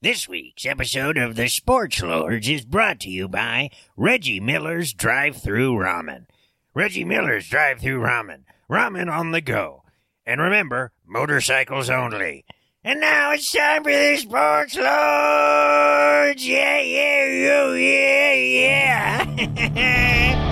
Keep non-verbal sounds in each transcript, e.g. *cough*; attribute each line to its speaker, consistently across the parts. Speaker 1: This week's episode of the Sports Lords is brought to you by Reggie Miller's Drive Through Ramen. Reggie Miller's Drive Through Ramen. Ramen on the go. And remember, motorcycles only. And now it's time for the Sports Lords! Yeah, yeah, yeah, oh, yeah, yeah! *laughs*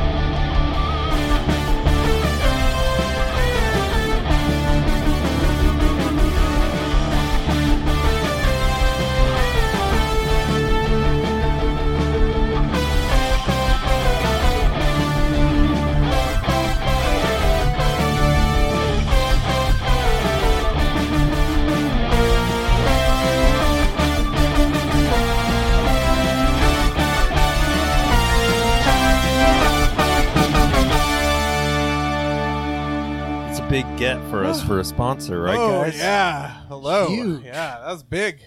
Speaker 2: It's a big get for
Speaker 3: *sighs*
Speaker 2: us for a sponsor, right,
Speaker 3: oh
Speaker 2: guys?
Speaker 3: yeah, hello.
Speaker 4: Huge.
Speaker 3: Yeah, that was big.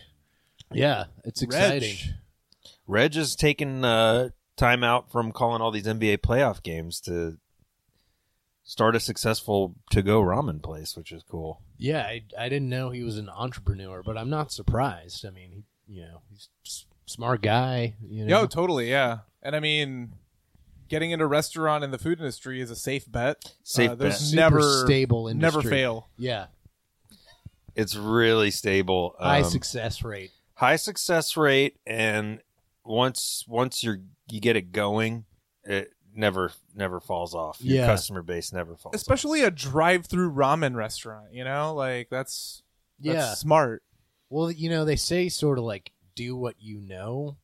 Speaker 4: Yeah, it's
Speaker 3: Reg.
Speaker 4: exciting.
Speaker 2: Reg is taking uh, time out from calling all these NBA playoff games to start a successful to-go ramen place, which is cool.
Speaker 4: Yeah, I, I didn't know he was an entrepreneur, but I'm not surprised. I mean, he, you know, he's s- smart guy. You know,
Speaker 3: Yo, totally. Yeah, and I mean, getting into restaurant and the food industry is a safe bet.
Speaker 2: Safe
Speaker 3: uh, there's
Speaker 4: Super
Speaker 3: never
Speaker 4: stable
Speaker 3: never
Speaker 4: industry.
Speaker 3: fail.
Speaker 4: yeah,
Speaker 2: It's really stable,
Speaker 4: high
Speaker 2: um,
Speaker 4: success rate.
Speaker 2: high success rate, and once once you you get it going, it never never falls off. Your
Speaker 4: Yeah.
Speaker 2: customer base never falls. off.
Speaker 3: Especially a drive-through ramen restaurant. You know, like that's that's
Speaker 4: Yeah.
Speaker 3: smart.
Speaker 4: Well, you know, they say sort of like do what you know,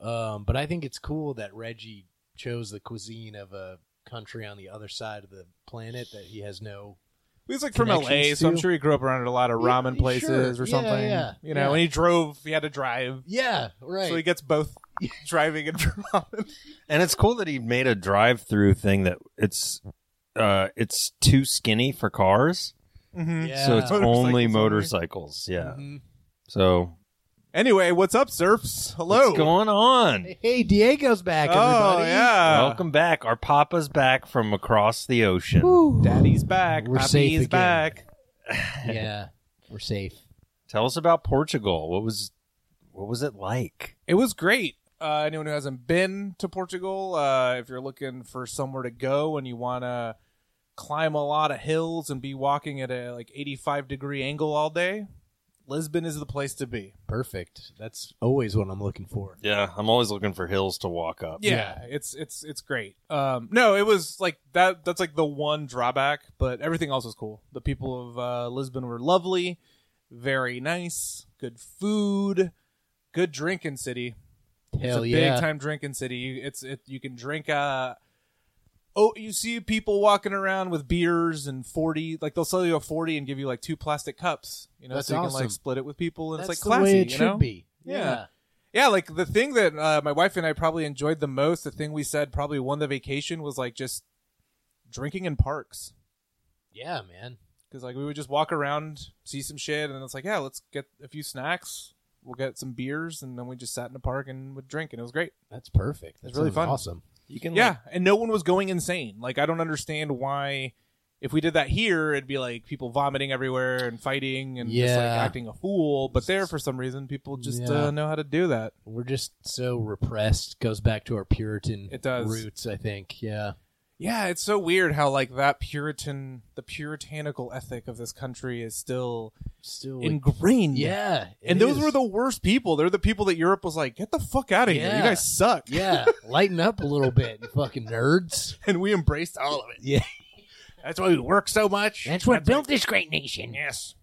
Speaker 4: um, but I think it's cool that Reggie chose the cuisine of a country on the other side of the planet that he has no.
Speaker 3: He's like from LA,
Speaker 4: Connections
Speaker 3: so I'm
Speaker 4: too.
Speaker 3: sure he grew up around a lot of
Speaker 4: Yeah,
Speaker 3: ramen
Speaker 4: sure.
Speaker 3: places or
Speaker 4: Yeah,
Speaker 3: something.
Speaker 4: yeah,
Speaker 3: you know,
Speaker 4: yeah.
Speaker 3: and he drove. He had to drive,
Speaker 4: Yeah, right.
Speaker 3: so he gets
Speaker 4: *laughs*
Speaker 3: both driving and *laughs* ramen.
Speaker 2: And it's cool that he made a drive-through thing that it's uh it's too skinny for cars,
Speaker 3: mm-hmm.
Speaker 4: yeah.
Speaker 2: so it's
Speaker 3: Motorcycles
Speaker 2: only
Speaker 3: only. Mm-hmm.
Speaker 2: motorcycles. Yeah.
Speaker 4: Mhm.
Speaker 2: So
Speaker 3: Anyway, what's up, Surfs? Hello.
Speaker 2: what's going on?
Speaker 4: Hey, Diego's back,
Speaker 3: oh
Speaker 4: everybody.
Speaker 3: yeah.
Speaker 2: Welcome back. Our papa's back from across the ocean.
Speaker 4: Woo.
Speaker 3: Daddy's back.
Speaker 4: We're
Speaker 3: Papi's
Speaker 4: safe again.
Speaker 3: back.
Speaker 4: yeah, we're safe.
Speaker 2: Tell us about Portugal. What was what was it like?
Speaker 3: It was great. Uh, anyone who hasn't been to Portugal, uh, if you're looking for somewhere to go and you want to climb a lot of hills and be walking at a like 85 degree angle all day, Lisbon is the place to be.
Speaker 4: Perfect. That's always what I'm looking for.
Speaker 2: Yeah, I'm always looking for hills to walk up.
Speaker 3: Yeah, it's it's it's great. Um, no, it was like that. That's like the one drawback, but everything else was cool. The people of uh, Lisbon were lovely, very nice, good food, good drinking city.
Speaker 4: Hell
Speaker 3: it's a
Speaker 4: yeah.
Speaker 3: big time drinking city. You, it's it, you can drink. Uh, oh, you see people walking around with beers and forty. Like they'll sell you a forty and give you like two plastic cups. You know,
Speaker 4: That's
Speaker 3: so you can
Speaker 4: awesome.
Speaker 3: like split it with people, and
Speaker 4: That's
Speaker 3: it's like classy.
Speaker 4: the way it
Speaker 3: you
Speaker 4: should
Speaker 3: know?
Speaker 4: be.
Speaker 3: Yeah. Yeah, like the thing that uh, my wife and I probably enjoyed the most, the thing we said probably won the vacation was like just drinking in parks.
Speaker 4: Yeah, man.
Speaker 3: Because like we would just walk around, see some shit, and it's like, yeah, let's get a few snacks. We'll get some beers, and then we just sat in a park and would drink, and it was great.
Speaker 4: That's perfect. That's
Speaker 3: really fun.
Speaker 4: Awesome.
Speaker 2: You can
Speaker 3: Yeah, and no one was going insane. Like I don't understand why, if we did that here, it'd be like people vomiting everywhere and fighting and just like
Speaker 4: Yeah.
Speaker 3: acting a fool. But there, for some reason, people just
Speaker 4: Yeah.
Speaker 3: uh, know how to do that.
Speaker 4: We're just so repressed. Goes back to our Puritan
Speaker 3: It does.
Speaker 4: roots, I think. Yeah.
Speaker 3: Yeah, it's so weird how like that Puritan, the puritanical ethic of this country is still
Speaker 4: Still. like-
Speaker 3: ingrained.
Speaker 4: yeah. it
Speaker 3: and those
Speaker 4: is.
Speaker 3: were the worst people. They're the people that Europe was like, get the fuck out of here.
Speaker 4: Yeah.
Speaker 3: You guys suck.
Speaker 4: yeah. Lighten up a little bit, you fucking nerds.
Speaker 3: *laughs* And we embraced all of it.
Speaker 4: Yeah.
Speaker 3: That's why we work so much.
Speaker 1: That's what built this great nation.
Speaker 3: Yes.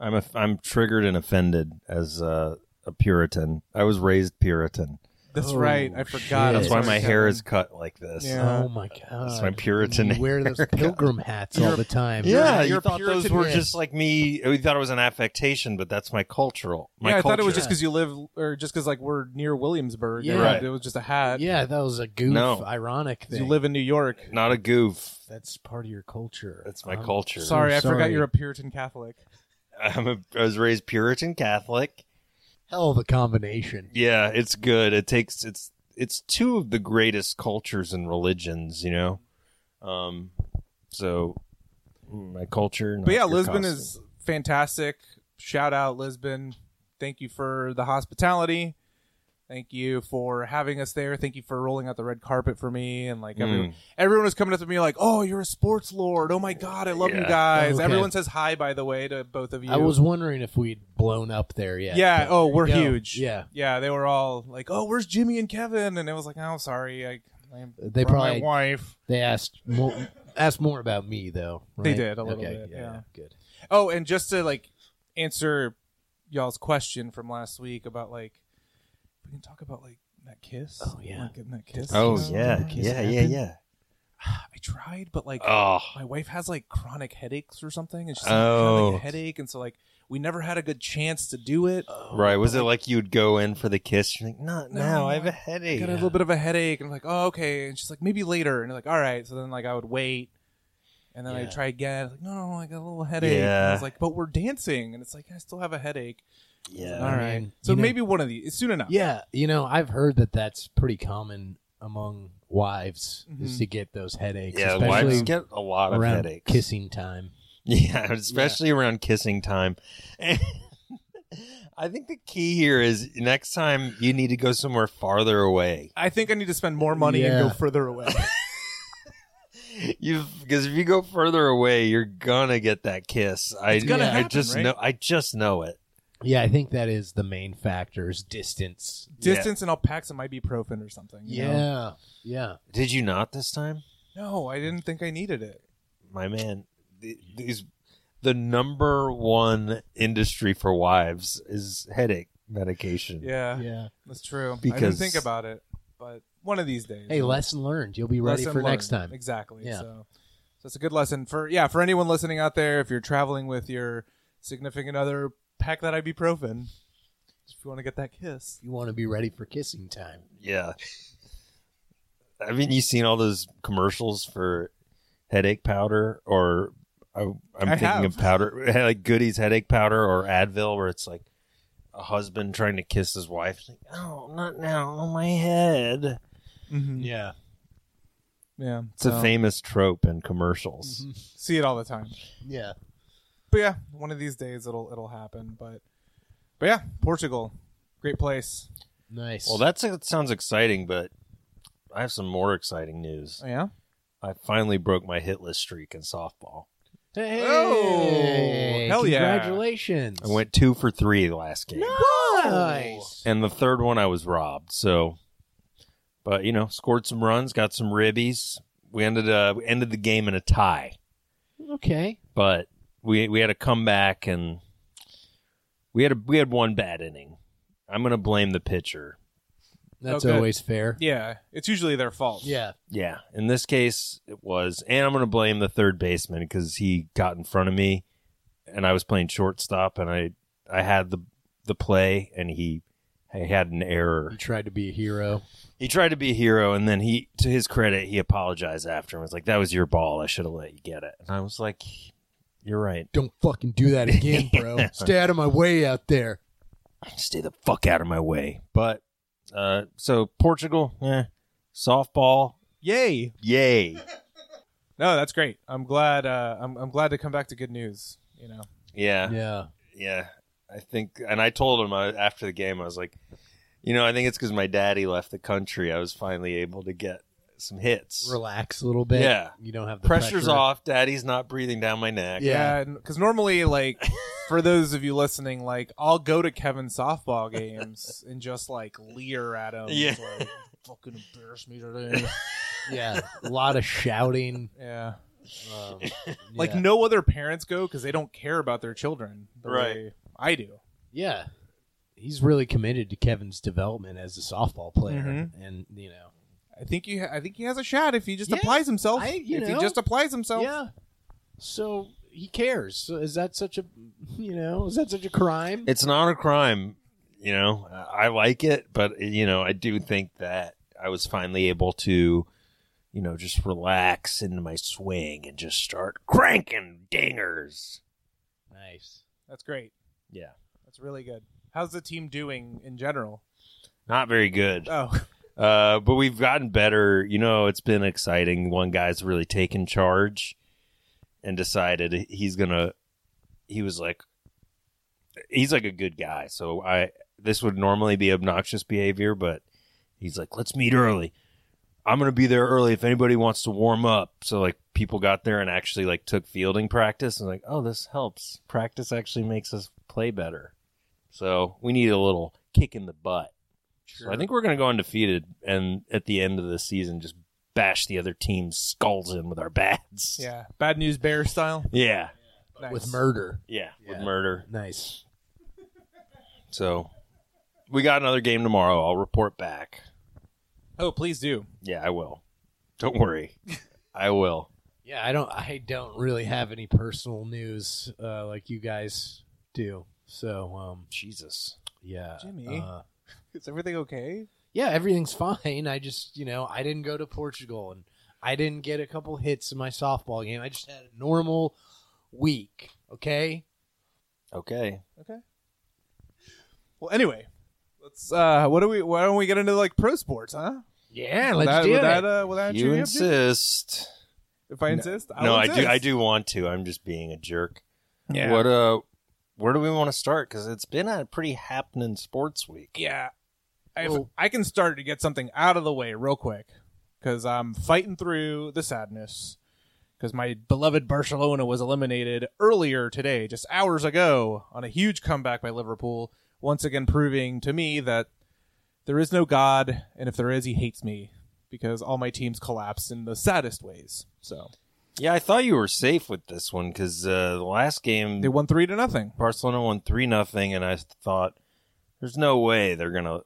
Speaker 2: I'm a, I'm triggered and offended as a, a Puritan. I was raised Puritan.
Speaker 3: That's
Speaker 4: Oh,
Speaker 3: right. I forgot.
Speaker 4: shit.
Speaker 2: That's why
Speaker 3: Sorry,
Speaker 2: my hair
Speaker 3: Kevin.
Speaker 2: is cut like this.
Speaker 3: Yeah.
Speaker 4: Oh my god.
Speaker 2: my Puritan
Speaker 4: You wear those pilgrim hats all the time.
Speaker 2: Yeah,
Speaker 3: You're
Speaker 2: you
Speaker 3: a
Speaker 2: thought those
Speaker 3: Puritan,
Speaker 2: were
Speaker 3: yes.
Speaker 2: just like me. We thought it was an affectation, but that's my cultural. My
Speaker 3: yeah, I thought it was
Speaker 2: culture.
Speaker 3: just because you live, or just because like we're near Williamsburg.
Speaker 4: Yeah.
Speaker 3: and
Speaker 2: Right.
Speaker 3: It was just a hat.
Speaker 4: Yeah, that was a goof,
Speaker 2: No.
Speaker 4: ironic
Speaker 3: 'Cause
Speaker 4: thing.
Speaker 3: You live in New York.
Speaker 2: not a goof.
Speaker 4: That's part of your culture.
Speaker 2: That's my
Speaker 4: Um,
Speaker 2: culture.
Speaker 3: Sorry, I forgot
Speaker 4: sorry.
Speaker 3: you're a Puritan Catholic.
Speaker 2: I'm a, I was raised Puritan Catholic.
Speaker 4: Hell of a combination.
Speaker 2: Yeah, it's good. It takes it's it's two of the greatest cultures and religions, you know. Um, so my culture,
Speaker 3: But yeah, Lisbon is fantastic. Shout out Lisbon. Thank you for the hospitality. Thank you for having us there. Thank you for rolling out the red carpet for me. And like
Speaker 2: Mm.
Speaker 3: everyone, everyone was coming up to me like, "Oh, you're a sports lord. Oh my god, I love you
Speaker 2: Yeah.
Speaker 3: guys."
Speaker 4: Okay.
Speaker 3: Everyone says hi by the way to both of you.
Speaker 4: I was wondering if we'd blown up there yet.
Speaker 3: Yeah.
Speaker 4: but
Speaker 3: Oh,
Speaker 4: there you
Speaker 3: we're
Speaker 4: go.
Speaker 3: huge.
Speaker 4: Yeah.
Speaker 3: Yeah. They were all like, "Oh, where's Jimmy and Kevin?" And it was like, "Oh, sorry, I, I
Speaker 4: They
Speaker 3: brought
Speaker 4: probably-
Speaker 3: my wife."
Speaker 4: They asked more, *laughs* asked more about me though.
Speaker 3: They
Speaker 4: right?
Speaker 3: did, a little
Speaker 4: Okay,
Speaker 3: bit, yeah.
Speaker 4: Good.
Speaker 3: Oh, and just to like answer y'all's question from last week about like we can talk about like that kiss.
Speaker 4: Oh, yeah.
Speaker 3: Like, getting that kiss.
Speaker 2: Oh
Speaker 3: you know,
Speaker 2: yeah,
Speaker 3: like,
Speaker 2: yeah, yeah,
Speaker 3: happened.
Speaker 2: yeah.
Speaker 3: I tried, but like *laughs*
Speaker 2: Oh,
Speaker 3: my wife has like chronic headaches or something, and she's
Speaker 2: Oh.
Speaker 3: like, a headache, and so like we never had a good chance to do it.
Speaker 4: Oh,
Speaker 2: right. Was it like you'd go in for the kiss? You're like, not
Speaker 3: No,
Speaker 2: now. I have
Speaker 3: I-
Speaker 2: a
Speaker 3: I I
Speaker 2: headache.
Speaker 3: got a little bit of a headache, and I'm like, oh okay, and she's like, maybe later, and I'm like, all right. So then like I would wait. And then I
Speaker 2: Yeah.
Speaker 3: try again. Like, no, no, no, I got a little headache. And I
Speaker 2: Yeah.
Speaker 3: was like, but we're dancing, and it's like I still have a headache.
Speaker 2: yeah.
Speaker 4: I
Speaker 3: All right.
Speaker 4: mean,
Speaker 3: so
Speaker 4: you know-
Speaker 3: maybe one of these soon enough.
Speaker 4: Yeah, you know, I've heard that that's pretty common among wives
Speaker 3: Mhm.
Speaker 4: is to get those headaches,
Speaker 2: Yeah,
Speaker 4: especially
Speaker 2: wives get a lot of
Speaker 4: around
Speaker 2: headaches.
Speaker 4: kissing time.
Speaker 2: *laughs* Yeah, especially around kissing time. And I think the key here is next time you need to go somewhere farther away.
Speaker 3: I think I need to spend more money and
Speaker 4: *laughs* Yeah.
Speaker 3: go further away.
Speaker 2: You because if you go further away, you're gonna get that kiss. I,
Speaker 4: It's gonna
Speaker 2: I
Speaker 3: happen,
Speaker 2: just
Speaker 3: right?
Speaker 2: know. I just know it.
Speaker 4: Yeah, I think that is the main factor is distance.
Speaker 3: Distance and I'll pack some ibuprofen or something. you
Speaker 4: Yeah,
Speaker 3: know?
Speaker 4: yeah.
Speaker 2: Did you not this time,
Speaker 3: No, I didn't think I needed it.
Speaker 2: my man? th- These the number one industry for wives is headache medication.
Speaker 3: Yeah,
Speaker 4: Yeah.
Speaker 3: that's true. I didn't
Speaker 2: Because-
Speaker 3: think about it, but one of these days.
Speaker 4: Hey, lesson learned. You'll be ready
Speaker 3: Lesson
Speaker 4: for next
Speaker 3: learned.
Speaker 4: time.
Speaker 3: Exactly.
Speaker 4: Yeah.
Speaker 3: So, so it's a good lesson for yeah for anyone listening out there. If you're traveling with your significant other, pack that ibuprofen if you want to get that kiss.
Speaker 4: You want to be ready for kissing time.
Speaker 2: Yeah. Haven't you seen all those commercials for headache powder or I, I'm
Speaker 3: I
Speaker 2: thinking
Speaker 3: have.
Speaker 2: of powder *laughs* like Goody's headache powder or Advil where it's like a husband trying to kiss his wife. It's like, oh, not now, on my head.
Speaker 3: Mm-hmm.
Speaker 4: Yeah.
Speaker 3: Yeah.
Speaker 2: It's a famous trope in commercials.
Speaker 3: See it all the time.
Speaker 4: Mm-hmm. Yeah.
Speaker 3: But yeah, one of these days it'll it'll happen. But but yeah, Portugal, great place.
Speaker 4: Nice.
Speaker 2: Well, that's that sounds exciting, but I have some more exciting news.
Speaker 3: Oh, yeah.
Speaker 2: I finally broke my hitless streak in softball.
Speaker 4: Hey,
Speaker 3: Oh, hell yeah.
Speaker 4: Congratulations.
Speaker 2: I went two for three last game.
Speaker 4: nice.
Speaker 2: and the third one I was robbed. So, but you know, scored some runs, got some ribbies. We ended uh we ended the game in a tie,
Speaker 4: Okay.
Speaker 2: but we we had a comeback and we had a we had one bad inning. I'm gonna blame the pitcher.
Speaker 4: That's
Speaker 3: Okay.
Speaker 4: always fair.
Speaker 3: Yeah, it's usually their fault.
Speaker 4: Yeah.
Speaker 2: Yeah, in this case it was, and I'm gonna blame the third baseman because he got in front of me, and I was playing shortstop, and I I had the the play, and he. I had an error.
Speaker 4: You tried to be a hero.
Speaker 2: he tried to be a hero and then he to his credit he apologized after and was like that was your ball i should have let you get it and i was like you're right
Speaker 4: Don't fucking do
Speaker 2: *laughs*
Speaker 4: that again, bro. Stay out of my way out there.
Speaker 2: stay the fuck out of my way but uh so portugal eh, softball
Speaker 3: Yay.
Speaker 2: yay
Speaker 3: No, that's great. I'm glad. Uh, I'm I'm glad to come back to good news. You know.
Speaker 2: yeah
Speaker 4: Yeah.
Speaker 2: yeah i think and i told him I, after the game i was like you know i think it's because my daddy left the country i was finally able to get some hits
Speaker 4: relax a little bit.
Speaker 2: Yeah.
Speaker 4: You don't have the
Speaker 2: pressure's
Speaker 4: pressure.
Speaker 2: off daddy's not breathing down my neck
Speaker 4: Yeah.
Speaker 3: Because normally, like, for those of you listening, like, I'll go to Kevin's softball games and just like leer at him.
Speaker 2: Yeah.
Speaker 3: It's Like, Fucking embarrass me
Speaker 4: *laughs*
Speaker 3: today.
Speaker 4: *laughs* Yeah. A lot
Speaker 2: *laughs*
Speaker 4: of shouting.
Speaker 3: yeah.
Speaker 4: Um,
Speaker 3: Like
Speaker 4: yeah.
Speaker 3: no other parents go because they don't care about their children. The
Speaker 2: Right.
Speaker 3: Way I do.
Speaker 4: yeah. He's really committed to Kevin's development as a softball player,
Speaker 2: Mm-hmm.
Speaker 3: Mhm.
Speaker 4: and you know,
Speaker 3: I think you. Ha- I think he has a shot if he just
Speaker 4: Yeah.
Speaker 3: applies himself.
Speaker 4: I- you
Speaker 3: if he
Speaker 4: know.
Speaker 3: just applies himself.
Speaker 4: yeah. So he cares. So is that such a, you know, is that such a crime?
Speaker 2: it's not a crime you know i I like it but you know i do think that i was finally able to you know just relax into my swing and just start cranking dingers
Speaker 4: nice.
Speaker 3: That's great.
Speaker 2: yeah
Speaker 3: That's really good. How's the team doing in general?
Speaker 2: not very good
Speaker 3: Oh, *laughs*
Speaker 2: uh, but we've gotten better you know it's been exciting one guy's really taken charge and decided he's gonna he was like he's like a good guy. So I this would normally be obnoxious behavior, but he's like, let's meet early. I'm gonna be there early if anybody wants to warm up. So like people got there and actually like took fielding practice and like, oh, this helps. Practice actually makes us play better. So we need a little kick in the butt. So I think we're gonna go undefeated and at the end of the season just bash the other team's skulls in with our bats.
Speaker 3: Yeah, bad news bear style.
Speaker 2: Yeah.
Speaker 3: Nice.
Speaker 4: with murder.
Speaker 2: Yeah. With
Speaker 4: Yeah.
Speaker 2: murder.
Speaker 4: Nice.
Speaker 2: So we got another game tomorrow. I'll report back.
Speaker 3: Oh, please do.
Speaker 2: Yeah, I will. Don't
Speaker 3: *laughs*
Speaker 2: worry. I will.
Speaker 4: Yeah, I don't. I don't really have any personal news uh, like you guys do. So, um,
Speaker 2: Jesus.
Speaker 4: yeah,
Speaker 3: Jimmy.
Speaker 4: uh,
Speaker 3: Is everything okay?
Speaker 4: yeah, everything's *laughs* fine. I just, you know, I didn't go to Portugal and I didn't get a couple hits in my softball game. I just had a normal week. Okay,
Speaker 2: Okay.
Speaker 3: Well, anyway, let's. uh What do we? Why don't we get into like pro sports, huh?
Speaker 4: yeah,
Speaker 3: Will
Speaker 4: let's
Speaker 3: that,
Speaker 4: do
Speaker 3: will
Speaker 4: it.
Speaker 3: That, uh, will that cheer
Speaker 2: you
Speaker 3: up, Jim?
Speaker 2: insist.
Speaker 3: If I insist, I
Speaker 2: no,
Speaker 3: will
Speaker 2: I do.
Speaker 3: insist.
Speaker 2: I do want to. I'm just being a jerk.
Speaker 3: Yeah.
Speaker 2: What? Uh, where do we want to start? Because it's been a pretty happening sports week.
Speaker 3: Yeah. If
Speaker 4: Well-
Speaker 3: I can start to get something out of the way real quick because I'm fighting through the sadness because my beloved Barcelona was eliminated earlier today, just hours ago, on a huge comeback by Liverpool, once again proving to me that there is no God, and if there is, he hates me because all my teams collapsed in the saddest ways. So
Speaker 2: Yeah, I thought you were safe with this one because uh, the last game
Speaker 3: they won three to nothing.
Speaker 2: Barcelona won three nothing, and I thought there's no way they're gonna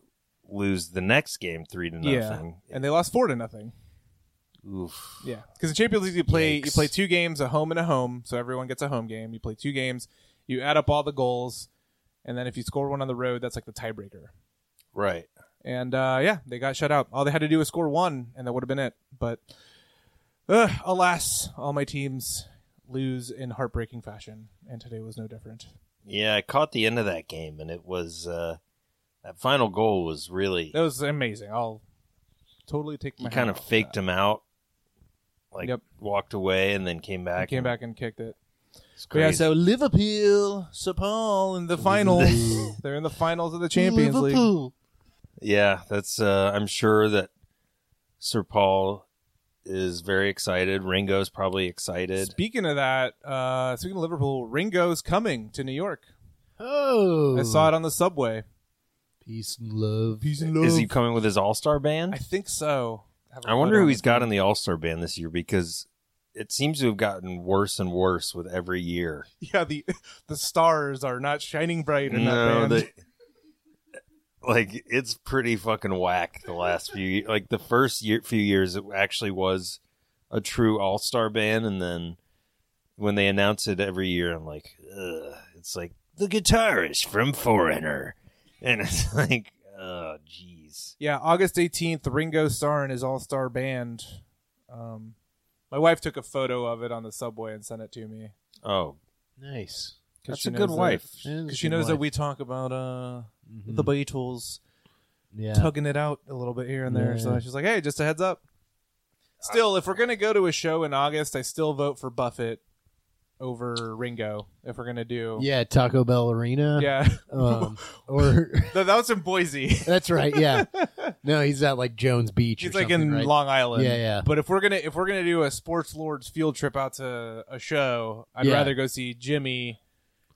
Speaker 2: lose the next game three to nothing.
Speaker 3: Yeah, and they lost four to nothing.
Speaker 2: Oof.
Speaker 3: Yeah, because in Champions League you play you
Speaker 2: Yikes.
Speaker 3: play two games, a home and a home, so everyone gets a home game. You play two games, you add up all the goals, and then if you score one on the road, that's like the tiebreaker.
Speaker 2: Right.
Speaker 3: And uh, yeah, they got shut out. All they had to do was score one, and that would have been it. But uh, alas, all my teams lose in heartbreaking fashion, and today was no different.
Speaker 2: Yeah, I caught the end of that game, and it was uh, that final goal was really
Speaker 3: That was amazing. I'll totally take my
Speaker 2: you kind of
Speaker 3: hat off to
Speaker 2: faked
Speaker 3: that.
Speaker 2: him out, like
Speaker 3: Oh, Yep.
Speaker 2: walked away and then came back.
Speaker 3: Came back and kicked it.
Speaker 2: It's
Speaker 3: But yeah,
Speaker 2: crazy.
Speaker 3: so Liverpool, Sepal in the finals. *laughs* They're in the finals of the Champions League.
Speaker 2: Yeah, that's. Uh, I'm sure that Sir Paul is very excited. Ringo's probably excited.
Speaker 3: Speaking of that, uh, speaking of Liverpool, Ringo's coming to New York.
Speaker 4: Oh,
Speaker 3: I saw it on the subway.
Speaker 4: Peace and love.
Speaker 2: Is he coming with his All Star band?
Speaker 3: I think so. Have a
Speaker 2: I wonder
Speaker 3: photo
Speaker 2: who
Speaker 3: of
Speaker 2: he's
Speaker 3: it.
Speaker 2: got in the All Star band this year because it seems to have gotten worse and worse with every year.
Speaker 3: *laughs* Yeah, the the stars are not shining bright in
Speaker 2: No,
Speaker 3: that band.
Speaker 2: the, like it's pretty fucking whack the last few ye- like the first year few years it actually was a true all-star band and then when they announce it every year I'm like Ugh. it's like the guitarist from Foreigner and it's *laughs* like oh jeez
Speaker 3: yeah, August eighteenth, Ringo Starr and his all star band. Um, my wife took a photo of it on the subway and sent it to me.
Speaker 2: oh
Speaker 4: Nice.
Speaker 2: that's a good wife Mm.
Speaker 3: Because she knows that we talk about uh,
Speaker 4: Mhm.
Speaker 3: the Beatles
Speaker 4: yeah.
Speaker 3: tugging it out a little bit here and there. So
Speaker 4: Yeah.
Speaker 3: she's like, "Hey, just a heads up." Still, if we're gonna go to a show in August, I still vote for Buffett over Ringo. If we're gonna do,
Speaker 4: yeah, Taco Bell Arena.
Speaker 3: yeah, *laughs*
Speaker 4: Um, or
Speaker 3: that, that was in
Speaker 4: *laughs*
Speaker 3: Boise.
Speaker 4: that's right. Yeah. No, he's at like Jones Beach.
Speaker 3: She's
Speaker 4: or
Speaker 3: like
Speaker 4: something,
Speaker 3: in
Speaker 4: right?
Speaker 3: Long Island.
Speaker 4: Yeah, yeah.
Speaker 3: But if we're gonna if we're gonna do a sports lords field trip out to a show, I'd
Speaker 4: Yeah.
Speaker 3: rather go see Jimmy,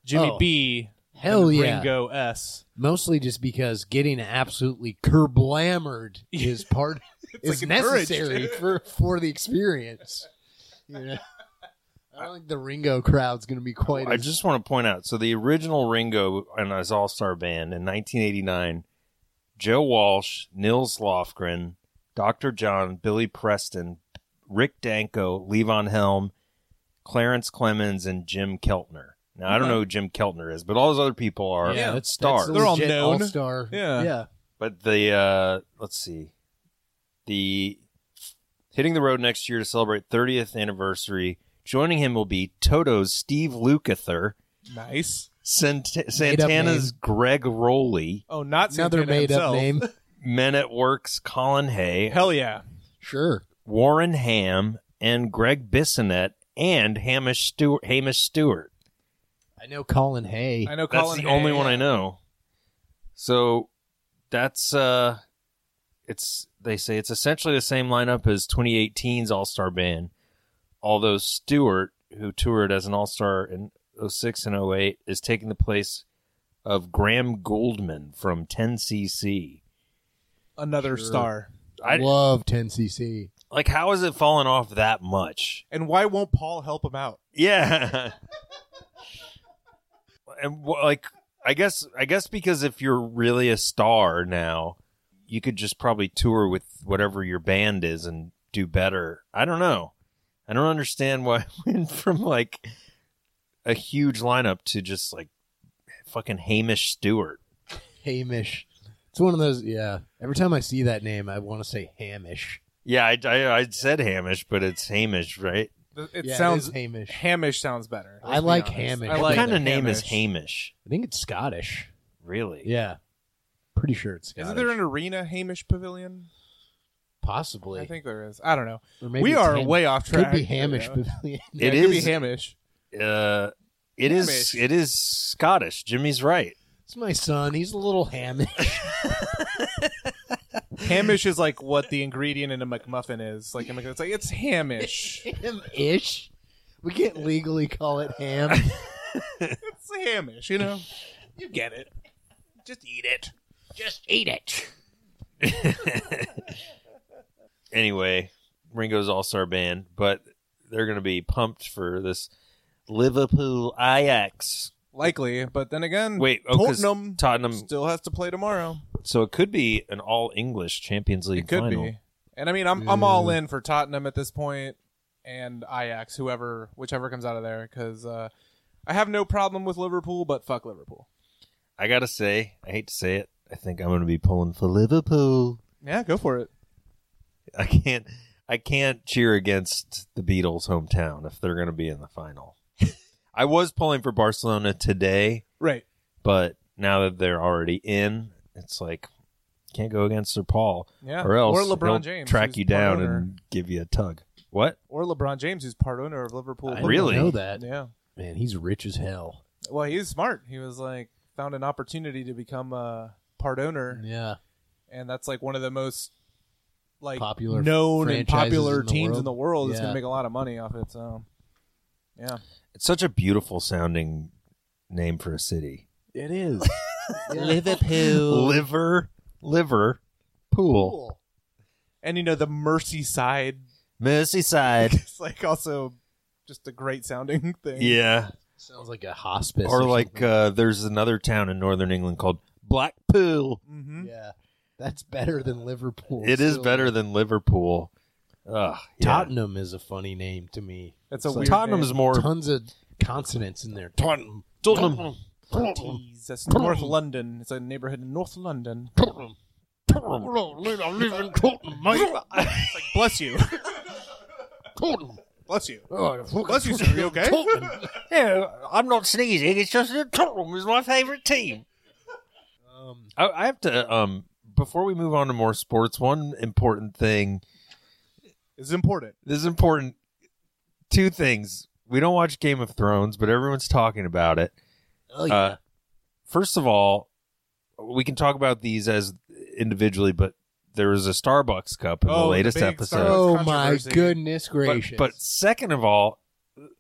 Speaker 3: Jimmy
Speaker 4: Oh,
Speaker 3: B,
Speaker 4: Hell
Speaker 3: than
Speaker 4: yeah.
Speaker 3: Ringo S.
Speaker 4: Mostly just because getting absolutely
Speaker 3: *laughs*
Speaker 4: kerblammered is part is
Speaker 3: like encouraged.
Speaker 4: necessary for for the experience. You know? I don't think the Ringo crowd's going to be quite.
Speaker 2: I
Speaker 4: as,
Speaker 2: just want to point out so the original Ringo and his All Star Band in 1989, Joe Walsh, Nils Lofgren, Dr. John, Billy Preston, Rick Danko, Levon Helm, Clarence Clemens, and Jim Keltner. Now, I don't know who Jim Keltner is, but all those other people are
Speaker 3: Yeah,
Speaker 4: that's
Speaker 2: stars.
Speaker 3: They're all
Speaker 4: legit
Speaker 3: known.
Speaker 4: all-star.
Speaker 3: Yeah.
Speaker 4: yeah.
Speaker 2: But the uh, let's see, the hitting the road next year to celebrate 30th anniversary. Joining him will be Toto's Steve Lukather,
Speaker 3: Nice.
Speaker 2: Sant- Santana's Greg Rowley,
Speaker 3: Oh, not
Speaker 4: Another
Speaker 3: Santana
Speaker 4: made
Speaker 3: himself.
Speaker 4: up name.
Speaker 2: Men at Work's Colin Hay,
Speaker 3: Hell yeah. *laughs*
Speaker 4: Sure.
Speaker 2: Warren Ham, and Greg Bissonette, and Hamish Stewart. Hamish Stewart.
Speaker 4: I know Colin Hay.
Speaker 3: I know
Speaker 2: That's
Speaker 3: Colin
Speaker 2: the
Speaker 3: Hay,
Speaker 2: only one
Speaker 3: yeah.
Speaker 2: I know. So that's uh it's they say it's essentially the same lineup as 2018's All-Star band. Although Stewart, who toured as an All-Star in 06 and 08, is taking the place of Graham Goldman from 10cc.
Speaker 3: Another
Speaker 4: Sure.
Speaker 3: star.
Speaker 2: I
Speaker 4: love 10cc.
Speaker 2: like how has it fallen off that much?
Speaker 3: And why won't Paul help him out?
Speaker 2: Yeah. *laughs* and wh- like I guess I guess because if you're really a star now, you could just probably tour with whatever your band is and do better. I don't know. I don't understand why *laughs* I went from like a huge lineup to just like fucking Hamish Stewart.
Speaker 4: Hamish. It's one of those. Yeah. Every time I see that name, I want to say Hamish.
Speaker 2: Yeah, I, I, I said Hamish, but it's Hamish, right?
Speaker 3: Th- It
Speaker 4: Yeah,
Speaker 3: sounds
Speaker 4: is Hamish.
Speaker 3: Hamish sounds better. let's
Speaker 4: I
Speaker 3: be
Speaker 4: like
Speaker 3: honest.
Speaker 4: Hamish.
Speaker 3: I
Speaker 2: What
Speaker 3: like
Speaker 2: kind of
Speaker 3: Hamish.
Speaker 2: name is Hamish?
Speaker 4: I think it's Scottish.
Speaker 2: Really?
Speaker 4: Yeah. Pretty sure it's Scottish.
Speaker 3: Isn't there an arena Hamish Pavilion?
Speaker 4: Possibly.
Speaker 3: I think there is. I don't know.
Speaker 4: Or maybe
Speaker 3: we
Speaker 4: it's
Speaker 3: are
Speaker 4: Ham-
Speaker 3: way off track.
Speaker 4: Could be Hamish
Speaker 3: Yeah.
Speaker 4: *laughs* Pavilion.
Speaker 3: Yeah,
Speaker 2: It
Speaker 3: could be
Speaker 2: is-
Speaker 3: Hamish.
Speaker 2: Uh, it is.
Speaker 3: Hamish.
Speaker 2: It is Scottish. Jimmy's right. *laughs*
Speaker 4: It's my son. He's a little Hamish.
Speaker 3: Hamish is like what the ingredient in a McMuffin is. Like a Mc- it's like
Speaker 2: *laughs*
Speaker 3: it's Hamish.
Speaker 4: Ham-ish. We can't legally call it
Speaker 3: *laughs*
Speaker 4: ham.
Speaker 3: it's Hamish, you know. You get it. Just eat it.
Speaker 1: Just eat it.
Speaker 2: anyway, Ringo's All Star Band, but they're going to be pumped for this Liverpool Ajax.
Speaker 3: Likely, but then again,
Speaker 2: Wait, oh, 'cause
Speaker 3: Tottenham
Speaker 2: Tottenham.
Speaker 3: still has to play tomorrow.
Speaker 2: so it could be an all English Champions League
Speaker 3: It could
Speaker 2: final.
Speaker 3: be. And I mean, I'm I'm all in for Tottenham at this point, and Ajax, whoever, whichever comes out of there, because uh, I have no problem with Liverpool, but fuck Liverpool.
Speaker 2: I gotta say, I hate to say it. I think I'm going to be pulling for Liverpool.
Speaker 3: Yeah, go for it.
Speaker 2: I can't. I can't cheer against the Beatles' hometown if they're going to be in the final. *laughs* I was pulling for Barcelona today,
Speaker 3: Right.
Speaker 2: but now that they're already in, it's like can't go against Sir Paul.
Speaker 3: Yeah.
Speaker 2: or else
Speaker 3: or LeBron
Speaker 2: he'll
Speaker 3: James
Speaker 2: track
Speaker 3: who's
Speaker 2: you down
Speaker 3: part owner-
Speaker 2: and give you a tug. What?
Speaker 3: or LeBron James, who's part owner of Liverpool.
Speaker 4: I
Speaker 3: Football.
Speaker 2: Really?
Speaker 4: Didn't know that.
Speaker 3: Yeah.
Speaker 4: Man, he's rich as hell.
Speaker 3: Well, he was smart. He was like found an opportunity to become a part owner,
Speaker 4: Yeah.
Speaker 3: and that's like one of the most like
Speaker 4: Popular
Speaker 3: known and
Speaker 4: franchises
Speaker 3: popular
Speaker 4: in the
Speaker 3: teams
Speaker 4: world.
Speaker 3: in the world. It's
Speaker 4: Yeah.
Speaker 3: gonna make a lot of money off it. So, yeah.
Speaker 2: It's such a beautiful sounding name for a city.
Speaker 4: It is.
Speaker 2: *laughs*
Speaker 1: Liverpool.
Speaker 2: Liver, liver, pool,
Speaker 4: Cool.
Speaker 3: And you know the Merseyside *laughs*
Speaker 2: Merseyside.
Speaker 3: It's like also just a great sounding *laughs* thing.
Speaker 2: yeah,
Speaker 4: Sounds like a hospice.
Speaker 2: or like
Speaker 4: something.
Speaker 2: uh, there's another town in northern England called Blackpool.
Speaker 3: hmm
Speaker 4: yeah. That's better than Liverpool.
Speaker 2: It is
Speaker 4: Still.
Speaker 2: better than Liverpool. Ugh, yeah.
Speaker 4: Tottenham is a funny name to me.
Speaker 3: It's a
Speaker 4: It's
Speaker 3: weird
Speaker 4: like-
Speaker 2: Tottenham's
Speaker 3: name.
Speaker 2: more
Speaker 4: Tons of consonants in there. Tottenham.
Speaker 2: Tottenham.
Speaker 3: Jeez, that's North London. It's a neighborhood in North
Speaker 4: *laughs*
Speaker 3: London.
Speaker 1: I live in Tottenham, mate.
Speaker 3: It's like, bless you.
Speaker 1: Tottenham.
Speaker 3: *laughs* Bless you.
Speaker 1: Oh,
Speaker 3: Bless you, sir. You okay?
Speaker 2: Uh,
Speaker 1: Yeah, I'm not sneezing. It's just that Tottenham is my favorite team.
Speaker 4: Um,
Speaker 2: I, I have to um before we move on to more sports. One important thing
Speaker 3: It's important.
Speaker 2: this is important. Two things. We don't watch Game of Thrones, but everyone's talking about it.
Speaker 4: oh, yeah.
Speaker 2: Uh, first of all, we can talk about these as individually, but there was a Starbucks Cup in
Speaker 3: Oh,
Speaker 2: the
Speaker 3: the
Speaker 2: latest
Speaker 3: big
Speaker 2: episode.
Speaker 4: oh
Speaker 3: Starbucks
Speaker 4: my
Speaker 3: controversy.
Speaker 4: goodness
Speaker 2: But,
Speaker 4: gracious.
Speaker 2: but second of all,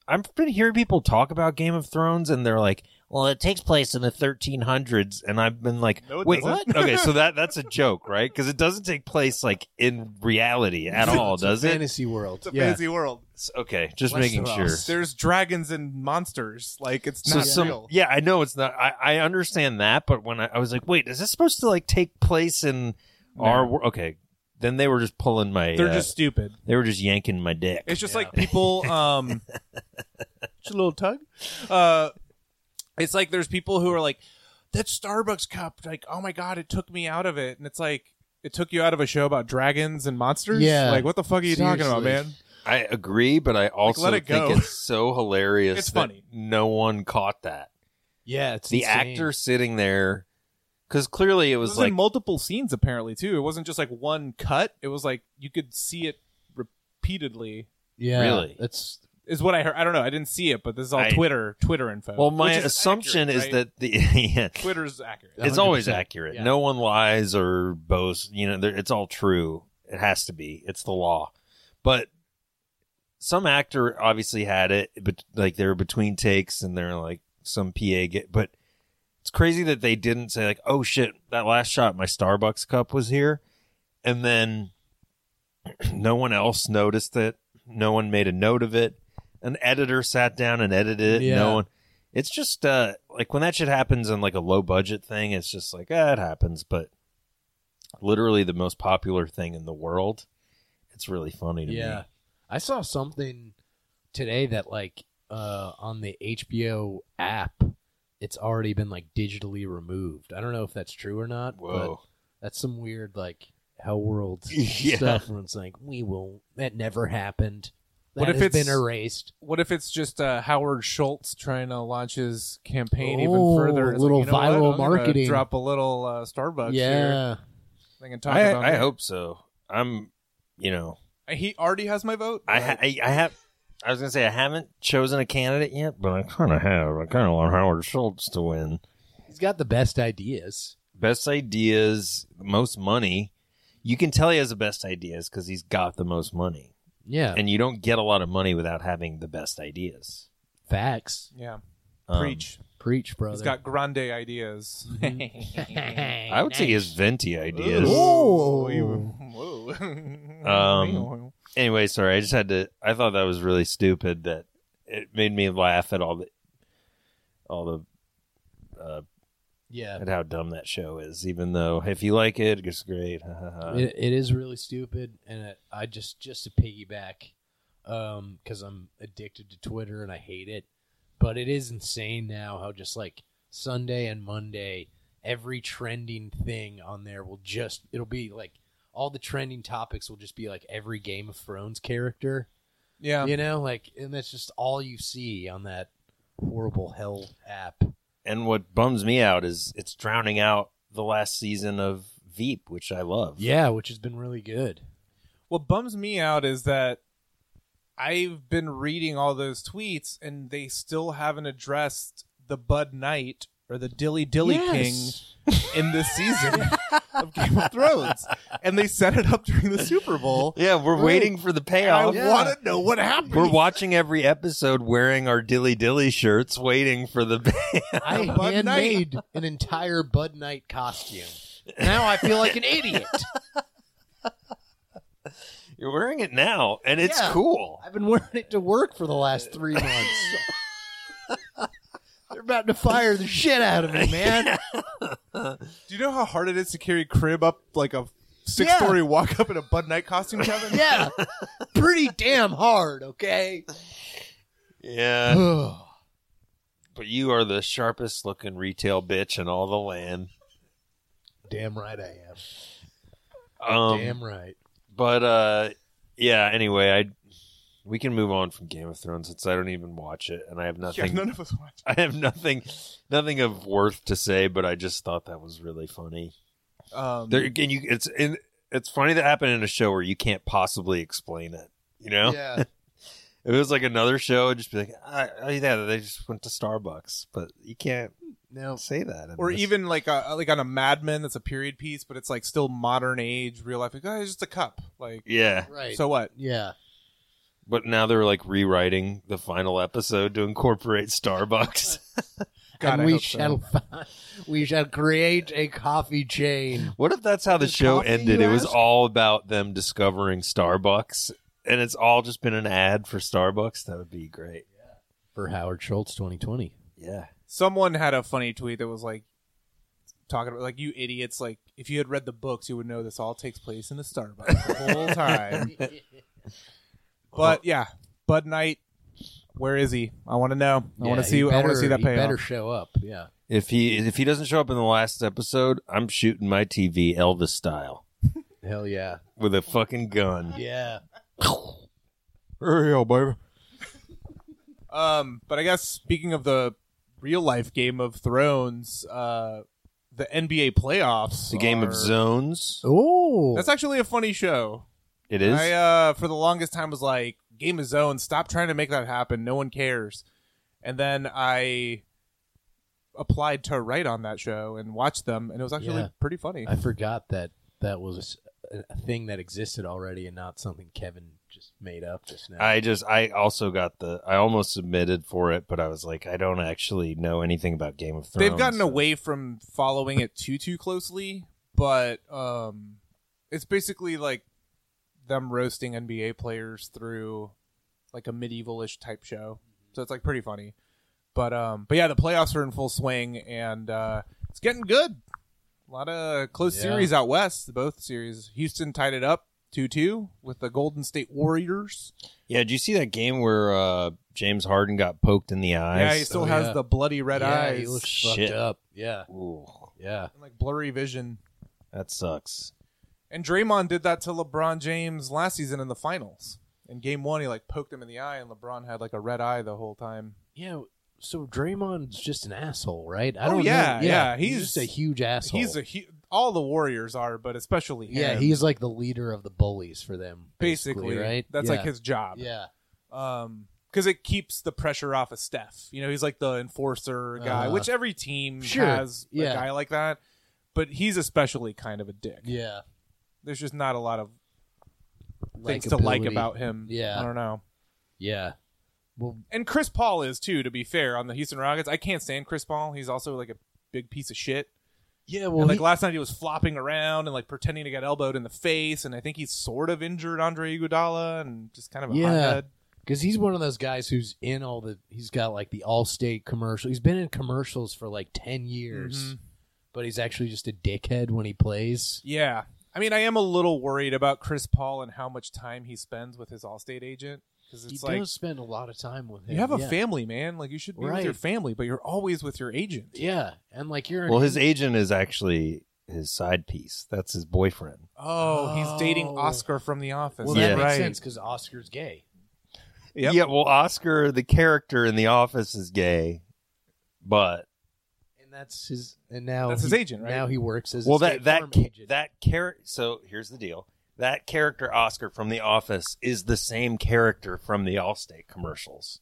Speaker 2: I've been hearing people talk about Game of Thrones, and they're like, "Well, it takes place in the 1300s," and I've been like,
Speaker 3: No, it
Speaker 2: "Wait,
Speaker 3: doesn't." *laughs*
Speaker 2: what?" okay, so that that's a joke, right? Because it doesn't take place like in reality at all,
Speaker 4: It's a
Speaker 2: does it?
Speaker 4: Fantasy world.
Speaker 3: It's a
Speaker 4: yeah.
Speaker 3: fancy world.
Speaker 2: Okay, just making sure.
Speaker 4: Westeros.
Speaker 3: There's dragons and monsters. Like it's
Speaker 2: so
Speaker 3: not
Speaker 2: some
Speaker 3: real.
Speaker 2: yeah i know it's not I, I understand that but when I, I was like wait is this supposed to like take place in our wor-" okay then they were just pulling my
Speaker 3: They're
Speaker 2: uh,
Speaker 3: just stupid.
Speaker 2: they were just yanking my dick
Speaker 3: It's just like people.
Speaker 2: *laughs*
Speaker 3: Um, just a little tug. Uh, it's like there's people who are like, that Starbucks cup. Like, oh my god, it took me out of it, and it's like it took you out of a show about dragons and monsters.
Speaker 4: Yeah.
Speaker 3: like what the fuck are you talking about, man?
Speaker 4: Seriously.
Speaker 2: i agree but i also
Speaker 3: let it
Speaker 2: think
Speaker 3: go.
Speaker 2: it's
Speaker 3: *laughs*
Speaker 2: so hilarious
Speaker 3: It's
Speaker 2: that
Speaker 3: funny.
Speaker 2: no one caught that
Speaker 4: Yeah, it's
Speaker 2: the
Speaker 4: insane.
Speaker 2: actor sitting there because clearly it
Speaker 3: It
Speaker 2: was,
Speaker 3: was,
Speaker 2: like
Speaker 3: in multiple scenes apparently too. It wasn't just like one cut. It was like you could see it repeatedly.
Speaker 4: Yeah,
Speaker 2: Really?
Speaker 4: That's
Speaker 3: is what I heard. I don't know. I didn't see it, but this is all
Speaker 2: I-
Speaker 3: Twitter Twitter info.
Speaker 2: Well, my
Speaker 3: which is
Speaker 2: assumption
Speaker 3: accurate,
Speaker 2: is that
Speaker 3: right?
Speaker 2: the *laughs* yeah,
Speaker 3: Twitter's accurate.
Speaker 2: it's always
Speaker 4: 100%,
Speaker 2: accurate.
Speaker 4: yeah.
Speaker 2: No one lies or boasts. You know, they're- it's all true. It has to be. It's the law. But some actor obviously had it, but like they were between takes, and they're like some PA get. But it's crazy that they didn't say like, "Oh shit, that last shot, my Starbucks cup was here," and then *clears throat* no one else noticed it. No one made a note of it. An editor sat down and edited it.
Speaker 4: Yeah.
Speaker 2: No one. It's just uh, like when that shit happens in like a low budget thing, it's just like ah, it happens. But literally the most popular thing in the world, it's really funny to
Speaker 4: yeah.
Speaker 2: me.
Speaker 4: I saw something today that like uh on the HBO app it's already been like digitally removed. I don't know if that's true or not,
Speaker 2: Whoa.
Speaker 4: but that's some weird like
Speaker 3: *laughs*
Speaker 4: hell world
Speaker 2: Yeah.
Speaker 4: stuff where it's like we won't that never happened. That
Speaker 3: What if
Speaker 4: has
Speaker 3: it's-
Speaker 4: been erased?
Speaker 3: What if it's just uh, Howard Schultz trying to launch his campaign
Speaker 4: Oh,
Speaker 3: even further? It's
Speaker 4: little
Speaker 3: like, you know what?
Speaker 4: viral
Speaker 3: I'm gonna
Speaker 4: marketing.
Speaker 3: Drop a little uh, Starbucks. Here.
Speaker 4: yeah.
Speaker 3: I can talk about.
Speaker 2: I, I
Speaker 3: it.
Speaker 2: hope so. I'm, you know,
Speaker 3: he already has my vote. Uh,
Speaker 2: I, ha- I I have. I was gonna say I haven't chosen a candidate yet, but I kind of have. I kind of want Howard Schultz to win.
Speaker 4: He's got the best ideas.
Speaker 2: Best ideas, most money. You can tell he has the best ideas because he's got the most money,
Speaker 4: Yeah.
Speaker 2: and you don't get a lot of money without having the best ideas.
Speaker 4: Facts.
Speaker 3: yeah,
Speaker 2: Um,
Speaker 3: preach.
Speaker 4: Preach, brother.
Speaker 3: He's
Speaker 4: *laughs*
Speaker 3: got
Speaker 2: *laughs*
Speaker 3: grande ideas.
Speaker 2: I would say his venti ideas.
Speaker 4: Ooh.
Speaker 3: Whoa. *laughs*
Speaker 2: Um, anyway, sorry. I just had to. I thought that was really stupid. That it made me laugh at all the, all the, uh,
Speaker 4: yeah.
Speaker 2: at how dumb that show is. Even though if you like it, it's great. ha, ha,
Speaker 3: Uh,
Speaker 2: ha.
Speaker 4: it, it is really stupid and it, i just just to piggyback um because i'm addicted to twitter and i hate it but it is insane now how just like sunday and monday every trending thing on there will just it'll be like all the trending topics will just be like every game of thrones character
Speaker 3: yeah,
Speaker 4: you know like and that's just all you see on that horrible hell app
Speaker 2: And what bums me out is it's drowning out the last season of Veep, which I love.
Speaker 4: yeah which has been really good
Speaker 3: what bums me out is that I've been reading all those tweets and they still haven't addressed the Bud Knight or the Dilly Dilly King in this season of Game of Thrones. And they set it up during the Super Bowl.
Speaker 2: Yeah, we're waiting for the
Speaker 3: I
Speaker 2: payoff.
Speaker 3: want to know what happened.
Speaker 2: We're watching every episode wearing our dilly dilly shirts, waiting for the *laughs*
Speaker 4: I
Speaker 3: Bud
Speaker 4: handmade an entire Bud Knight costume. Now I feel like an idiot.
Speaker 2: You're wearing it now, and it's
Speaker 4: Yeah.
Speaker 2: cool.
Speaker 4: *laughs* I've been wearing it to work for the last three months. They're about to fire the shit out of me, *laughs* man.
Speaker 3: Do you know how hard it is to carry crib up like a six story walk up in a Bud Knight costume, Kevin?
Speaker 4: Yeah. Pretty damn hard, okay?
Speaker 2: Yeah, but you are the sharpest looking retail bitch in all the land.
Speaker 4: *sighs* damn right I am.
Speaker 3: Oh,
Speaker 2: Um,
Speaker 4: damn right.
Speaker 2: But uh, yeah. Anyway, I we can move on from Game of Thrones since I don't even watch it, and I have
Speaker 3: Yeah,
Speaker 2: nothing.
Speaker 3: none of us watch.
Speaker 2: *laughs* I have nothing, nothing of worth to say. But I just thought that was really funny.
Speaker 3: Um,
Speaker 2: There, and you, it's in, it's funny that happened in a show where you can't possibly explain it. You know,
Speaker 4: Yeah.
Speaker 2: if it was like another show, I'd just be like, I, I, yeah, they just went to Starbucks, but you can't
Speaker 4: No.
Speaker 2: say that. in
Speaker 3: or
Speaker 2: this.
Speaker 3: even like a, like on a Mad Men that's a period piece, but it's like still modern age, real life. Like, oh, it's just a cup. Like,
Speaker 2: yeah.
Speaker 4: *laughs* Right.
Speaker 3: so what?
Speaker 4: yeah.
Speaker 2: But now they're like rewriting the final episode to incorporate
Speaker 3: *laughs*
Speaker 2: Starbucks.
Speaker 3: God,
Speaker 4: and
Speaker 3: I
Speaker 4: we
Speaker 3: hope so.
Speaker 4: shall find, we shall create a coffee chain.
Speaker 2: what if that's how the
Speaker 3: Is
Speaker 2: show
Speaker 3: coffee,
Speaker 2: ended?
Speaker 3: you
Speaker 2: It was
Speaker 3: ask?
Speaker 2: all about them discovering Starbucks, and it's all just been an ad for Starbucks. That would be great.
Speaker 4: For Howard Schultz 2020.
Speaker 2: Yeah.
Speaker 3: Someone had a funny tweet that was like talking about like you idiots. Like, if you had read the books, you would know this all takes place in a Starbucks the
Speaker 4: *laughs*
Speaker 3: whole time. But yeah, Bud Knight, where is he? I want to know. I want to see. I want to see that
Speaker 4: pay.
Speaker 3: payoff.
Speaker 4: Better show up. Yeah.
Speaker 2: If he if he doesn't show up in the last episode, I'm shooting my TV Elvis style
Speaker 4: Hell yeah.
Speaker 2: with a fucking gun.
Speaker 4: Yeah.
Speaker 2: Hurry up, baby.
Speaker 3: Um, but I guess speaking of the real life Game of Thrones, uh, the NBA playoffs,
Speaker 2: It's a game
Speaker 3: are-
Speaker 2: of zones.
Speaker 4: Oh.
Speaker 3: That's actually a funny show.
Speaker 2: It is.
Speaker 3: I uh, for the longest time was like Game of Zone. Stop trying to make that happen. No one cares. And then I applied to write on that show and watched them, and it was actually
Speaker 4: Yeah.
Speaker 3: pretty funny.
Speaker 4: I forgot that that was a a thing that existed already and not something Kevin just made up just now.
Speaker 2: I just I also got the I almost submitted for it, but I was like, I don't actually know anything about Game of Thrones.
Speaker 3: They've gotten
Speaker 2: so-
Speaker 3: away from following it too too closely, but um, it's basically like them roasting NBA players through like a medievalish type show. So it's like pretty funny. But um, but yeah, the playoffs are in full swing and uh, it's getting good. A lot of close
Speaker 4: Yeah.
Speaker 3: series out west. Both series, Houston tied it up two two with the Golden State Warriors.
Speaker 2: Yeah, did you see that game where uh James Harden got poked in the eyes?
Speaker 3: yeah, he still
Speaker 4: oh,
Speaker 3: has
Speaker 4: yeah.
Speaker 3: the bloody red
Speaker 4: yeah,
Speaker 3: eyes
Speaker 4: He looks
Speaker 2: Shit.
Speaker 4: fucked up. Yeah,
Speaker 2: Ooh,
Speaker 4: yeah.
Speaker 3: and like blurry vision.
Speaker 2: that sucks.
Speaker 3: And Draymond did that to LeBron James last season in the finals. In game one, he like poked him in the eye, and LeBron had like a red eye the whole time.
Speaker 4: Yeah. So Draymond's just an asshole, right? I
Speaker 3: Oh,
Speaker 4: don't
Speaker 3: yeah,
Speaker 4: know.
Speaker 3: yeah, he's-
Speaker 4: just a huge asshole.
Speaker 3: He's a hu- all the Warriors are, but especially him,
Speaker 4: yeah, he's like the leader of the bullies for them.
Speaker 3: basically,
Speaker 4: right.
Speaker 3: That's
Speaker 4: Yeah.
Speaker 3: like his job.
Speaker 4: Yeah.
Speaker 3: Um, because it keeps the pressure off of Steph. You know, he's like the enforcer guy,
Speaker 4: Uh,
Speaker 3: which every team
Speaker 4: sure,
Speaker 3: has a
Speaker 4: yeah.
Speaker 3: guy like that. But he's especially kind of a dick.
Speaker 4: Yeah.
Speaker 3: There's just not a lot of things to like
Speaker 4: Likability.
Speaker 3: about him.
Speaker 4: Yeah.
Speaker 3: I don't know.
Speaker 4: Yeah. Well,
Speaker 3: and Chris Paul is too. To be fair, on the Houston Rockets, I can't stand Chris Paul. He's also like a big piece of shit.
Speaker 4: yeah.
Speaker 3: And,
Speaker 4: Well,
Speaker 3: like
Speaker 4: he-
Speaker 3: last night, he was flopping around and like pretending to get elbowed in the face, and I think he's sort of injured Andre Iguodala and just kind of a
Speaker 4: Yeah.
Speaker 3: hothead.
Speaker 4: because he's one of those guys who's in all the he's got like the Allstate commercial. He's been in commercials for like ten years,
Speaker 3: Mhm.
Speaker 4: but he's actually just a dickhead when he plays.
Speaker 3: Yeah, I mean, I am a little worried about Chris Paul and how much time he spends with his Allstate agent because
Speaker 4: He
Speaker 3: it's like
Speaker 4: does spend a lot of time with him.
Speaker 3: you have a
Speaker 4: yeah.
Speaker 3: family, man. Like you should be with
Speaker 4: Right.
Speaker 3: your family, but you're always with your agent.
Speaker 4: Yeah, and like you're
Speaker 2: Well, his agent is actually his side piece. That's his boyfriend.
Speaker 3: Oh, he's dating
Speaker 4: Oh.
Speaker 3: Oscar from The Office.
Speaker 4: well,
Speaker 2: Yeah.
Speaker 4: that makes
Speaker 3: right.
Speaker 4: sense because Oscar's gay.
Speaker 3: Yep.
Speaker 2: Yeah, well, Oscar, the character in The Office, is gay, but
Speaker 4: And that's his. And now
Speaker 3: That's his
Speaker 4: he-
Speaker 3: agent, right?
Speaker 4: Now he works as
Speaker 2: well
Speaker 4: a
Speaker 2: that
Speaker 4: State
Speaker 2: that
Speaker 4: Farm
Speaker 2: ca-
Speaker 4: agent.
Speaker 2: that character so here's the deal that character oscar from the office is the same character from the allstate commercials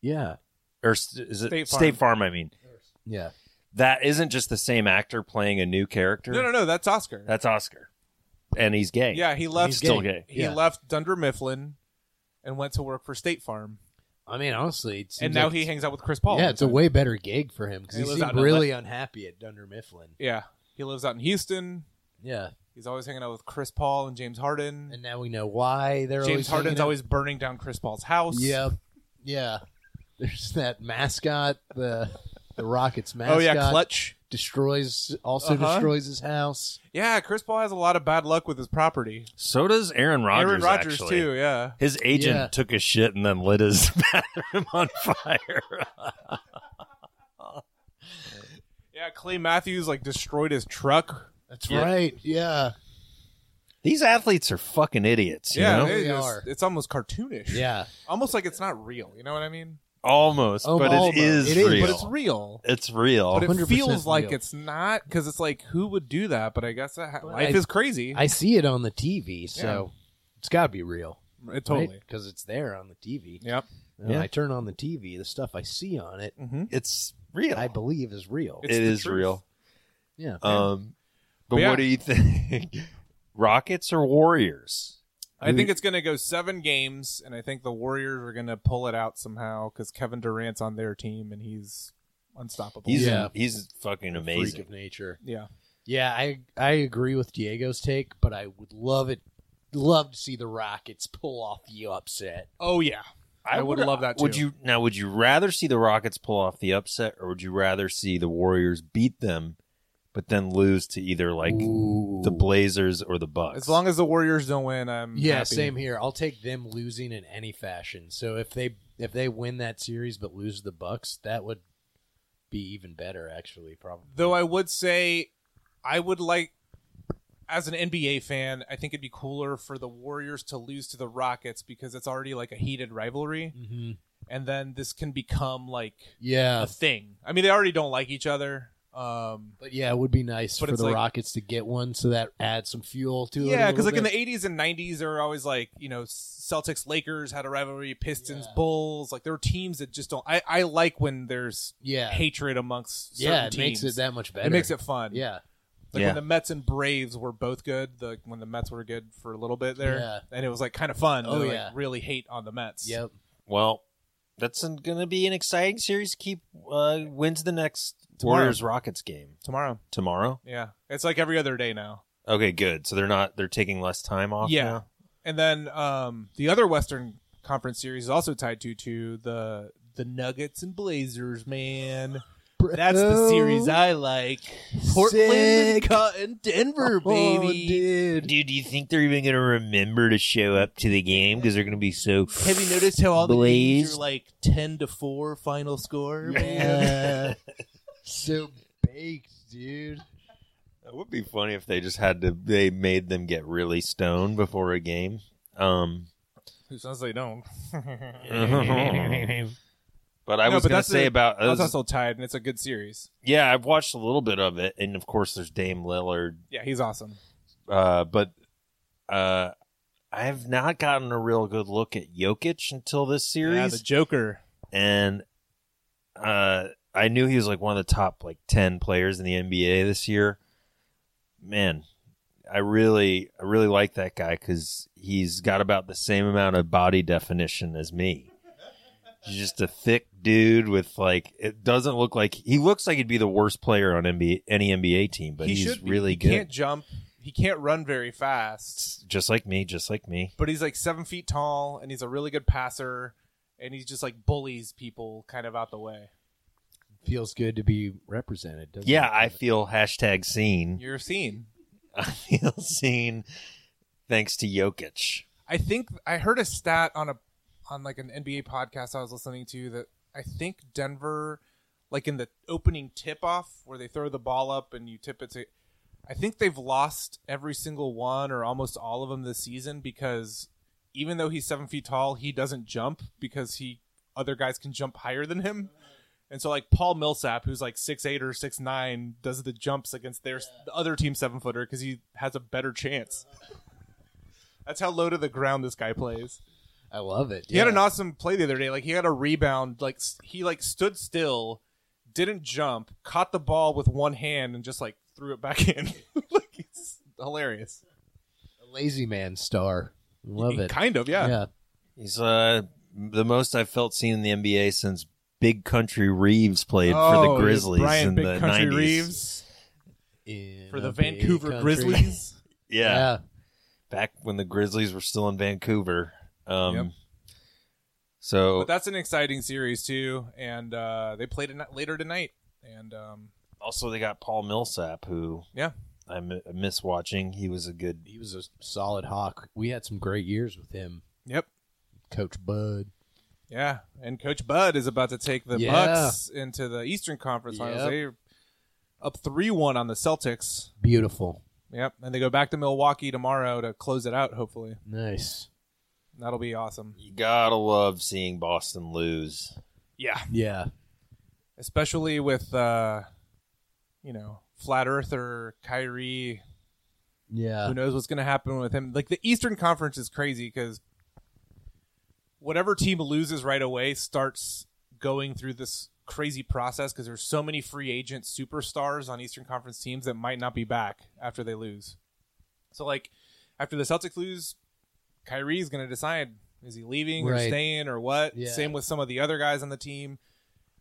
Speaker 4: yeah
Speaker 2: or s- is it
Speaker 3: State Farm.
Speaker 2: state farm i mean
Speaker 4: yeah
Speaker 2: that isn't just the same actor playing a new character
Speaker 3: No, no, no. That's Oscar.
Speaker 2: that's oscar and he's gay
Speaker 3: Yeah, he left.
Speaker 4: He's
Speaker 2: still gay.
Speaker 3: He
Speaker 4: Yeah.
Speaker 3: left Dunder Mifflin and went to work for State Farm,
Speaker 4: I mean honestly, it seems
Speaker 3: and now
Speaker 4: like
Speaker 3: he
Speaker 4: it's-
Speaker 3: hangs out with Chris Paul.
Speaker 4: yeah it's a way better gig for him because
Speaker 3: He
Speaker 4: he,
Speaker 3: lives out
Speaker 4: seemed
Speaker 3: in
Speaker 4: really unhappy at Dunder Mifflin.
Speaker 3: Yeah, he lives out in Houston.
Speaker 4: Yeah,
Speaker 3: He's always hanging out with Chris Paul and James Harden.
Speaker 4: and now we know why they're
Speaker 3: James
Speaker 4: always
Speaker 3: Harden's
Speaker 4: hanging out.
Speaker 3: always burning down Chris Paul's house.
Speaker 4: Yep. Yeah. There's that mascot, the the Rockets mascot.
Speaker 3: Oh yeah, clutch.
Speaker 4: destroys also
Speaker 3: Uh-huh.
Speaker 4: destroys his house.
Speaker 3: Yeah, Chris Paul has a lot of bad luck with his property.
Speaker 2: so does aaron rodgers
Speaker 3: Aaron Rodgers
Speaker 2: actually.
Speaker 3: too. Yeah.
Speaker 2: his agent
Speaker 4: Yeah.
Speaker 2: took a shit and then lit his *laughs* bathroom on
Speaker 3: *laughs*
Speaker 2: fire
Speaker 3: Yeah, Clay Matthews like destroyed his truck.
Speaker 4: That's
Speaker 2: Yeah.
Speaker 4: right. Yeah.
Speaker 2: these athletes are fucking idiots you
Speaker 3: yeah,
Speaker 2: know?
Speaker 3: they
Speaker 4: They
Speaker 3: just-
Speaker 4: are.
Speaker 3: it's almost cartoonish.
Speaker 4: Yeah.
Speaker 3: almost like it's not real. You know what I mean?
Speaker 2: almost
Speaker 4: Oh,
Speaker 2: but
Speaker 4: almost.
Speaker 2: it is
Speaker 4: It is, but
Speaker 2: real
Speaker 3: But it's real.
Speaker 2: It's real
Speaker 3: But it
Speaker 4: 100%
Speaker 3: feels like
Speaker 4: real.
Speaker 3: it's not because it's like who would do that? But I guess that ha-
Speaker 4: But
Speaker 3: life
Speaker 4: I-
Speaker 3: is crazy.
Speaker 4: I see it on the TV, so it's got to be real.
Speaker 3: It totally.
Speaker 4: Because it's there on the TV.
Speaker 3: Yep.
Speaker 4: And when
Speaker 2: Yeah.
Speaker 4: I turn on the TV, the stuff I see on it,
Speaker 3: Mm-hmm.
Speaker 2: it's real
Speaker 4: I believe is real.
Speaker 3: It's
Speaker 2: It
Speaker 3: the
Speaker 2: is
Speaker 3: truth.
Speaker 2: real.
Speaker 4: Yeah.
Speaker 2: Um, but
Speaker 3: But yeah.
Speaker 2: what do you think? *laughs* Rockets or Warriors?
Speaker 3: I think it's going to go seven games, and I think the Warriors are going to pull it out somehow because Kevin Durant's on their team and he's unstoppable.
Speaker 2: He's
Speaker 4: Yeah.
Speaker 2: he's fucking
Speaker 4: Freak
Speaker 2: amazing.
Speaker 4: of nature.
Speaker 3: yeah.
Speaker 4: Yeah, I I agree with Diego's take, but I would love it love to see the Rockets pull off the upset.
Speaker 3: Oh yeah. I would love that,
Speaker 2: Would
Speaker 3: too.
Speaker 2: you now? Would you rather see the Rockets pull off the upset, or would you rather see the Warriors beat them, but then lose to either like the Blazers or the Bucks?
Speaker 3: As long as the Warriors don't win, I'm
Speaker 4: Yeah,
Speaker 3: happy.
Speaker 4: same here. I'll take them losing in any fashion. So if they if they win that series but lose to the Bucks, that would be even better. Actually, probably.
Speaker 3: Though I would say, I would like, as an NBA fan, I think it'd be cooler for the Warriors to lose to the Rockets because it's already like a heated rivalry,
Speaker 4: hmm
Speaker 3: and then this can become like
Speaker 4: Yeah,
Speaker 3: a thing. I mean, they already don't like each other. Um,
Speaker 4: But yeah, it would be nice
Speaker 3: But
Speaker 4: for
Speaker 3: it's
Speaker 4: the
Speaker 3: like-
Speaker 4: Rockets to get one, so that adds some fuel to it.
Speaker 3: yeah, because
Speaker 4: because
Speaker 3: like in the '80s and '90s, there were always like you know Celtics, Lakers had a rivalry, Pistons,
Speaker 4: Yeah.
Speaker 3: Bulls. Like there were teams that just don't. I, I like when there's
Speaker 4: yeah,
Speaker 3: hatred amongst certain
Speaker 4: yeah, it makes
Speaker 3: teams.
Speaker 4: it that much better.
Speaker 3: it makes it fun.
Speaker 4: yeah,
Speaker 3: Like
Speaker 2: Yeah.
Speaker 3: when the Mets and Braves were both good, the when the Mets were good for a little bit there,
Speaker 4: Yeah.
Speaker 3: and it was like kind of fun.
Speaker 4: Oh,
Speaker 3: to, like,
Speaker 4: yeah.
Speaker 3: really hate on the Mets.
Speaker 4: yep.
Speaker 2: Well, that's going to be an exciting series. Keep uh, when's the next
Speaker 3: Tomorrow.
Speaker 2: Warriors Rockets game
Speaker 3: Tomorrow,
Speaker 2: tomorrow?
Speaker 3: yeah, it's like every other day now.
Speaker 2: Okay, good. So they're not they're taking less time off.
Speaker 3: yeah,
Speaker 2: now?
Speaker 3: and then um, the other Western Conference series is also tied to to the the Nuggets and Blazers. Man, that's the series I like. Portland and,
Speaker 4: Oh. Sick.
Speaker 3: Co- and Denver,
Speaker 4: Oh,
Speaker 3: baby.
Speaker 4: dude.
Speaker 2: Dude, do you think they're even going to remember to show up to the game because they're going to be so?
Speaker 3: Have you
Speaker 2: *sighs*
Speaker 3: noticed how all the
Speaker 2: Blazed.
Speaker 3: games are like ten to four final score? Man? *laughs*
Speaker 4: Yeah. so baked, dude.
Speaker 2: It would be funny if they just had to. They made them get really stoned before a game. Um,
Speaker 3: Who says they don't?
Speaker 2: Mm-hmm.
Speaker 3: *laughs*
Speaker 1: *laughs*
Speaker 2: but I
Speaker 3: No,
Speaker 2: was
Speaker 3: but
Speaker 2: going to
Speaker 3: that's
Speaker 2: say
Speaker 3: a-
Speaker 2: about
Speaker 3: That's also tied, and it's a good series.
Speaker 2: yeah, I've watched a little bit of it, and of course there's Dame Lillard,
Speaker 3: Yeah, he's awesome.
Speaker 2: uh, but uh, I have not gotten a real good look at Jokic until this series,
Speaker 3: Yeah, the Joker.
Speaker 2: and uh, I knew he was like one of the top like ten players in the NBA this year. Man, I really, I really like that guy because he's got about the same amount of body definition as me. He's just a thick dude with like it doesn't look like he looks like he'd be the worst player on NBA any NBA team, but
Speaker 3: he
Speaker 2: he's
Speaker 3: should be.
Speaker 2: really
Speaker 3: he
Speaker 2: good.
Speaker 3: can't jump. He can't run very fast.
Speaker 2: Just like me, just like me.
Speaker 3: But he's like seven feet tall, and he's a really good passer, and he's just like bullies people kind of out the way.
Speaker 4: Feels good to be represented. Doesn't
Speaker 2: Yeah,
Speaker 4: it?
Speaker 2: I feel hashtag seen. *laughs*
Speaker 3: You're seen.
Speaker 2: I feel seen thanks to Jokic.
Speaker 3: I think I heard a stat on a on like an NBA podcast I was listening to that I think Denver, like in the opening tip off where they throw the ball up and you tip it to, I think they've lost every single one or almost all of them this season because even though he's seven feet tall, he doesn't jump because he other guys can jump higher than him. And so, like Paul Millsap, who's like six eight or six nine, does the jumps against their the other team seven footer because he has a better chance. That's how low to the ground this guy plays.
Speaker 4: I love it.
Speaker 3: He had an awesome play the other day. Like he had a rebound. Like s- he like stood still, didn't jump, caught the ball with one hand, and just like threw it back *laughs* in. like it's hilarious.
Speaker 4: lazy man star. Love it.
Speaker 3: Kind of, yeah.
Speaker 4: yeah.
Speaker 2: He's uh, the most I've felt seen in the NBA since Big Country Reeves played for
Speaker 3: Oh,
Speaker 2: the Grizzlies
Speaker 3: Brian
Speaker 2: in
Speaker 3: Big
Speaker 2: the
Speaker 3: Country
Speaker 2: 90s.
Speaker 3: Reeves
Speaker 4: In
Speaker 3: for
Speaker 4: a
Speaker 3: the
Speaker 4: big
Speaker 3: Vancouver
Speaker 4: country.
Speaker 3: Grizzlies.
Speaker 2: Yeah,
Speaker 4: *laughs* Yeah.
Speaker 2: back when the Grizzlies were still in Vancouver. Um,
Speaker 3: Yep.
Speaker 2: So
Speaker 3: but that's an exciting series too, and uh, they played it ni- later tonight. And um,
Speaker 2: also they got Paul Millsap, who
Speaker 3: Yeah.
Speaker 2: I mi- I miss watching. He was a good
Speaker 4: He was a solid hawk. We had some great years with him,
Speaker 3: yep,
Speaker 4: Coach Bud.
Speaker 3: yeah. And Coach Bud is about to take the
Speaker 4: Yeah.
Speaker 3: Bucks into the Eastern Conference Finals.
Speaker 4: Yep.
Speaker 3: They're up three one on the Celtics.
Speaker 4: Beautiful.
Speaker 3: Yep, and they go back to Milwaukee tomorrow to close it out. Hopefully,
Speaker 4: Nice.
Speaker 3: that'll be awesome.
Speaker 2: You gotta love seeing Boston lose.
Speaker 3: Yeah,
Speaker 4: Yeah.
Speaker 3: especially with uh, you know flat earther Kyrie.
Speaker 4: Yeah.
Speaker 3: Who knows what's going to happen with him? Like the Eastern Conference is crazy because whatever team loses right away starts going through this crazy process because there's so many free agent superstars on Eastern Conference teams that might not be back after they lose. So like after the Celtics lose, Kyrie's going to decide is he leaving or
Speaker 4: Right.
Speaker 3: staying or what.
Speaker 4: Yeah.
Speaker 3: Same with some of the other guys on the team.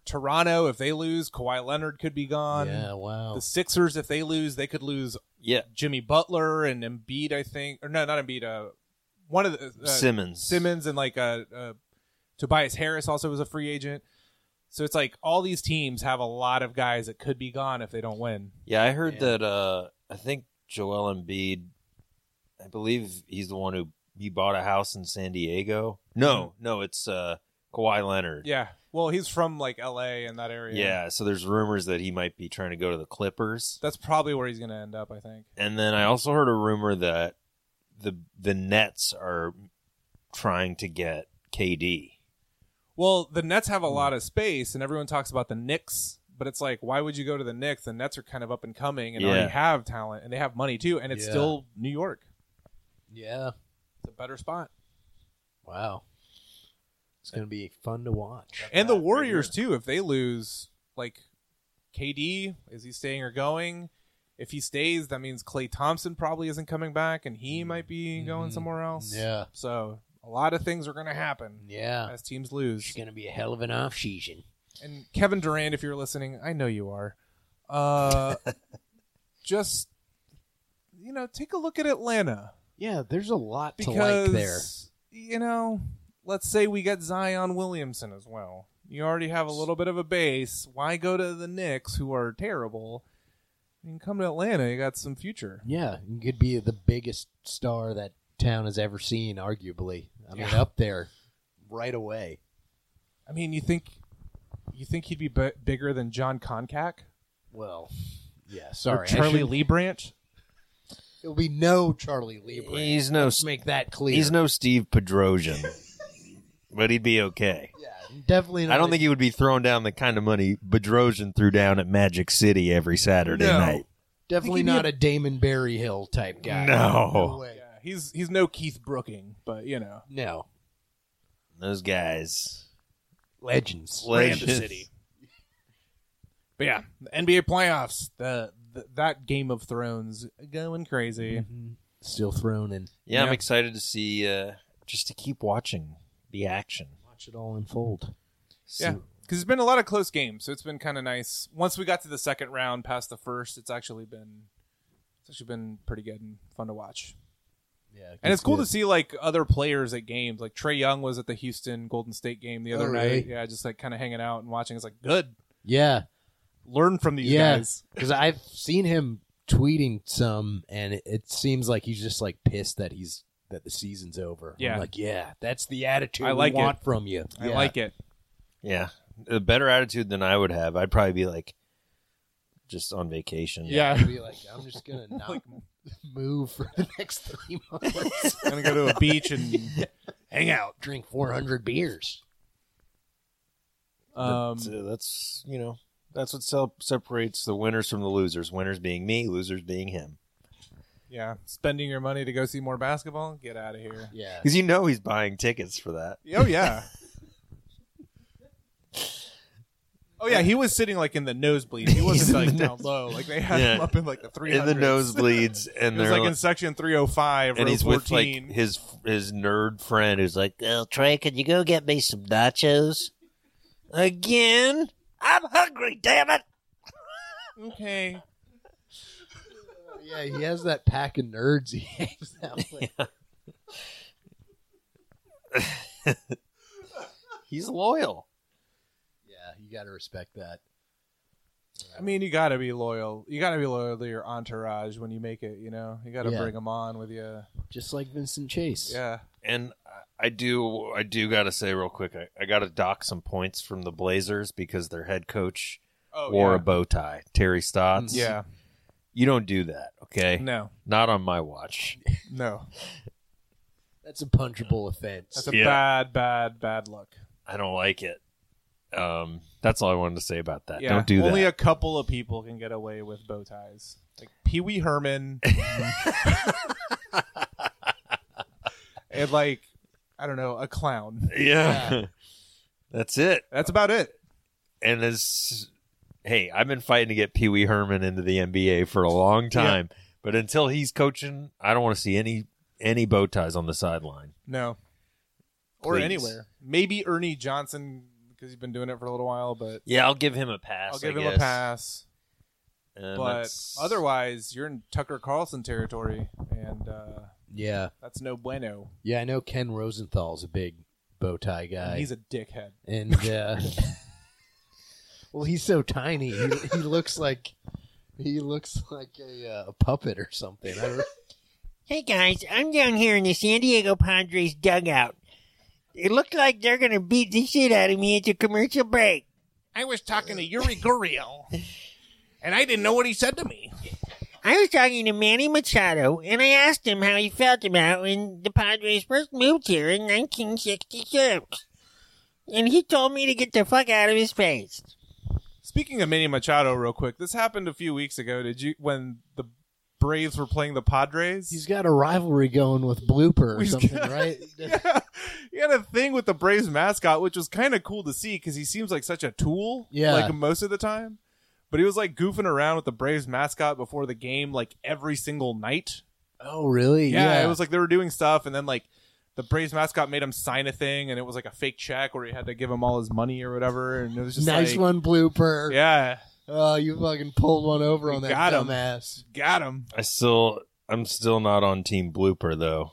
Speaker 3: Toronto, if they lose, Kawhi Leonard could be gone.
Speaker 4: yeah. Wow.
Speaker 3: The Sixers, if they lose, they could lose
Speaker 2: Yeah,
Speaker 3: Jimmy Butler and Embiid, I think, or no, not Embiid. Uh, one of the uh,
Speaker 2: Simmons.
Speaker 3: Simmons and like uh, uh, Tobias Harris also was a free agent. So it's like all these teams have a lot of guys that could be gone if they don't win.
Speaker 2: Yeah, I heard
Speaker 4: Yeah.
Speaker 2: that. Uh, I think Joel Embiid. I believe he's the one who he bought a house in San Diego. No, no, it's uh, Kawhi Leonard.
Speaker 3: Yeah. Well, he's from like L.A. and that area.
Speaker 2: Yeah, So there's rumors that he might be trying to go to the Clippers,
Speaker 3: That's probably where he's going to end up. I think.
Speaker 2: and then I
Speaker 3: Mm-hmm.
Speaker 2: also heard a rumor that the the Nets are trying to get KD. Hmm.
Speaker 3: Well, the Nets have a lot of space, and everyone talks about the Knicks But it's like, why would you go to the Knicks? The Nets are kind of up and coming and
Speaker 2: Yeah.
Speaker 3: already have talent and they have money too. And it's
Speaker 4: Yeah.
Speaker 3: still New York.
Speaker 4: Yeah.
Speaker 3: It's a better spot.
Speaker 4: Wow. It's gonna be fun to watch.
Speaker 3: And the Warriors too, if they lose, like KD, is he staying or going? If he stays, that means Clay Thompson probably isn't coming back and he might be going
Speaker 4: Mhm.
Speaker 3: somewhere else.
Speaker 4: Yeah.
Speaker 3: So a lot of things are gonna happen
Speaker 4: Yeah.
Speaker 3: as teams lose.
Speaker 4: It's gonna be a hell of an off season.
Speaker 3: and Kevin Durant, if you're listening, I know you are.
Speaker 4: *laughs*
Speaker 3: Uh, just you know, take a look at Atlanta
Speaker 4: Yeah, there's a lot to
Speaker 3: because
Speaker 4: like there.
Speaker 3: you know, let's say we get Zion Williamson as well. You already have a little bit of a base. Why go to the Knicks, who are terrible? You can come to Atlanta. You got some future.
Speaker 4: Yeah, you could be the biggest star that town has ever seen, arguably. I mean,
Speaker 3: Yeah.
Speaker 4: up there right away.
Speaker 3: I mean, you think you think he'd be b- bigger than John Concack
Speaker 4: Well, yeah.
Speaker 3: or
Speaker 4: Sorry, I
Speaker 3: Charlie
Speaker 4: shouldn't-
Speaker 3: Lee Branch?
Speaker 4: It'll be no Charlie Lieber.
Speaker 2: He's no
Speaker 4: Let's make that clear.
Speaker 2: he's no Steve
Speaker 3: *laughs*
Speaker 2: Pedrosian, but he'd be okay.
Speaker 4: yeah, definitely. Not
Speaker 2: I don't think he would be throwing down the kind of money Bedrosian threw down at Magic City every Saturday
Speaker 3: No.
Speaker 2: night.
Speaker 4: Definitely
Speaker 3: he'd be
Speaker 4: not a Damon Berryhill type guy.
Speaker 2: No.
Speaker 4: way.
Speaker 3: Yeah, he's he's no Keith Brooking, but you know.
Speaker 4: No.
Speaker 2: Those guys.
Speaker 4: Legends.
Speaker 3: Ran the
Speaker 2: Legends.
Speaker 3: city. But
Speaker 4: *laughs*
Speaker 3: yeah, the NBA playoffs, the, the that Game of Thrones going crazy.
Speaker 4: Mm-hmm. Still thrown in.
Speaker 2: Yeah, I'm
Speaker 3: Yeah.
Speaker 2: excited to see uh, just to keep watching the action.
Speaker 4: Watch it all unfold.
Speaker 3: Yeah,
Speaker 2: So-
Speaker 3: because it's been a lot of close games, so it's been kind of nice. Once we got to the second round, past the first, it's actually been it's actually been pretty good and fun to watch.
Speaker 4: Yeah,
Speaker 3: And it's cool to see like other players at games. Like Trey Young was at the Houston Golden State game the other
Speaker 4: Oh,
Speaker 3: night.
Speaker 4: really?
Speaker 3: Yeah, just like kind of hanging out and watching. It's like good,
Speaker 4: Yeah,
Speaker 3: learn from these
Speaker 4: Yeah.
Speaker 3: guys.
Speaker 4: because I've seen him tweeting some, and it, it seems like he's just like pissed that he's that the season's over. I'm
Speaker 3: Yeah.
Speaker 4: like yeah, that's the attitude
Speaker 3: I like it.
Speaker 4: we want from you.
Speaker 3: I like it.
Speaker 2: Yeah. A better attitude than I would have. I'd probably be like just on vacation.
Speaker 3: Yeah,
Speaker 4: Be like, I'm
Speaker 3: *laughs*
Speaker 4: just gonna not move for the next three months.
Speaker 3: gonna go to a beach
Speaker 4: *laughs*
Speaker 3: and hang out.
Speaker 4: Drink 400 beers.
Speaker 3: Um,
Speaker 2: That's, uh, that's, you know, that's what sel- separates the winners from the losers. Winners being me, losers being him.
Speaker 3: yeah, spending your money to go see more basketball. Get out of here.
Speaker 4: Yeah,
Speaker 2: Because you know he's buying tickets for that.
Speaker 3: Oh yeah. oh yeah, he was sitting like in the nosebleed.
Speaker 2: *laughs*
Speaker 3: He
Speaker 2: He's in
Speaker 3: wasn't like
Speaker 2: the
Speaker 3: down low. Like they had
Speaker 2: Yeah.
Speaker 3: him up in like the three
Speaker 2: In the
Speaker 3: *laughs*
Speaker 2: nosebleeds,
Speaker 3: It
Speaker 2: and
Speaker 3: was
Speaker 2: they're
Speaker 3: like
Speaker 2: like-
Speaker 3: in section three hundred five.
Speaker 2: and he's with like
Speaker 3: 14.
Speaker 2: his his nerd friend who's like, "Oh,
Speaker 1: Well, Trey, can you go get me some nachos? Again? I'm hungry, damn it!
Speaker 3: okay.
Speaker 4: Oh, yeah. He has that pack of nerds he *laughs* hangs out with.
Speaker 2: he's loyal.
Speaker 4: Yeah, you got to respect that.
Speaker 3: I mean, you gotta be loyal. You gotta be loyal to your entourage when you make it. You know, you gotta 'em
Speaker 4: Yeah.
Speaker 3: bring them on with you.
Speaker 4: Just like Vincent Chase.
Speaker 3: Yeah.
Speaker 2: And I- I do, I do gotta say real quick, I, I gotta dock some points from the Blazers because their head coach
Speaker 3: Oh
Speaker 2: wore a bow tie, Terry Stotts.
Speaker 3: yeah.
Speaker 2: you don't do that, okay?
Speaker 3: Yeah. No.
Speaker 2: Not on my watch.
Speaker 3: No.
Speaker 4: That's a punchable offense.
Speaker 3: That's a
Speaker 2: Yeah.
Speaker 3: bad, bad, bad look.
Speaker 2: I don't like it. Um, that's all I wanted to say about that.
Speaker 3: Yeah,
Speaker 2: don't do
Speaker 3: only
Speaker 2: that.
Speaker 3: a couple of people can get away with bow ties. Like Pee
Speaker 2: *laughs*
Speaker 3: Wee Herman. and like I don't know, a clown.
Speaker 2: *laughs* yeah. that's it.
Speaker 3: That's about it.
Speaker 2: And as hey, I've been fighting to get Pee Wee Herman into the NBA for a long time, but until he's coaching, I don't want to see any any bow ties on the sideline.
Speaker 3: No. Or
Speaker 2: Please.
Speaker 3: anywhere. Maybe Ernie Johnson because he's been doing it for a little while, but
Speaker 2: Yeah, I'll give him a pass.
Speaker 3: I'll give
Speaker 2: I
Speaker 3: him a
Speaker 2: guess.
Speaker 3: pass.
Speaker 2: And
Speaker 3: but
Speaker 2: that's-
Speaker 3: otherwise, you're in Tucker Carlson territory, and uh,
Speaker 4: yeah.
Speaker 3: that's no bueno.
Speaker 4: Yeah, I know Ken Rosenthal's a big bow tie guy.
Speaker 3: He's a dickhead.
Speaker 4: and uh, well, he's so tiny. He, he looks like he looks like a, uh, a puppet or something. I don't,
Speaker 1: Hey guys, I'm down here in the San Diego Padres dugout. It looked like they're gonna beat the shit out of me into commercial break.
Speaker 3: I was talking to Yuri Gurriel, and I didn't know what he said to me.
Speaker 1: I was talking to Manny Machado, and I asked him how he felt about when the Padres first moved here in 1966. And he told me to get the fuck out of his face.
Speaker 3: Speaking of Manny Machado, real quick, this happened a few weeks ago. Did you when the Braves were playing the Padres?
Speaker 4: He's got a rivalry going with Blooper or
Speaker 3: He's
Speaker 4: something,
Speaker 3: got- *laughs*
Speaker 4: right?
Speaker 3: yeah. *laughs* He had a thing with the Braves mascot, which was kind of cool to see because he seems like such a tool.
Speaker 4: Yeah.
Speaker 3: Like most of the time. But he was like goofing around with the Braves mascot before the game, like every single night.
Speaker 4: Oh, really?
Speaker 3: Yeah, It was like they were doing stuff, and then like the Braves mascot made him sign a thing, and it was like a fake check where he had to give him all his money or whatever. And it was just
Speaker 4: nice
Speaker 3: like,
Speaker 4: one, Blooper.
Speaker 3: Yeah.
Speaker 4: Oh, you fucking pulled one over
Speaker 3: You
Speaker 4: on that
Speaker 3: got 'em.
Speaker 4: dumbass.
Speaker 3: Got him.
Speaker 2: I still, I'm still not on Team Blooper though,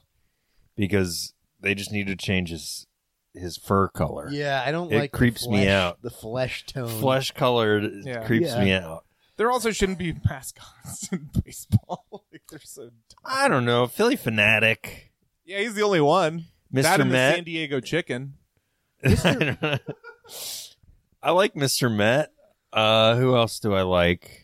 Speaker 2: because they just need to change his his fur color.
Speaker 4: Yeah, I don't
Speaker 2: It
Speaker 4: like. the
Speaker 2: creeps me
Speaker 4: flesh-
Speaker 2: out.
Speaker 4: The flesh tone.
Speaker 2: Flesh colored
Speaker 3: Yeah.
Speaker 2: creeps
Speaker 4: Yeah.
Speaker 2: me out.
Speaker 3: There also shouldn't be mascots *laughs* in baseball. like they're so. dumb.
Speaker 2: I don't know, Philly fanatic,
Speaker 3: Yeah, he's the only one. That
Speaker 2: Mister
Speaker 3: and the
Speaker 2: Met.
Speaker 3: San Diego Chicken.
Speaker 2: *laughs* I like Mr. Met. Uh, who else do I like?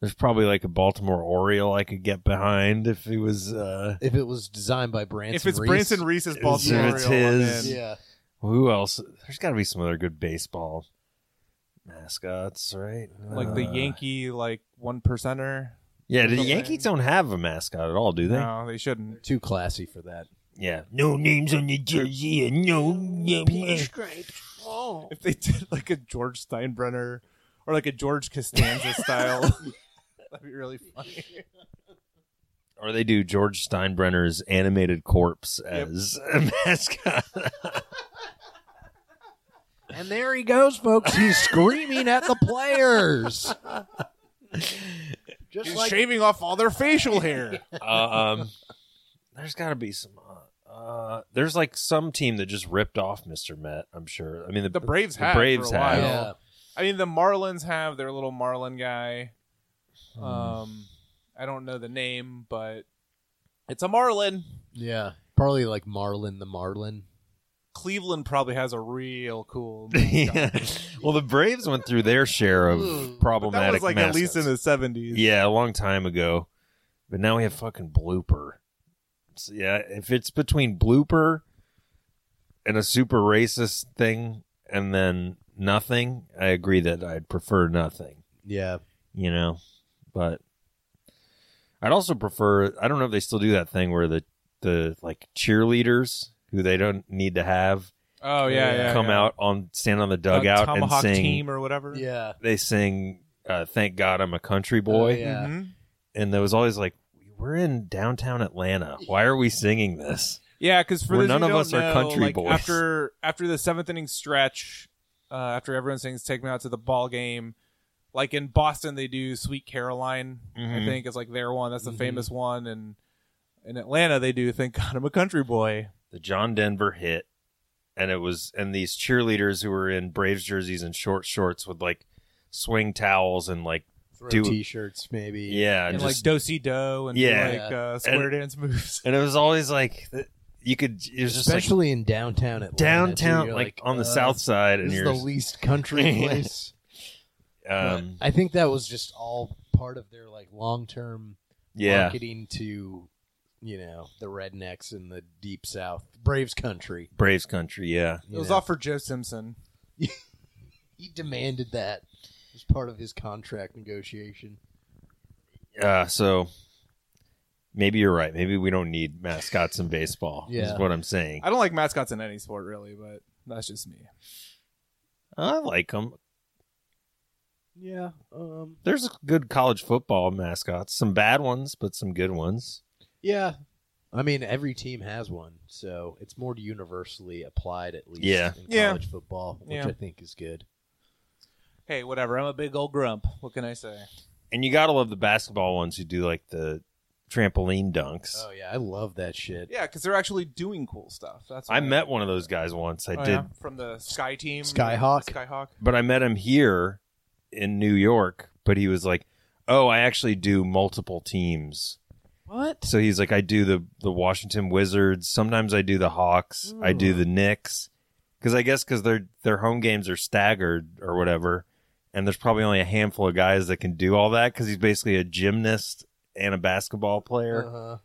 Speaker 2: There's probably like a Baltimore Oriole I could get behind if it was. Uh,
Speaker 4: If it was designed by Branson,
Speaker 3: if it's
Speaker 4: Reese.
Speaker 3: Branson Reese's Baltimore
Speaker 2: If it's
Speaker 3: Oriole, I'm
Speaker 2: his-
Speaker 3: in.
Speaker 4: yeah,
Speaker 2: who else? There's got to be some other good baseball mascots, right?
Speaker 3: like the
Speaker 2: Uh,
Speaker 3: Yankee, like one percenter.
Speaker 2: Yeah, the
Speaker 3: something.
Speaker 2: Yankees don't have a mascot at all, do they?
Speaker 3: No, they shouldn't.
Speaker 4: too classy for that.
Speaker 2: Yeah.
Speaker 1: No names on the jersey and no.
Speaker 3: If they *laughs* did like a George Steinbrenner or like a
Speaker 2: *laughs*
Speaker 3: George Costanza style, that'd be really funny.
Speaker 2: Or they do George Steinbrenner's animated corpse as a mascot.
Speaker 4: And there he goes, folks. He's screaming at the players. Just
Speaker 3: He's
Speaker 4: like
Speaker 3: shaving off all their facial hair.
Speaker 2: *laughs* um, there's got to be some. Uh, uh, there's like some team that just ripped off Mr. Met. I'm sure. I mean, the,
Speaker 3: The Braves
Speaker 2: The
Speaker 3: have
Speaker 2: Braves
Speaker 3: for a
Speaker 2: have.
Speaker 3: while.
Speaker 4: yeah.
Speaker 3: I mean, the Marlins have their little Marlin guy.
Speaker 2: *laughs* Hmm.
Speaker 3: Um, I don't know the name, but it's a Marlin.
Speaker 4: yeah, probably like Marlin the Marlin.
Speaker 3: Cleveland probably has a real cool.
Speaker 2: *laughs* yeah. Well, the Braves went through their share
Speaker 4: Ooh.
Speaker 2: of
Speaker 3: But that was
Speaker 2: problematic.
Speaker 3: like at least in
Speaker 2: mascots.
Speaker 3: the seventies.
Speaker 2: yeah, a long time ago. But now we have fucking blooper. So, yeah, if it's between blooper and a super racist thing, and then nothing, I agree that I'd prefer nothing.
Speaker 4: Yeah,
Speaker 2: you know. But I'd also prefer. I don't know if they still do that thing where the the like cheerleaders who they don't need to have
Speaker 3: Oh yeah, yeah.
Speaker 2: come
Speaker 3: yeah.
Speaker 2: out on stand on the
Speaker 3: Uh,
Speaker 2: dugout and
Speaker 3: Tomahawk
Speaker 2: sing.
Speaker 3: team or whatever.
Speaker 4: yeah.
Speaker 2: They sing. Uh, Thank God I'm a country boy.
Speaker 4: Oh, yeah.
Speaker 3: Mhm.
Speaker 2: And there was always like, we're in downtown Atlanta. Why are we singing this?
Speaker 3: Yeah, because for
Speaker 2: Where
Speaker 3: those
Speaker 2: none
Speaker 3: who
Speaker 2: of
Speaker 3: don't
Speaker 2: us are
Speaker 3: know,
Speaker 2: country
Speaker 3: like,
Speaker 2: boys.
Speaker 3: After after the seventh inning stretch, uh, after everyone sings "Take Me Out to the Ball Game," like in Boston they do "Sweet Caroline," I
Speaker 2: Mhm.
Speaker 3: think is like their one. That's the
Speaker 4: Mhm.
Speaker 3: famous one, and in Atlanta they do "Thank God I'm a Country Boy."
Speaker 2: The John Denver hit, and it was and these cheerleaders who were in Braves jerseys and short shorts would like swing towels and like
Speaker 4: Throw
Speaker 2: Do-
Speaker 4: t-shirts, maybe.
Speaker 2: yeah
Speaker 3: and
Speaker 2: just
Speaker 3: like do si do and
Speaker 2: Yeah.
Speaker 3: like uh, square
Speaker 2: *laughs*
Speaker 3: dance moves.
Speaker 2: and it was always like th- you could it was just like
Speaker 4: especially in downtown Atlanta. too.
Speaker 2: downtown
Speaker 4: You're
Speaker 2: like, on the
Speaker 4: uh,
Speaker 2: south side and
Speaker 4: This is
Speaker 2: you're
Speaker 4: the least *laughs* country place.
Speaker 2: um
Speaker 4: I think that was just all part of their like long-term
Speaker 2: yeah
Speaker 4: marketing to, you know, the rednecks in the deep south, Braves country.
Speaker 2: Braves country yeah
Speaker 4: you
Speaker 3: It was
Speaker 4: know.
Speaker 3: all for Joe Simpson.
Speaker 4: He demanded that as part of his contract negotiation.
Speaker 2: uh so maybe you're right maybe we don't need mascots in baseball
Speaker 4: Yeah.
Speaker 2: is what I'm saying
Speaker 3: I don't like mascots in any sport really, but that's just me.
Speaker 2: I like them
Speaker 4: Yeah. Um.
Speaker 2: there's good college football mascots some bad ones but some good ones
Speaker 4: Yeah. I mean, every team has one, so it's more universally applied at least
Speaker 2: Yeah.
Speaker 4: in
Speaker 3: Yeah.
Speaker 4: college football, which
Speaker 3: Yeah.
Speaker 4: I think is good.
Speaker 3: Hey, whatever. I'm a big old grump. What can I say?
Speaker 2: and you gotta love the basketball ones who do like the trampoline dunks
Speaker 4: Oh yeah, I love that shit.
Speaker 3: Yeah, because they're actually doing cool stuff. That's
Speaker 2: I
Speaker 3: why.
Speaker 2: met one of those guys once I
Speaker 3: Oh,
Speaker 2: did
Speaker 3: yeah? from the Sky Team,
Speaker 4: Skyhawk?
Speaker 3: Skyhawk.
Speaker 2: but I met him here in New York. But he was like, "Oh, I actually do multiple teams."
Speaker 4: What?
Speaker 2: So he's like, "I do the the Washington Wizards. Sometimes I do the Hawks. I do the Knicks." Because I guess because their their home games are staggered or whatever, and there's probably only a handful of guys that can do all that. Because he's basically a gymnast and a basketball player,
Speaker 4: Uh-huh.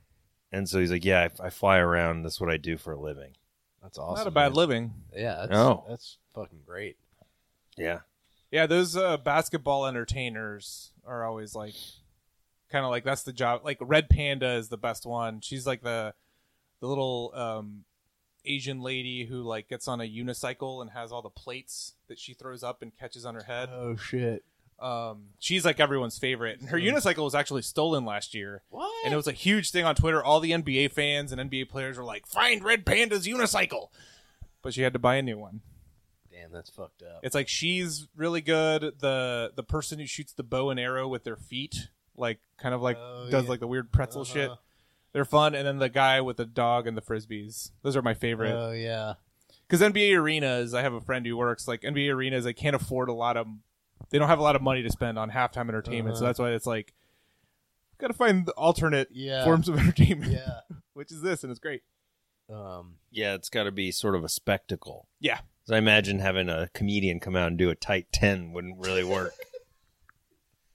Speaker 2: and so he's like, "Yeah, I, I fly around. That's what I do for a living."
Speaker 4: That's awesome.
Speaker 3: Not a bad
Speaker 4: man.
Speaker 3: living.
Speaker 4: Yeah. That's,
Speaker 2: No.
Speaker 4: that's fucking great.
Speaker 2: Yeah,
Speaker 3: Yeah, those uh, basketball entertainers are always like, kind of like that's the job. Like Red Panda is the best one. She's like the the little um, Asian lady who like gets on a unicycle and has all the plates that she throws up and catches on her head.
Speaker 4: Oh shit!
Speaker 3: Um, she's like everyone's favorite. And her
Speaker 4: Mm-hmm.
Speaker 3: unicycle was actually stolen last year,
Speaker 4: What?
Speaker 3: and it was a huge thing on Twitter. All the NBA fans and NBA players were like, "Find Red Panda's unicycle," but she had to buy a new one.
Speaker 4: Damn, that's fucked up.
Speaker 3: It's like she's really good. The the person who shoots the bow and arrow with their feet, like kind of like
Speaker 4: Oh,
Speaker 3: does
Speaker 4: yeah.
Speaker 3: like the weird pretzel
Speaker 4: Uh-huh.
Speaker 3: shit. They're fun, and then the guy with the dog and the frisbees. Those are my favorite.
Speaker 4: Oh yeah.
Speaker 3: Because NBA arenas, I have a friend who works like NBA arenas. They can't afford a lot of, they don't have a lot of money to spend on halftime entertainment. So
Speaker 4: Uh-huh.
Speaker 3: that's why it's like, gotta find the alternate
Speaker 4: Yeah.
Speaker 3: forms of entertainment,
Speaker 4: Yeah.
Speaker 3: which is this, and it's great.
Speaker 4: Um.
Speaker 2: Yeah, it's got to be sort of a spectacle.
Speaker 3: Yeah.
Speaker 2: 'Cause I imagine having a comedian come out and do a tight 10 wouldn't really
Speaker 3: *laughs*
Speaker 2: work.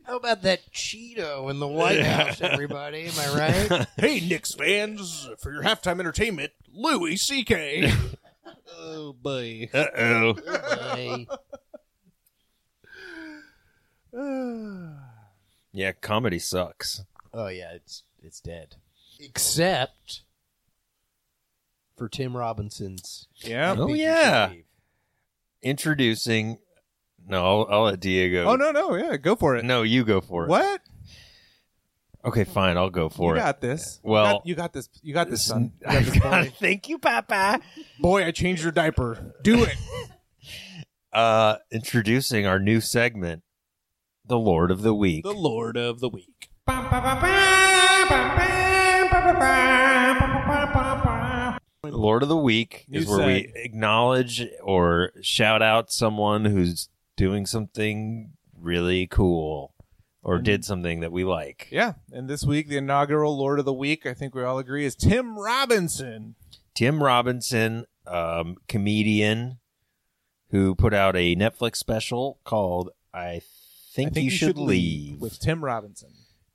Speaker 4: How about that Cheeto in the White House, everybody? Am I right?
Speaker 3: *laughs*
Speaker 2: *laughs*
Speaker 3: Hey, Knicks fans, for your halftime entertainment, Louis *sighs* C.K. oh boy.
Speaker 2: uh oh.
Speaker 4: Hey.
Speaker 3: yeah,
Speaker 2: Yeah, comedy sucks.
Speaker 4: *laughs* Oh yeah, it's it's dead. Except for Tim Robinson's.
Speaker 2: Oh,
Speaker 4: Think You
Speaker 2: yeah.
Speaker 4: Should Leave.
Speaker 2: Introducing. No, I'll, I'll let Diego.
Speaker 3: Oh no, no, yeah, go for it.
Speaker 2: No, you go for it.
Speaker 3: What?
Speaker 2: Okay, fine. I'll go for
Speaker 3: you
Speaker 2: it.
Speaker 3: got this. You
Speaker 2: Well-
Speaker 3: got- you got this. You got this, son. You
Speaker 2: *laughs*
Speaker 3: got this,
Speaker 2: I've got
Speaker 3: boy.
Speaker 2: it. Thank you, Papa.
Speaker 3: boy, I changed your diaper. Do it.
Speaker 2: Uh, introducing our new segment, The Lord of the Week.
Speaker 3: the Lord of the Week.
Speaker 2: Lord of the Week
Speaker 3: You
Speaker 2: is where we acknowledge or shout out someone who's doing something really cool or did something that we like.
Speaker 3: Yeah, and this week the inaugural Lord of the Week, I think we all agree, is Tim Robinson.
Speaker 2: Tim Robinson, um, comedian, who put out a Netflix special called I Think, you, should, leave.
Speaker 3: with Tim Robinson.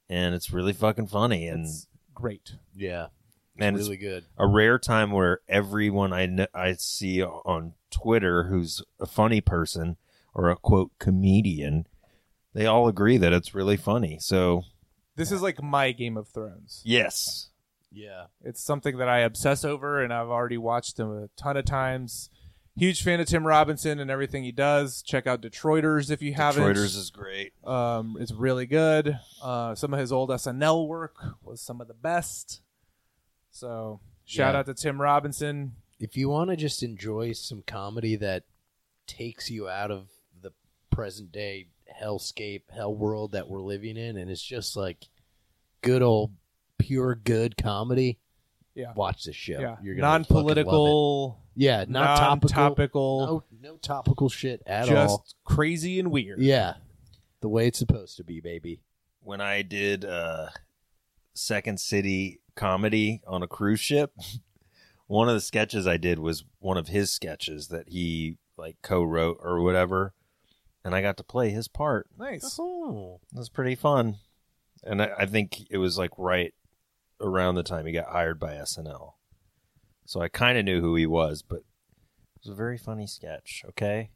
Speaker 2: and it's really fucking funny. And
Speaker 3: It's great.
Speaker 4: Yeah,
Speaker 2: man, it's
Speaker 4: really good.
Speaker 2: a rare time where everyone I kn- I see on Twitter who's a funny person or a quote comedian, they all agree that it's really funny. So
Speaker 3: This is like my Game of Thrones.
Speaker 2: yes,
Speaker 4: Yeah,
Speaker 3: It's something that I obsess over, and I've already watched him a ton of times. Huge fan of Tim Robinson and everything he does. Check out Detroiters if you haven't.
Speaker 2: Detroiters is great.
Speaker 3: um, is really good. Uh, some of his old SNL work was some of the best. So shout
Speaker 4: Yeah.
Speaker 3: out to Tim Robinson.
Speaker 4: if you want to just enjoy some comedy that takes you out of the present day hellscape, hell world that we're living in, and it's just like good old pure good comedy.
Speaker 3: Yeah.
Speaker 4: watch this show.
Speaker 3: Yeah,
Speaker 4: You're gonna fucking love it.
Speaker 3: non-political,
Speaker 4: Yeah, not topical.
Speaker 3: non-topical,
Speaker 4: No, no topical shit at
Speaker 3: just
Speaker 4: all.
Speaker 3: crazy and weird.
Speaker 4: Yeah, the way it's supposed to be, baby.
Speaker 2: When I did uh, Second City comedy on a cruise ship, *laughs* one of the sketches I did was one of his sketches that he like co-wrote or whatever, and I got to play his part.
Speaker 3: Nice.
Speaker 2: It was pretty fun. And I, I think it was like right around the time he got hired by SNL. So I kind of knew who he was, but it was a very funny sketch, okay?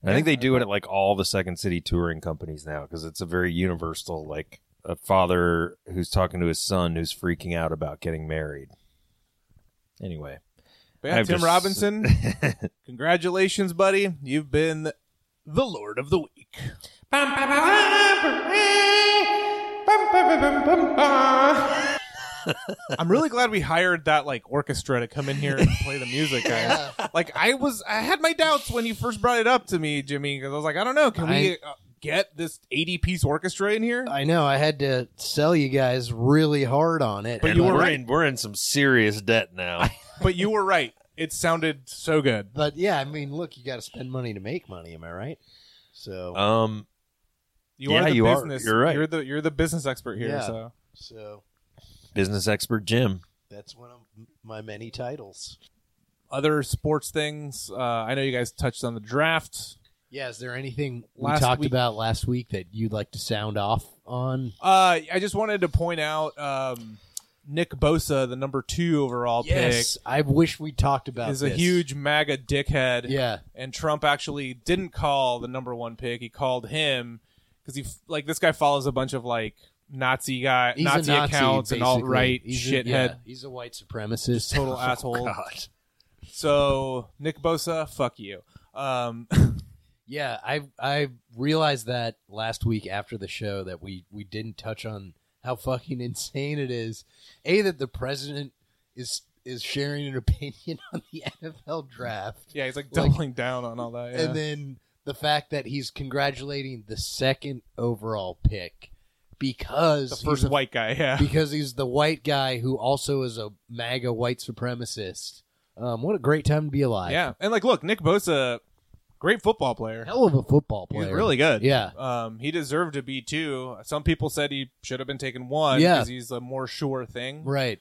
Speaker 2: And I think they do it at like all the Second City touring companies now because it's a very universal, like a father who's talking to his son who's freaking out about getting married. Anyway,
Speaker 3: But yeah,
Speaker 2: I've
Speaker 3: Tim
Speaker 2: just- *laughs*
Speaker 3: Robinson, congratulations, buddy. You've been the Lord of the Week. *laughs* I'm really glad we hired that like orchestra to come in here and play the music, guys. Like I was, I had my doubts when you first brought it up to me, Jimmy, because I was like, I don't know, can we uh, get this 80 piece orchestra in here?
Speaker 4: I know. I had to sell you guys really hard on it.
Speaker 3: But
Speaker 2: and
Speaker 3: you were
Speaker 2: we're
Speaker 3: right.
Speaker 2: in we're in some serious debt
Speaker 3: *laughs*
Speaker 2: now.
Speaker 3: But you were right; it sounded so good.
Speaker 4: But yeah, I mean, look, you got to spend money to make money. Am I right? So,
Speaker 3: Uh,
Speaker 2: um,
Speaker 3: You
Speaker 2: Yeah,
Speaker 3: are the
Speaker 2: you are.
Speaker 3: business.
Speaker 2: You're right.
Speaker 3: You're the you're the business expert here.
Speaker 4: Yeah.
Speaker 3: So
Speaker 4: so
Speaker 2: business expert Jim.
Speaker 4: that's one of my many titles.
Speaker 3: other sports things. Uh, I know you guys touched on the draft.
Speaker 4: Yeah. Is there anything
Speaker 3: Last
Speaker 4: we talked
Speaker 3: week-
Speaker 4: about last week that you'd like to sound off on?
Speaker 3: Uh, I just wanted to point out um, Nick Bosa, the number two overall
Speaker 4: Yes, I wish we talked
Speaker 3: pick,
Speaker 4: about
Speaker 3: is a
Speaker 4: this.
Speaker 3: huge MAGA dickhead.
Speaker 4: Yeah,
Speaker 3: and Trump actually didn't call the number one pick. He called him because he f- like this guy follows a bunch of like Nazi guy
Speaker 4: he's
Speaker 3: Nazi,
Speaker 4: a Nazi
Speaker 3: accounts and alt
Speaker 4: basically.
Speaker 3: right
Speaker 4: He's a- yeah,
Speaker 3: shithead,
Speaker 4: he's a white supremacist, *laughs* Oh,
Speaker 3: total asshole.
Speaker 4: God.
Speaker 3: So Nick Bosa, fuck you. Um,
Speaker 4: Yeah, I I realized that last week after the show that we we didn't touch on how fucking *laughs* insane it is. A that the president is is sharing an *laughs* opinion on the NFL draft,
Speaker 3: yeah, he's like
Speaker 4: Like-
Speaker 3: doubling down on all that. Yeah.
Speaker 4: and then the fact that he's congratulating the second overall pick because
Speaker 3: the
Speaker 4: he's
Speaker 3: first
Speaker 4: a-
Speaker 3: white guy, yeah.
Speaker 4: *laughs* because he's the white guy who also is a MAGA white supremacist. Um, what a great time to be alive!
Speaker 3: Yeah, and like, look, Nick Bosa, great football player.
Speaker 4: hell of a football player.
Speaker 3: He's really good.
Speaker 4: Yeah.
Speaker 3: Um, he deserved to be two. Some people said he should have been taken one
Speaker 4: Yeah.
Speaker 3: because he's a more sure thing.
Speaker 4: right.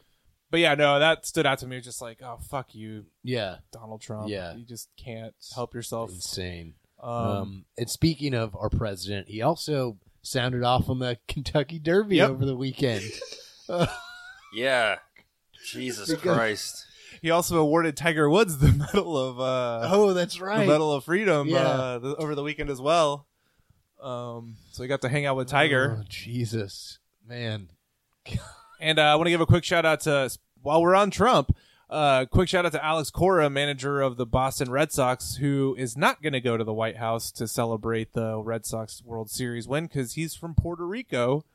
Speaker 3: But yeah, no, that stood out to me. It was Just like, oh fuck you,
Speaker 4: Yeah,
Speaker 3: Donald Trump.
Speaker 4: Yeah.
Speaker 3: you just can't help yourself.
Speaker 4: insane.
Speaker 3: Um,
Speaker 4: Um, and speaking of our president, he also sounded off on the *laughs* Kentucky Derby
Speaker 3: Yep.
Speaker 4: over
Speaker 3: *laughs*
Speaker 4: the weekend.
Speaker 2: Yeah. Jesus
Speaker 4: Because-
Speaker 2: Christ.
Speaker 3: he also awarded Tiger Woods the *laughs* Medal of uh,
Speaker 4: oh, that's right.
Speaker 3: the Medal of Freedom
Speaker 4: Yeah.
Speaker 3: uh, th- over the weekend as well. Um, so he got to hang out with Tiger.
Speaker 4: Oh, Jesus, man.
Speaker 3: And uh, I want to give a quick shout out to while we're on Trump. Uh, quick shout out to Alex Cora, manager of the Boston Red Sox, who is not going to go to the White House to celebrate the Red Sox World Series win because he's from Puerto Rico,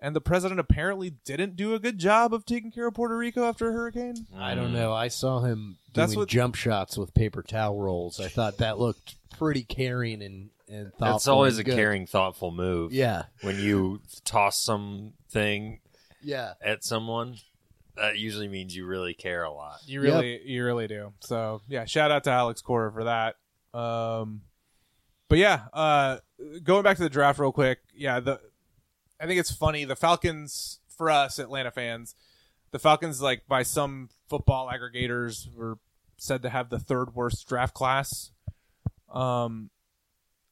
Speaker 3: and the president apparently didn't do a good job of taking care of Puerto Rico after a hurricane.
Speaker 4: I don't know. I saw him doing
Speaker 3: Mm. That's what-
Speaker 4: jump shots with paper towel rolls. I thought that looked pretty caring and and thoughtful.
Speaker 2: That's always
Speaker 4: and
Speaker 2: a
Speaker 4: good.
Speaker 2: caring, thoughtful move.
Speaker 4: Yeah,
Speaker 2: When you toss something
Speaker 4: yeah.
Speaker 2: at someone, that usually means you really care a lot.
Speaker 3: You really, you really do. So yeah, shout out to Alex Cora for that. Um, but yeah, uh, going back to the draft real quick. Yeah, the I think it's funny the Falcons for us Atlanta fans. The Falcons, like by some football aggregators, were said to have the third worst draft class. Um,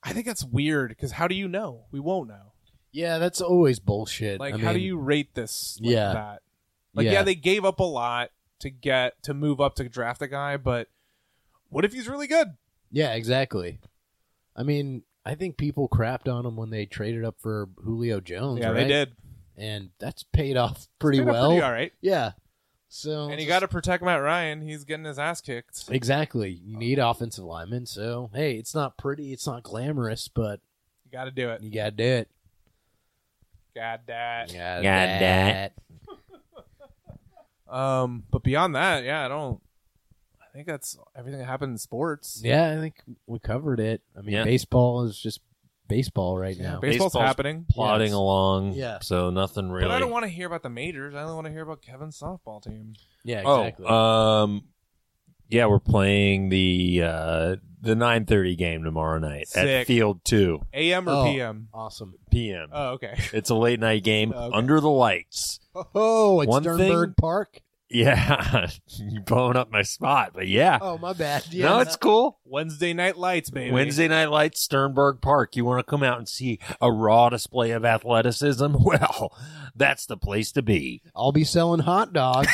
Speaker 3: I think that's weird because how do you know? We won't know.
Speaker 4: Yeah, that's always bullshit.
Speaker 3: Like,
Speaker 4: I
Speaker 3: how do
Speaker 4: mean,
Speaker 3: you rate this? Like
Speaker 4: Yeah.
Speaker 3: that? Like, yeah. they gave up a lot to get to move up to draft a guy, but what if he's really good?
Speaker 4: Yeah, exactly. I mean, I think people crapped on him when they traded up for Julio Jones.
Speaker 3: yeah,
Speaker 4: right?
Speaker 3: they did
Speaker 4: and that's paid off pretty
Speaker 3: They did
Speaker 4: well.
Speaker 3: pretty all right.
Speaker 4: Yeah. So
Speaker 3: And you got to protect Matt Ryan. He's getting his ass kicked. You
Speaker 4: exactly. You need offensive linemen. So hey, it's not pretty, it's not glamorous, but
Speaker 3: got to do it.
Speaker 4: you gotta do it.
Speaker 3: God that.
Speaker 4: Yeah,
Speaker 2: Got that.
Speaker 3: Um, but beyond that, yeah, I don't. I think that's everything that happened in sports.
Speaker 4: Yeah, I think we covered it. I mean,
Speaker 2: Yeah.
Speaker 4: baseball is just baseball right
Speaker 3: Yeah,
Speaker 4: now.
Speaker 3: baseball's,
Speaker 2: Baseball's-
Speaker 3: happening.
Speaker 2: Plodding
Speaker 4: Yes.
Speaker 2: along.
Speaker 4: Yeah.
Speaker 2: So nothing really.
Speaker 3: But I don't want to hear about the majors. I only want to hear about Kevin's softball team.
Speaker 4: Yeah, exactly.
Speaker 2: Oh, um, yeah, we're playing the uh, the nine thirty game tomorrow night at
Speaker 3: Sick.
Speaker 2: Field Two
Speaker 3: AM or
Speaker 4: Oh.
Speaker 3: PM?
Speaker 4: awesome.
Speaker 2: p.m.
Speaker 3: Oh, okay. *laughs*
Speaker 2: it's a late night game
Speaker 3: Oh, okay.
Speaker 2: under the lights. *laughs*
Speaker 4: Oh, it's
Speaker 2: One
Speaker 4: Sternberg
Speaker 2: thing-
Speaker 4: Park.
Speaker 2: Yeah, *laughs* you blowing up my spot, but yeah,
Speaker 4: Oh, my bad. *laughs* Yeah,
Speaker 2: no, it's cool.
Speaker 3: Wednesday night lights, baby.
Speaker 2: Wednesday night lights, Sternberg Park. You want to come out and see a raw display of athleticism? *laughs* Well, that's the place to be.
Speaker 4: I'll be selling hot *laughs* dogs.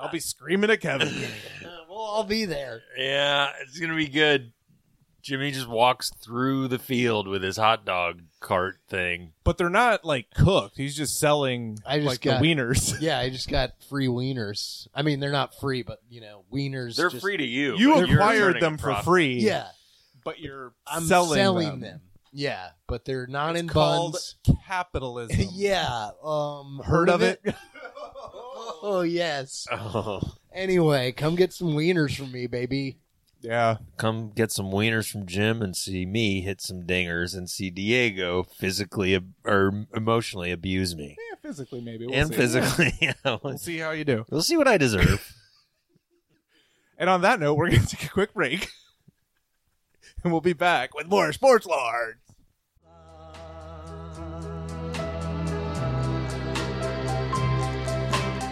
Speaker 3: I'll be screaming at Kevin.
Speaker 4: *laughs* Uh, we'll all be there.
Speaker 2: Yeah, it's gonna be good. Jimmy just walks through the field with his hot dog cart thing.
Speaker 3: but they're not like cooked. He's just selling
Speaker 4: I just
Speaker 3: like
Speaker 4: got-
Speaker 3: the
Speaker 4: *laughs*
Speaker 3: wieners.
Speaker 4: Yeah, I just got free wieners. I mean, they're not free, but you know, wieners.
Speaker 2: They're
Speaker 4: just-
Speaker 2: free to you.
Speaker 3: You
Speaker 2: but you're
Speaker 3: acquired
Speaker 2: turning
Speaker 3: them
Speaker 2: a
Speaker 3: for
Speaker 2: profit.
Speaker 3: free,
Speaker 4: Yeah,
Speaker 3: But you're
Speaker 4: I'm
Speaker 3: selling,
Speaker 4: selling, them. Yeah, but they're not
Speaker 3: It's
Speaker 4: in
Speaker 3: called *laughs*
Speaker 4: buns.
Speaker 3: capitalism.
Speaker 4: *laughs* yeah, um,
Speaker 3: heard of it?
Speaker 4: *laughs* Oh yes.
Speaker 2: *laughs* Oh,
Speaker 4: Anyway, come get some wieners from me, baby.
Speaker 3: *laughs* yeah,
Speaker 2: come get some wieners from Jim and see me hit some dingers and see Diego physically ab- or emotionally abuse me
Speaker 3: yeah, physically maybe, we'll
Speaker 2: and
Speaker 3: see.
Speaker 2: physically. *laughs* you know.
Speaker 3: We'll see how you do.
Speaker 2: We'll see what I deserve.
Speaker 3: And on that note, we're *laughs* going to take a quick break, and we'll be back with more sports lords.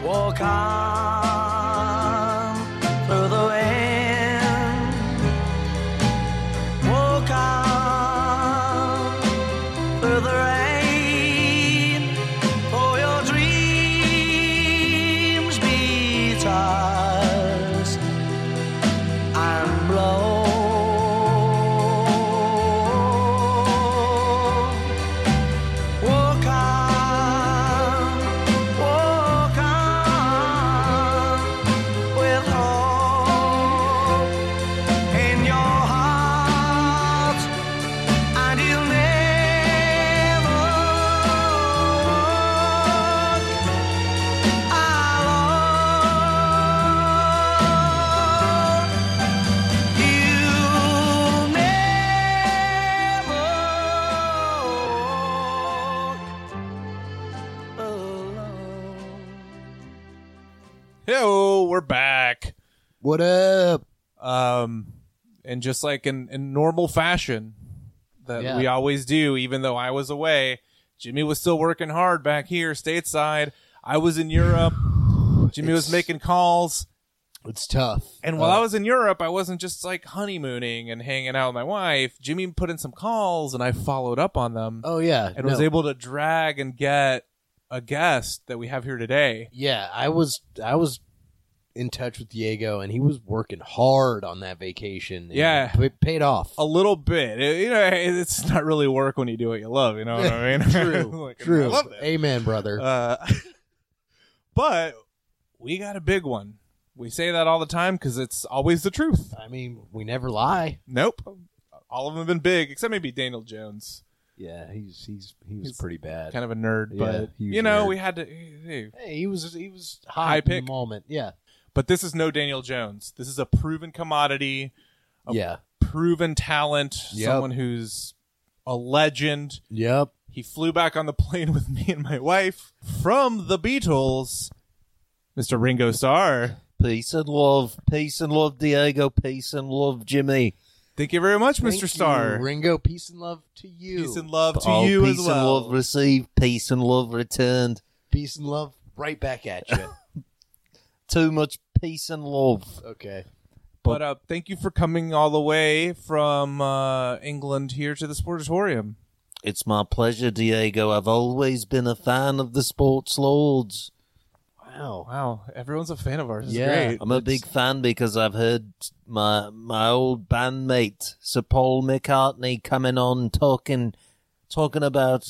Speaker 5: Walk on through the wind. Walk on through the rain. For your dreams
Speaker 3: we're back.
Speaker 4: What up?
Speaker 3: Um, and just like in, in normal fashion that
Speaker 4: Yeah.
Speaker 3: we always do, even though I was away, Jimmy was still working hard back here stateside. I was in
Speaker 4: *sighs*
Speaker 3: Europe. Jimmy was
Speaker 4: It's-
Speaker 3: making calls.
Speaker 4: It's tough.
Speaker 3: And while
Speaker 4: Uh,
Speaker 3: I was in Europe, I wasn't just like honeymooning and hanging out with my wife. Jimmy put in some calls and I followed up on them
Speaker 4: oh yeah,
Speaker 3: and
Speaker 4: no.
Speaker 3: was able to drag and get a guest that we have here today.
Speaker 4: Yeah, I was I was in touch with Diego, and he was working hard on that vacation. and
Speaker 3: Yeah. Oh,
Speaker 4: it
Speaker 3: *laughs*
Speaker 4: paid off.
Speaker 3: A little bit. It- you know, *laughs* it- it's not really work when you do what you love, you know what I mean? *laughs*
Speaker 4: *laughs* True,
Speaker 3: Like,
Speaker 4: true.
Speaker 3: Oh I love that.
Speaker 4: Amen, brother.
Speaker 3: Uh, *laughs* but we got a big one. We say that all the time because it's always the truth.
Speaker 4: I mean, we never lie.
Speaker 3: Nope. All of them have been big, except maybe Daniel Jones.
Speaker 4: Yeah, he's he's he was
Speaker 3: He's
Speaker 4: pretty bad.
Speaker 3: Kind of a nerd,
Speaker 4: Yeah,
Speaker 3: but
Speaker 4: huge
Speaker 3: you know,
Speaker 4: nerd.
Speaker 3: we had to. hey,
Speaker 4: hey, he was he was
Speaker 3: High
Speaker 4: high in
Speaker 3: pick.
Speaker 4: the moment. Yeah,
Speaker 3: But this is no Daniel Jones. This is a proven commodity, Oh.
Speaker 4: yeah,
Speaker 3: proven talent,
Speaker 4: Yep.
Speaker 3: someone who's a legend.
Speaker 4: yep.
Speaker 3: He flew back on the *laughs* plane with me and my wife from the Beatles, Mr. Ringo Starr.
Speaker 2: Peace and love. Peace and love, Diego. Peace and love, Jimmy.
Speaker 3: Thank you very much,
Speaker 4: Thank
Speaker 3: Mr. Starr.
Speaker 4: you, Ringo. Peace and love to you.
Speaker 3: Peace and love to
Speaker 2: Oh,
Speaker 3: you
Speaker 2: peace
Speaker 3: as well.
Speaker 2: and love received. Peace and love returned.
Speaker 4: Peace and love right back
Speaker 3: *laughs*
Speaker 4: at you.
Speaker 2: Too much peace and love.
Speaker 4: okay.
Speaker 3: But uh, thank you for coming all the way from uh, England here to the Sportatorium.
Speaker 2: It's my pleasure, Diego. I've always been a fan of the sports lords.
Speaker 4: Wow.
Speaker 3: Wow, everyone's a fan of ours. This
Speaker 4: Yeah.
Speaker 3: is great.
Speaker 2: I'm a big fan because I've heard my my old bandmate Sir Paul McCartney coming on talking talking about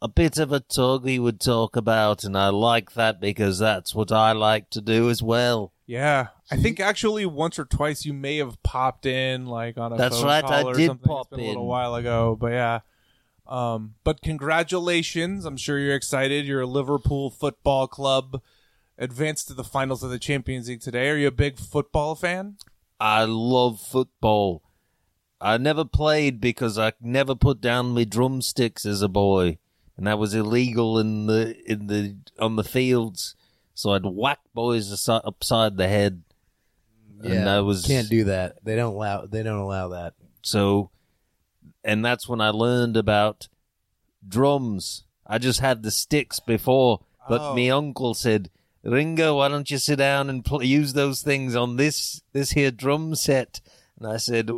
Speaker 2: a bit of a tug he would talk about, and I like that because that's what I like to do as well.
Speaker 3: Yeah, I think actually once or twice you may have popped in like on a
Speaker 2: That's
Speaker 3: phone
Speaker 2: right,
Speaker 3: call
Speaker 2: I
Speaker 3: or
Speaker 2: did
Speaker 3: something.
Speaker 2: pop
Speaker 3: it's been a little
Speaker 2: in.
Speaker 3: while ago, but yeah. Um, but congratulations! I'm sure you're excited. Your Liverpool Football Club advanced to the finals of the Champions League today. Are you a big football fan?
Speaker 2: I love football. I never played because I never put down my drumsticks as a boy, and that was illegal in the in the on the fields. So I'd whack boys asi- upside the head,
Speaker 4: Yeah,
Speaker 2: and I was
Speaker 4: Can't do that. They don't allow. They don't allow that.
Speaker 2: so. And that's when I learned about drums. I just had the sticks before, but
Speaker 3: Oh.
Speaker 2: me uncle said, "Ringo, why don't you sit down and pl- use those things on this this here drum set?" And I said,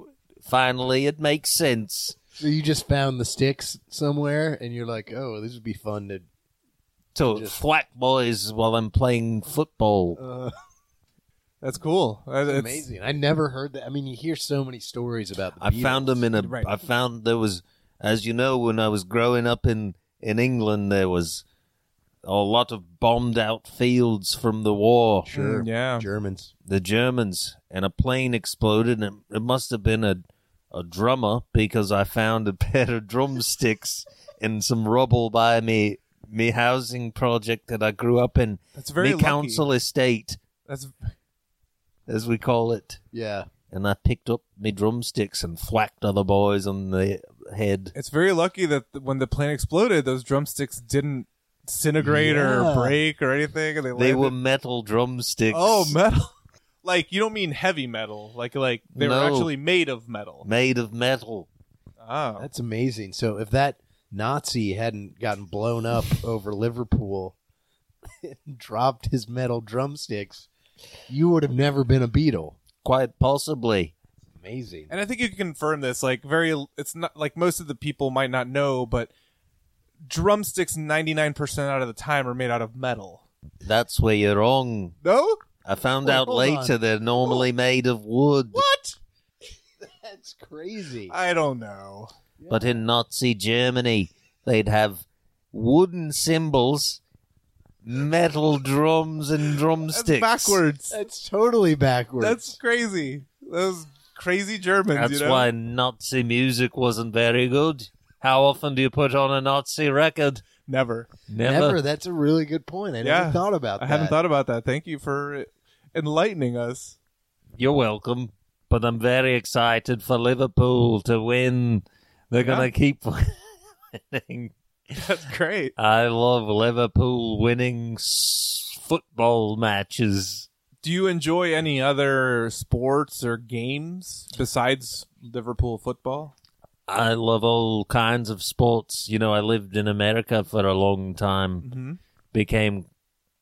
Speaker 2: "Finally, it makes sense."
Speaker 4: So you just found the sticks somewhere, and you're like, "Oh, this would be fun to."
Speaker 2: to
Speaker 4: Just-
Speaker 2: thwack boys while I'm playing football.
Speaker 4: Uh,
Speaker 3: That's cool. That's
Speaker 4: it's amazing. I never heard that. I mean, you hear so many stories about the.
Speaker 2: I found them in a.
Speaker 3: Right.
Speaker 2: I found there was, as you know, when I was growing up in in England, there was a lot of bombed out fields from the war,
Speaker 4: Sure.
Speaker 3: Mm, Yeah.
Speaker 4: Germans.
Speaker 2: the Germans, and a plane exploded, and it, it must have been a a drummer because I found a *laughs* pair of drumsticks in some rubble by me me housing project that I grew up in,
Speaker 3: That's very
Speaker 2: me
Speaker 3: lucky.
Speaker 2: council estate,
Speaker 3: That's
Speaker 2: as we call it.
Speaker 4: Yeah.
Speaker 2: and I picked up me drumsticks and thwacked other boys on the head.
Speaker 3: it's very lucky that th- when the plane exploded, those drumsticks didn't disintegrate or
Speaker 4: Yeah.
Speaker 3: break or anything, and they
Speaker 2: They
Speaker 3: landed-
Speaker 2: were metal drumsticks.
Speaker 3: oh metal. *laughs* Like you don't mean heavy metal, like like they were
Speaker 2: No.
Speaker 3: actually made of metal.
Speaker 2: made of metal.
Speaker 3: Oh,
Speaker 4: That's amazing. So if that Nazi hadn't gotten blown up *laughs* over Liverpool, and *laughs* dropped his metal drumsticks, you would have never been a Beatle.
Speaker 2: Quite possibly.
Speaker 4: Amazing.
Speaker 3: and I think you can confirm this. Like very, it's not like most of the people might not know, but drumsticks ninety nine percent out of the time are made out of metal.
Speaker 2: That's where you're wrong.
Speaker 3: No,
Speaker 2: I found
Speaker 4: Wait,
Speaker 2: out
Speaker 4: hold
Speaker 2: later they're normally made of wood.
Speaker 3: what?
Speaker 4: *laughs* That's crazy.
Speaker 3: I don't know.
Speaker 2: But in Nazi Germany, they'd have wooden cymbals, metal drums, and
Speaker 3: That's
Speaker 2: drumsticks.
Speaker 3: backwards.
Speaker 4: That's totally backwards.
Speaker 3: That's crazy. Those crazy Germans.
Speaker 2: That's
Speaker 3: you know?
Speaker 2: why Nazi music wasn't very good. How often do you put on a Nazi record?
Speaker 3: Never.
Speaker 4: never. That's a really good point. I
Speaker 3: Yeah.
Speaker 4: never thought about
Speaker 3: I
Speaker 4: that.
Speaker 3: haven't thought about that. Thank you for enlightening us. *laughs*
Speaker 2: You're welcome. But I'm very excited for Liverpool to win. They're going to keep *laughs* winning.
Speaker 3: That's great.
Speaker 2: I love Liverpool winning s- football matches.
Speaker 3: Do you enjoy any other sports or games besides Liverpool football?
Speaker 2: I love all kinds of sports. You know, I lived in America for a long time.
Speaker 3: Mm-hmm.
Speaker 2: Became,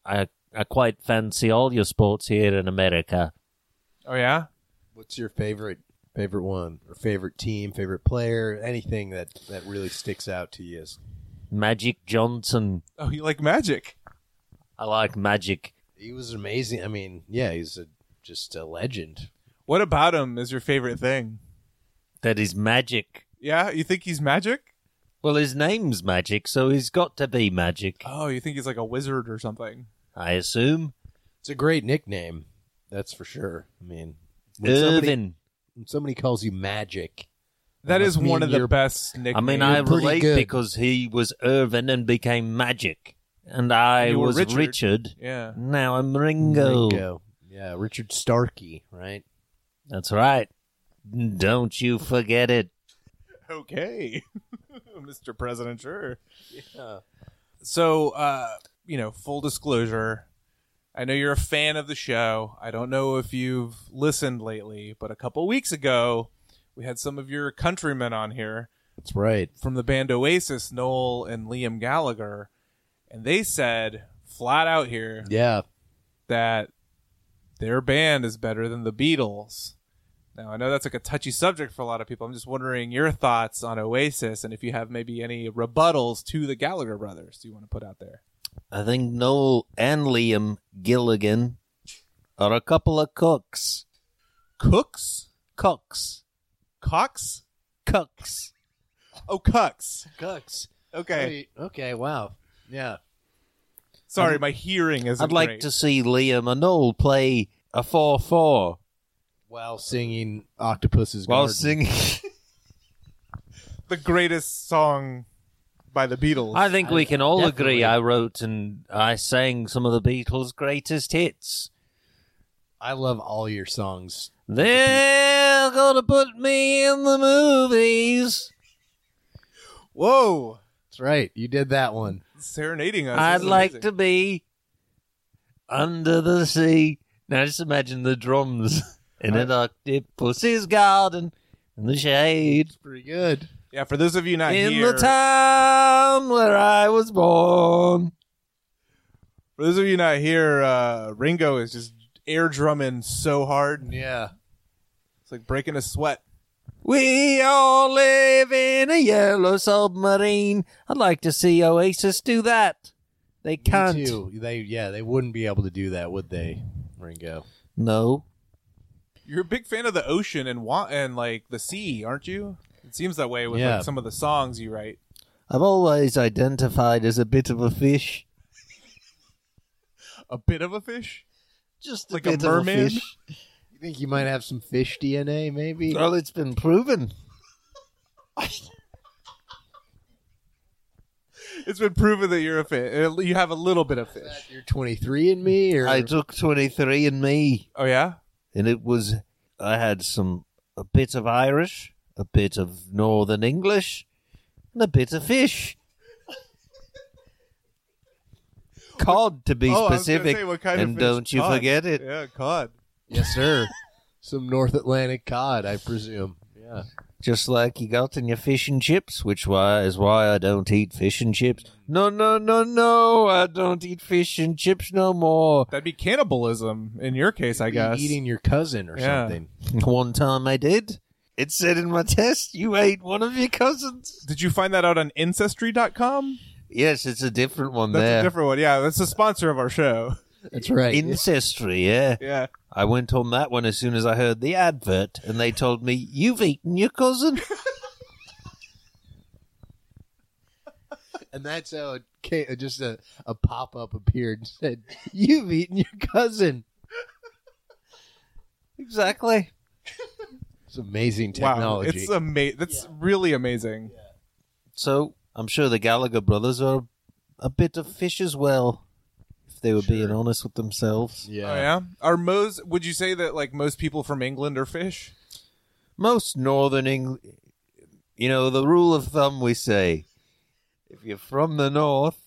Speaker 2: I I quite fancy all your sports here in America.
Speaker 3: Oh yeah,
Speaker 4: What's your favorite favorite one or favorite team, favorite player, anything that that really sticks out to you? Is,
Speaker 2: Magic Johnson.
Speaker 3: Oh, you like magic?
Speaker 2: I like Magic.
Speaker 4: he was amazing. I mean, yeah, he's a, just a legend.
Speaker 3: What about him is your favorite thing?
Speaker 2: That is magic.
Speaker 3: Yeah, you think he's magic?
Speaker 2: Well, his name's Magic, so he's got to be Magic.
Speaker 3: Oh, you think he's like a wizard or something?
Speaker 2: I assume.
Speaker 4: It's a great nickname, that's for sure. I mean, when somebody,
Speaker 2: Irvin.
Speaker 4: when somebody calls you Magic,
Speaker 3: That
Speaker 4: must
Speaker 3: is one
Speaker 4: mean
Speaker 3: of the
Speaker 4: you're-
Speaker 3: best nicknames.
Speaker 2: I mean, I
Speaker 4: You're pretty
Speaker 2: relate
Speaker 4: good.
Speaker 2: because he was Irvin and became Magic, and I
Speaker 3: You were
Speaker 2: was
Speaker 3: Richard.
Speaker 2: Richard.
Speaker 3: yeah.
Speaker 2: Now I'm Ringo.
Speaker 4: Ringo. Yeah, Richard Starkey, right?
Speaker 2: That's right. Don't you forget it.
Speaker 3: Okay, *laughs* Mr. President, sure.
Speaker 4: Yeah.
Speaker 3: So, uh, you know, full disclosure, I know you're a fan of the show. I don't know if you've listened lately, but a couple weeks ago, we had some of your countrymen on here
Speaker 4: That's right.
Speaker 3: from the band Oasis, Noel and Liam Gallagher, and they said flat out here
Speaker 4: Yeah.
Speaker 3: that their band is better than the Beatles. Now, I know that's like a touchy subject for a lot of people. I'm just wondering your thoughts on Oasis and if you have maybe any rebuttals to the Gallagher brothers you want to put out there.
Speaker 2: I think Noel and Liam Gilligan are a couple of cooks.
Speaker 3: Cooks?
Speaker 2: Cooks.
Speaker 3: Cox?
Speaker 2: Cooks.
Speaker 3: Oh, Cucks.
Speaker 4: Cucks.
Speaker 3: Okay.
Speaker 4: Okay, wow. Yeah.
Speaker 3: Sorry, my hearing isn't
Speaker 2: I'd like
Speaker 3: great.
Speaker 2: to see Liam and Noel play a 4 4
Speaker 4: While singing Octopus's
Speaker 2: while
Speaker 4: Garden.
Speaker 2: singing.
Speaker 3: The greatest song by the Beatles.
Speaker 2: I think we can all
Speaker 4: Definitely.
Speaker 2: agree I wrote and I sang some of the Beatles' greatest hits.
Speaker 4: I love all your songs.
Speaker 2: They're gonna put me in the movies.
Speaker 3: Whoa.
Speaker 4: That's right. You did that one.
Speaker 3: Serenading us.
Speaker 2: I'd
Speaker 3: This is
Speaker 2: like
Speaker 3: amazing.
Speaker 2: to be under the sea. Now just imagine the drums *laughs* in an octopus's garden in the shade.
Speaker 4: Pretty good.
Speaker 3: Yeah, for those of you not
Speaker 2: in
Speaker 3: here,
Speaker 2: the town where I was born.
Speaker 3: for those of you not here, uh, Ringo is just air drumming so hard.
Speaker 4: Yeah.
Speaker 3: It's like breaking a sweat.
Speaker 2: We all live in a yellow submarine. I'd like to see Oasis do that. They
Speaker 4: Me
Speaker 2: can't.
Speaker 4: too. They yeah, they wouldn't be able to do that, would they, Ringo?
Speaker 2: No.
Speaker 3: You're a big fan of the ocean and wa- and like the sea, aren't you? It seems that way with
Speaker 4: Yeah.
Speaker 3: like, some of the songs you write.
Speaker 2: I've always identified as a bit of a fish.
Speaker 3: A bit of a fish.
Speaker 2: Just
Speaker 3: a Like a bit of a merman? fish.
Speaker 4: You think you might have some fish DNA, maybe?
Speaker 2: Well, it's been proven.
Speaker 3: *laughs* It's been proven that you're a fish. You have a little bit of fish.
Speaker 4: You're 23 and me, or
Speaker 2: I took 23 and me,
Speaker 3: Oh yeah.
Speaker 2: and it was I had some a bit of Irish, a bit of Northern English, and a bit of fish. *laughs* Cod, to be
Speaker 3: Oh, I was gonna
Speaker 2: specific,
Speaker 3: say, what kind of
Speaker 2: and
Speaker 3: fish?
Speaker 2: don't you
Speaker 3: Cod.
Speaker 2: forget it.
Speaker 3: Yeah, cod.
Speaker 4: yes, sir. some North Atlantic cod, I presume. Yeah.
Speaker 2: Just like you got in your fish and chips, which why is why I don't eat fish and chips. No, no, no, no, I don't eat fish and chips no more.
Speaker 3: That'd be cannibalism in your case, I
Speaker 4: Be
Speaker 3: guess.
Speaker 4: E-, eating your cousin or
Speaker 3: Yeah.
Speaker 4: something.
Speaker 2: One time I did. It said in my test, you ate one of your cousins.
Speaker 3: Did you find that out on Ancestry.com?
Speaker 2: Yes, it's a different one
Speaker 3: That's
Speaker 2: there.
Speaker 3: a different one. Yeah, that's the sponsor of our show. *laughs*
Speaker 4: That's right.
Speaker 2: Ancestry, yeah.
Speaker 3: Yeah.
Speaker 2: I went on that one as soon as I heard the advert, and they told me, You've eaten your cousin.
Speaker 4: *laughs* and that's how it came, uh, just a, a pop up appeared and said, You've eaten your cousin.
Speaker 2: *laughs* exactly.
Speaker 4: It's amazing
Speaker 3: Wow.
Speaker 4: technology.
Speaker 3: It's uh, amazing. That's really amazing.
Speaker 2: So I'm sure the Gallagher brothers are a bit of fish as well, if they were being honest with themselves.
Speaker 4: yeah.
Speaker 3: Oh yeah. Are most? Would you say that like most people from England are fish?
Speaker 2: Most northern England, you know, the rule of thumb we say if you're from the north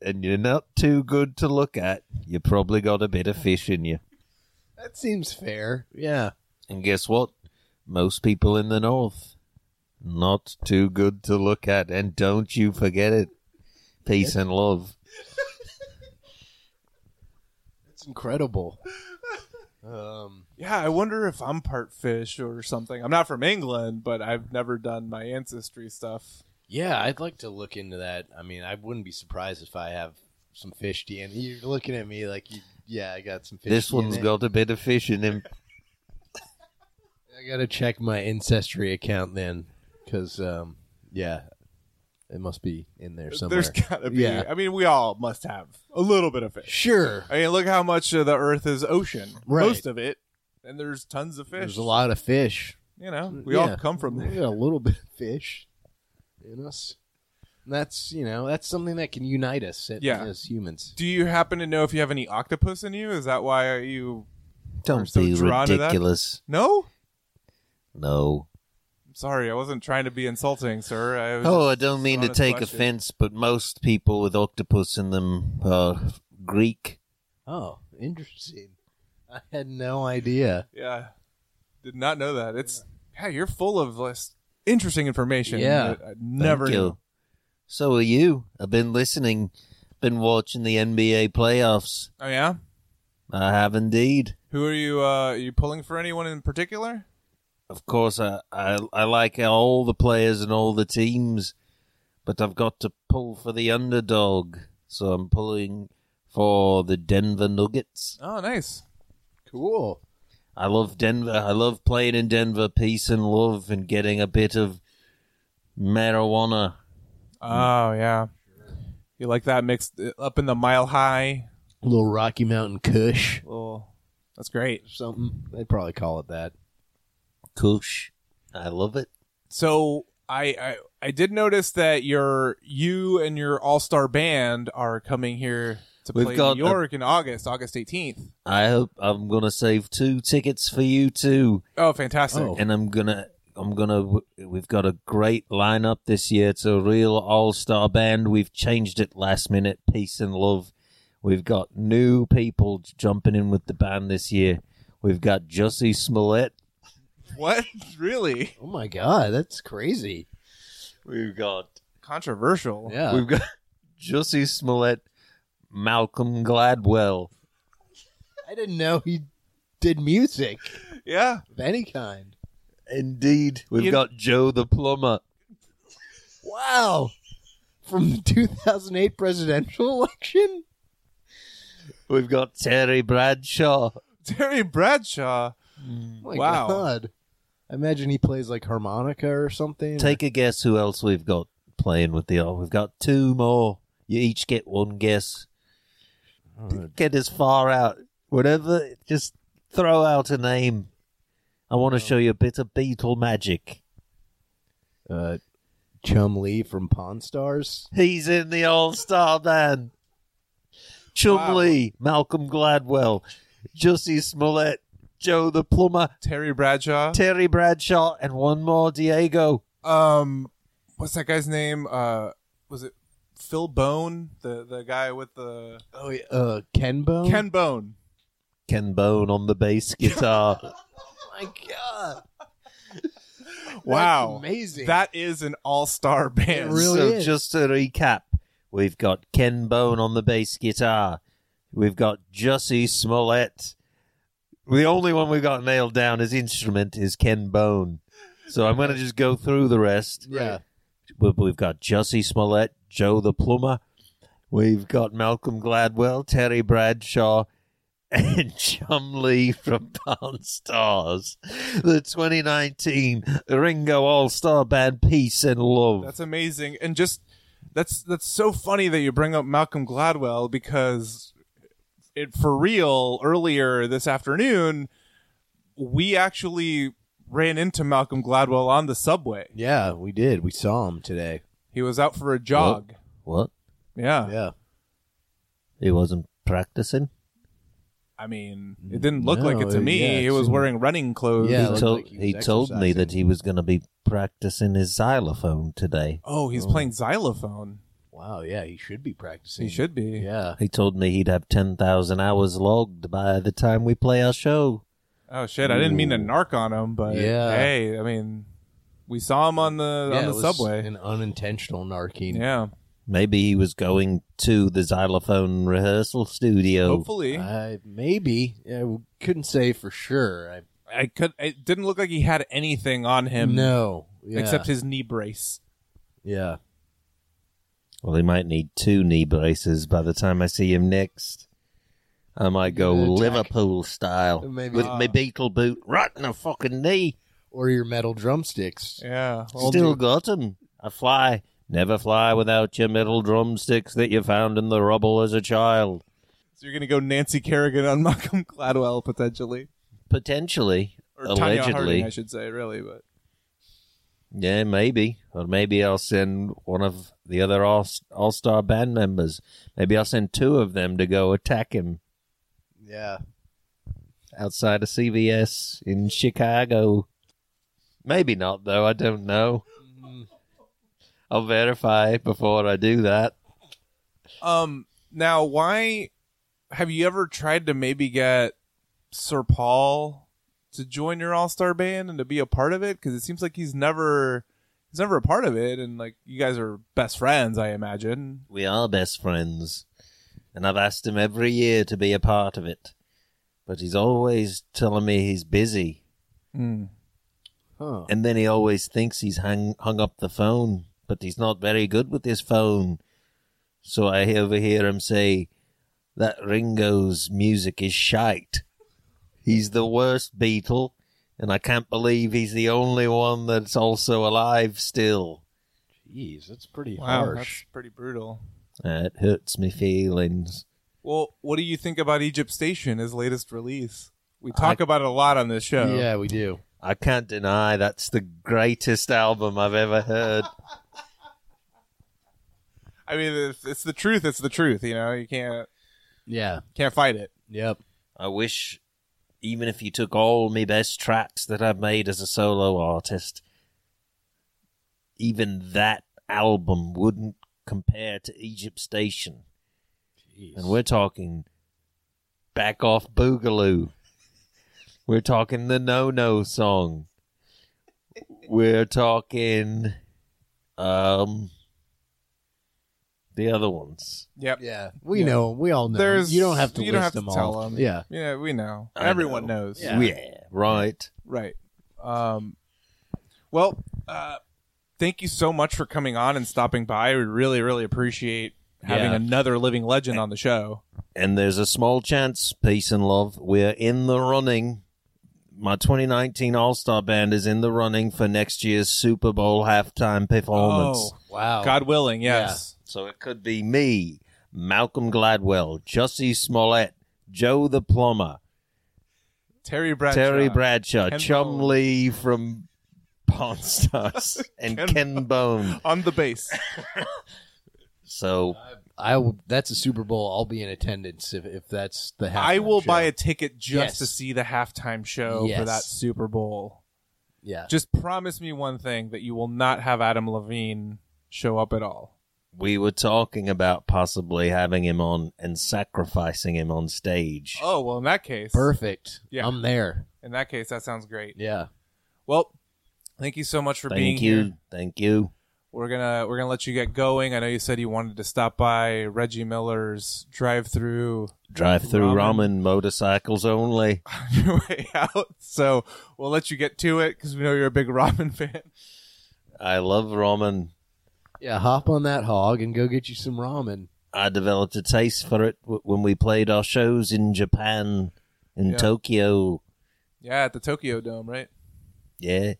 Speaker 2: and you're not too good to look at, you probably got a bit of fish in you.
Speaker 4: That seems fair. Yeah.
Speaker 2: And guess what? Most people in the north, not too good to look at. And don't you forget it. Peace and love.
Speaker 3: *laughs*
Speaker 4: It's incredible. Um,
Speaker 3: Yeah, I wonder if I'm part fish or something. I'm not from England, but I've never done my ancestry stuff.
Speaker 4: yeah, I'd like to look into that. I mean, I wouldn't be surprised if I have some fish DNA. You're looking at me like, you, yeah, I got some fish.
Speaker 2: This one's
Speaker 4: DNA.
Speaker 2: got a bit of fish in him.
Speaker 4: I gotta check my ancestry account then, because um, yeah, it must be in there somewhere.
Speaker 3: There's gotta be.
Speaker 4: Yeah.
Speaker 3: I mean, we all must have a little bit of fish.
Speaker 4: Sure,
Speaker 3: I mean, look how much of the Earth is ocean.
Speaker 4: Right.
Speaker 3: Most of it, and there's tons of fish.
Speaker 4: there's a lot of fish.
Speaker 3: You know, we
Speaker 4: Yeah.
Speaker 3: all come from
Speaker 4: We
Speaker 3: there.
Speaker 4: got a little bit of fish in us. And that's you know that's something that can unite us at-
Speaker 3: Yeah.
Speaker 4: as humans.
Speaker 3: Do you happen to know if you have any octopus in you? Is that why you? We're
Speaker 2: Don't
Speaker 3: so
Speaker 2: be
Speaker 3: drawn to that.
Speaker 2: ridiculous.
Speaker 3: No.
Speaker 2: No.
Speaker 3: I'm sorry, I wasn't trying to be insulting, sir. I was
Speaker 2: Oh, I don't mean to
Speaker 3: honest
Speaker 2: take
Speaker 3: question.
Speaker 2: offense, but most people with octopus in them are Greek.
Speaker 4: Oh, interesting. I had no idea.
Speaker 3: Yeah. Did not know that. It's yeah, you're full of less interesting information.
Speaker 4: Yeah.
Speaker 3: that I never
Speaker 2: Thank
Speaker 3: knew.
Speaker 2: you. So are you. I've been listening, been watching the NBA playoffs.
Speaker 3: Oh yeah?
Speaker 2: I have indeed.
Speaker 3: Who are you uh are you pulling for anyone in particular?
Speaker 2: Of course, I, I, I like all the players and all the teams, but I've got to pull for the underdog. So I'm pulling for the Denver Nuggets.
Speaker 3: Oh nice.
Speaker 4: Cool.
Speaker 2: I love Denver. I love playing in Denver, peace and love, and getting a bit of marijuana. Hmm.
Speaker 3: Oh yeah. You like that mixed uh, up in the mile high?
Speaker 4: little Rocky Mountain Kush
Speaker 3: Oh that's great.
Speaker 4: or something. They probably call it that.
Speaker 2: Kush. I love it.
Speaker 3: So I, I I did notice that your you and your all star band are coming here to
Speaker 2: We've
Speaker 3: play
Speaker 2: got
Speaker 3: New York in August, August eighteenth.
Speaker 2: I hope I'm gonna save two tickets for you too,
Speaker 3: Oh, fantastic!
Speaker 4: Oh.
Speaker 2: and I'm gonna. I'm gonna. We've got a great lineup this year. It's a real all-star band. We've changed it last minute. Peace and love. We've got new people jumping in with the band this year. We've got Jussie Smollett.
Speaker 3: *laughs* What really
Speaker 4: Oh my god, that's crazy.
Speaker 2: We've got
Speaker 3: controversial?
Speaker 4: Yeah.
Speaker 2: We've got *laughs* Jussie Smollett, Malcolm Gladwell.
Speaker 4: I didn't know he did music
Speaker 3: yeah.
Speaker 4: of any kind.
Speaker 2: Indeed. We've
Speaker 3: You-
Speaker 2: got Joe the Plumber.
Speaker 4: Wow. From the 2008 presidential election?
Speaker 2: We've got Terry Bradshaw.
Speaker 3: Terry Bradshaw.
Speaker 2: Mm.
Speaker 4: Oh my
Speaker 3: Wow.
Speaker 4: god. I imagine he plays like harmonica or something.
Speaker 2: Take a guess who else we've got playing with the all. We've got two more. You each get one guess. Get as far out. Whatever. Just throw out a name. I want to show you a bit of Beatle magic.
Speaker 4: uh, Chum Lee from Pawn Stars.
Speaker 2: He's in the All Star Band. Chumley, Malcolm Gladwell, Jussie Smollett, Joe the Plumber,
Speaker 3: Terry Bradshaw.
Speaker 2: Terry Bradshaw, and one more Diego.
Speaker 3: um, what's that guy's name? Uh, was it Phil Bone? The the guy with the
Speaker 4: Oh, yeah. Uh, Ken Bone?
Speaker 3: Ken Bone.
Speaker 2: Ken Bone on the bass guitar.
Speaker 4: Oh my
Speaker 3: *laughs*
Speaker 4: god.
Speaker 3: Wow.
Speaker 4: That's amazing.
Speaker 3: That is an all star band.
Speaker 4: It really
Speaker 2: so
Speaker 4: is.
Speaker 2: just to recap, we've got Ken Bone on the bass guitar. We've got Jussie Smollett. The only one we've got nailed down as instrument is Ken Bone. So I'm going to just go through the rest.
Speaker 4: Yeah.
Speaker 2: We- We've got Jussie Smollett, Joe the Plumber. We've got Malcolm Gladwell, Terry Bradshaw, *laughs* and Chum Lee from *laughs* Pound Stars. The 2019 Ringo All Star Band Peace and Love.
Speaker 3: That's amazing. And just that's that's so funny that you bring up Malcolm Gladwell because it for real earlier this afternoon we actually ran into Malcolm Gladwell on the subway.
Speaker 4: Yeah, we did. We saw him today.
Speaker 3: He was out for a jog.
Speaker 2: what?
Speaker 3: Yeah.
Speaker 4: Yeah.
Speaker 2: He wasn't practicing?
Speaker 3: I mean, it didn't look like it
Speaker 4: Mm, No,
Speaker 3: to me.
Speaker 4: yeah, it
Speaker 3: he was
Speaker 4: seemed-
Speaker 3: wearing running clothes.
Speaker 4: Yeah, it
Speaker 2: he
Speaker 4: looked
Speaker 2: told,
Speaker 4: like he
Speaker 2: he
Speaker 4: was
Speaker 2: told me that
Speaker 4: exercising.
Speaker 2: he was going to be practicing his xylophone today.
Speaker 4: oh.
Speaker 3: Oh, he's playing xylophone.
Speaker 4: Wow, yeah, he should be practicing.
Speaker 3: He should be.
Speaker 4: Yeah.
Speaker 2: He told me he'd have 10,000 hours logged by the time we play our show.
Speaker 3: Oh shit! I didn't mean to narc on him, but
Speaker 4: Yeah.
Speaker 3: hey, I mean, we saw him on the
Speaker 4: Yeah,
Speaker 3: on
Speaker 4: it
Speaker 3: the
Speaker 4: was
Speaker 3: subway.
Speaker 4: An unintentional narking.
Speaker 3: yeah,
Speaker 2: Maybe he was going to the xylophone rehearsal studio.
Speaker 3: hopefully.
Speaker 4: I Uh, maybe. I w- couldn't say for sure. I
Speaker 3: I could. It didn't look like he had anything on him.
Speaker 4: no. Yeah.
Speaker 3: except his knee brace.
Speaker 4: yeah.
Speaker 2: Well, he might need two knee braces by the time I see him next. I might go
Speaker 4: Attack.
Speaker 2: Liverpool style
Speaker 4: Maybe.
Speaker 2: with my beetle boot right in the fucking knee.
Speaker 4: Or your metal drumsticks.
Speaker 3: Yeah,
Speaker 2: Still got 'em. I fly. Never fly without your metal drumsticks that you found in the rubble as a child.
Speaker 3: So you're gonna go Nancy Kerrigan on *laughs* Malcolm Gladwell potentially,
Speaker 2: Potentially.
Speaker 3: or Tanya
Speaker 2: allegedly.
Speaker 3: Harding, I should say, really. But
Speaker 2: Yeah, maybe. Or maybe I'll send one of the other all all star band members. Maybe I'll send two of them to go attack him
Speaker 4: Yeah.
Speaker 2: outside of CVS in Chicago. Maybe not, though. I don't know.
Speaker 3: Mm.
Speaker 2: I'll verify before I do that.
Speaker 3: um, now why have you ever tried to maybe get Sir Paul to join your All Star band and to be a part of it? Because it seems like he's never he's never a part of it, and like you guys are best friends, I imagine.
Speaker 2: We are best friends, and I've asked him every year to be a part of it, but he's always telling me he's busy,
Speaker 4: Mm, Huh.
Speaker 2: and then he always thinks he's hung hung up the phone, but he's not very good with his phone. So I overhear him say that Ringo's music is shite. He's the worst Beatle, and I can't believe he's the only one that's also alive still.
Speaker 4: Jeez, that's pretty
Speaker 3: Wow,
Speaker 4: harsh.
Speaker 3: that's pretty brutal.
Speaker 2: Uh, it hurts me feelings.
Speaker 3: Well, what do you think about Egypt Station, his latest release? We talk about it a lot on this show.
Speaker 4: Yeah, we do.
Speaker 2: I can't deny that's the greatest album I've ever heard.
Speaker 3: I mean, if it's the truth. It's the truth. You know, you can't
Speaker 4: Yeah.
Speaker 3: can't fight it.
Speaker 4: Yep.
Speaker 2: I wish, even if you took all my best tracks that I've made as a solo artist, even that album wouldn't compare to Egypt Station.
Speaker 4: Jeez.
Speaker 2: And we're talking back off Boogaloo. We're talking the No No song. We're talking um the other ones.
Speaker 3: Yep.
Speaker 4: yeah, we
Speaker 3: Yeah.
Speaker 4: know. We all know.
Speaker 3: There's
Speaker 4: you don't have to
Speaker 3: you
Speaker 4: list
Speaker 3: don't have
Speaker 4: them
Speaker 3: to
Speaker 4: all.
Speaker 3: tell them.
Speaker 4: Yeah.
Speaker 3: Yeah, we know.
Speaker 2: I
Speaker 3: Everyone
Speaker 2: know.
Speaker 3: knows.
Speaker 4: Yeah.
Speaker 2: right.
Speaker 3: Right. Um. Well, uh, thank you so much for coming on and stopping by. We really, really appreciate having
Speaker 2: Yeah.
Speaker 3: another living legend on the show.
Speaker 2: And there's a small chance, peace and love, we're in the running. My 2019 All Star Band is in the running for next year's Super Bowl halftime performance.
Speaker 3: Oh,
Speaker 4: Wow.
Speaker 3: God willing, yes.
Speaker 2: So it could be me, Malcolm Gladwell, Jussie Smollett, Joe the Plumber,
Speaker 3: Terry Bradshaw.
Speaker 2: Terry Bradshaw,
Speaker 3: Ken
Speaker 2: Chum
Speaker 3: Bone.
Speaker 2: Lee from Pawn
Speaker 3: *laughs*
Speaker 2: Stars, and
Speaker 3: Ken
Speaker 2: Ken, Bone.
Speaker 3: on
Speaker 2: *laughs*
Speaker 3: the base.
Speaker 2: So
Speaker 4: I will, that's a Super Bowl. I'll be in attendance if, if that's the.
Speaker 3: I
Speaker 4: halftime
Speaker 3: will
Speaker 4: show.
Speaker 3: buy a ticket just
Speaker 4: Yes.
Speaker 3: to see the halftime show for
Speaker 4: Yes.
Speaker 3: that Super Bowl.
Speaker 4: Yeah.
Speaker 3: Just promise me one thing that you will not have Adam Levine show up at all.
Speaker 2: we were talking about possibly having him on and sacrificing him on stage.
Speaker 3: Oh, well, in that case,
Speaker 4: Perfect.
Speaker 3: Yeah.
Speaker 4: I'm there.
Speaker 3: in that case, that sounds great.
Speaker 4: Yeah.
Speaker 3: Well, thank you so much for being
Speaker 2: Thank you.
Speaker 3: here.
Speaker 2: Thank you.
Speaker 3: We're gonna we're gonna let you get going. I know you said you wanted to stop by Reggie Miller's drive-through *laughs*
Speaker 2: Drive through ramen.
Speaker 3: Ramen.
Speaker 2: motorcycles only.
Speaker 3: on your way out, so we'll let you get to it because we know you're a big ramen *laughs* fan.
Speaker 2: I love ramen.
Speaker 4: Yeah. Hop on that hog and go get you some ramen.
Speaker 2: I developed a taste for it w- when we played our shows in Japan, in
Speaker 3: Yeah.
Speaker 2: Tokyo.
Speaker 3: Yeah, at the Tokyo Dome, right?
Speaker 2: Yeah.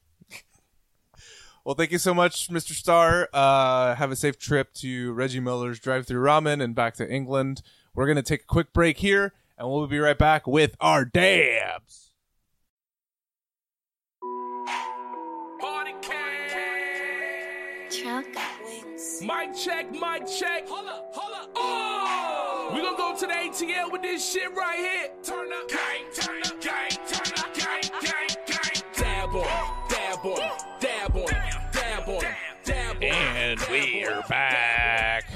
Speaker 3: Well, thank you so much, Mr. Starr. Uh, have a safe trip to Reggie Miller's drive through ramen and back to England. We're going to take a quick break here, and we'll be right back with our dabs.
Speaker 6: Truck wings.
Speaker 7: Mic check, mic check. Hold up, hold up. Oh! We gonna go to the ATL with this shit right here. Turn up, gang, turn up, gang, turn up, gang, gang, gang. Dab on, dab on, dab on, dab on, dab on. And we're back.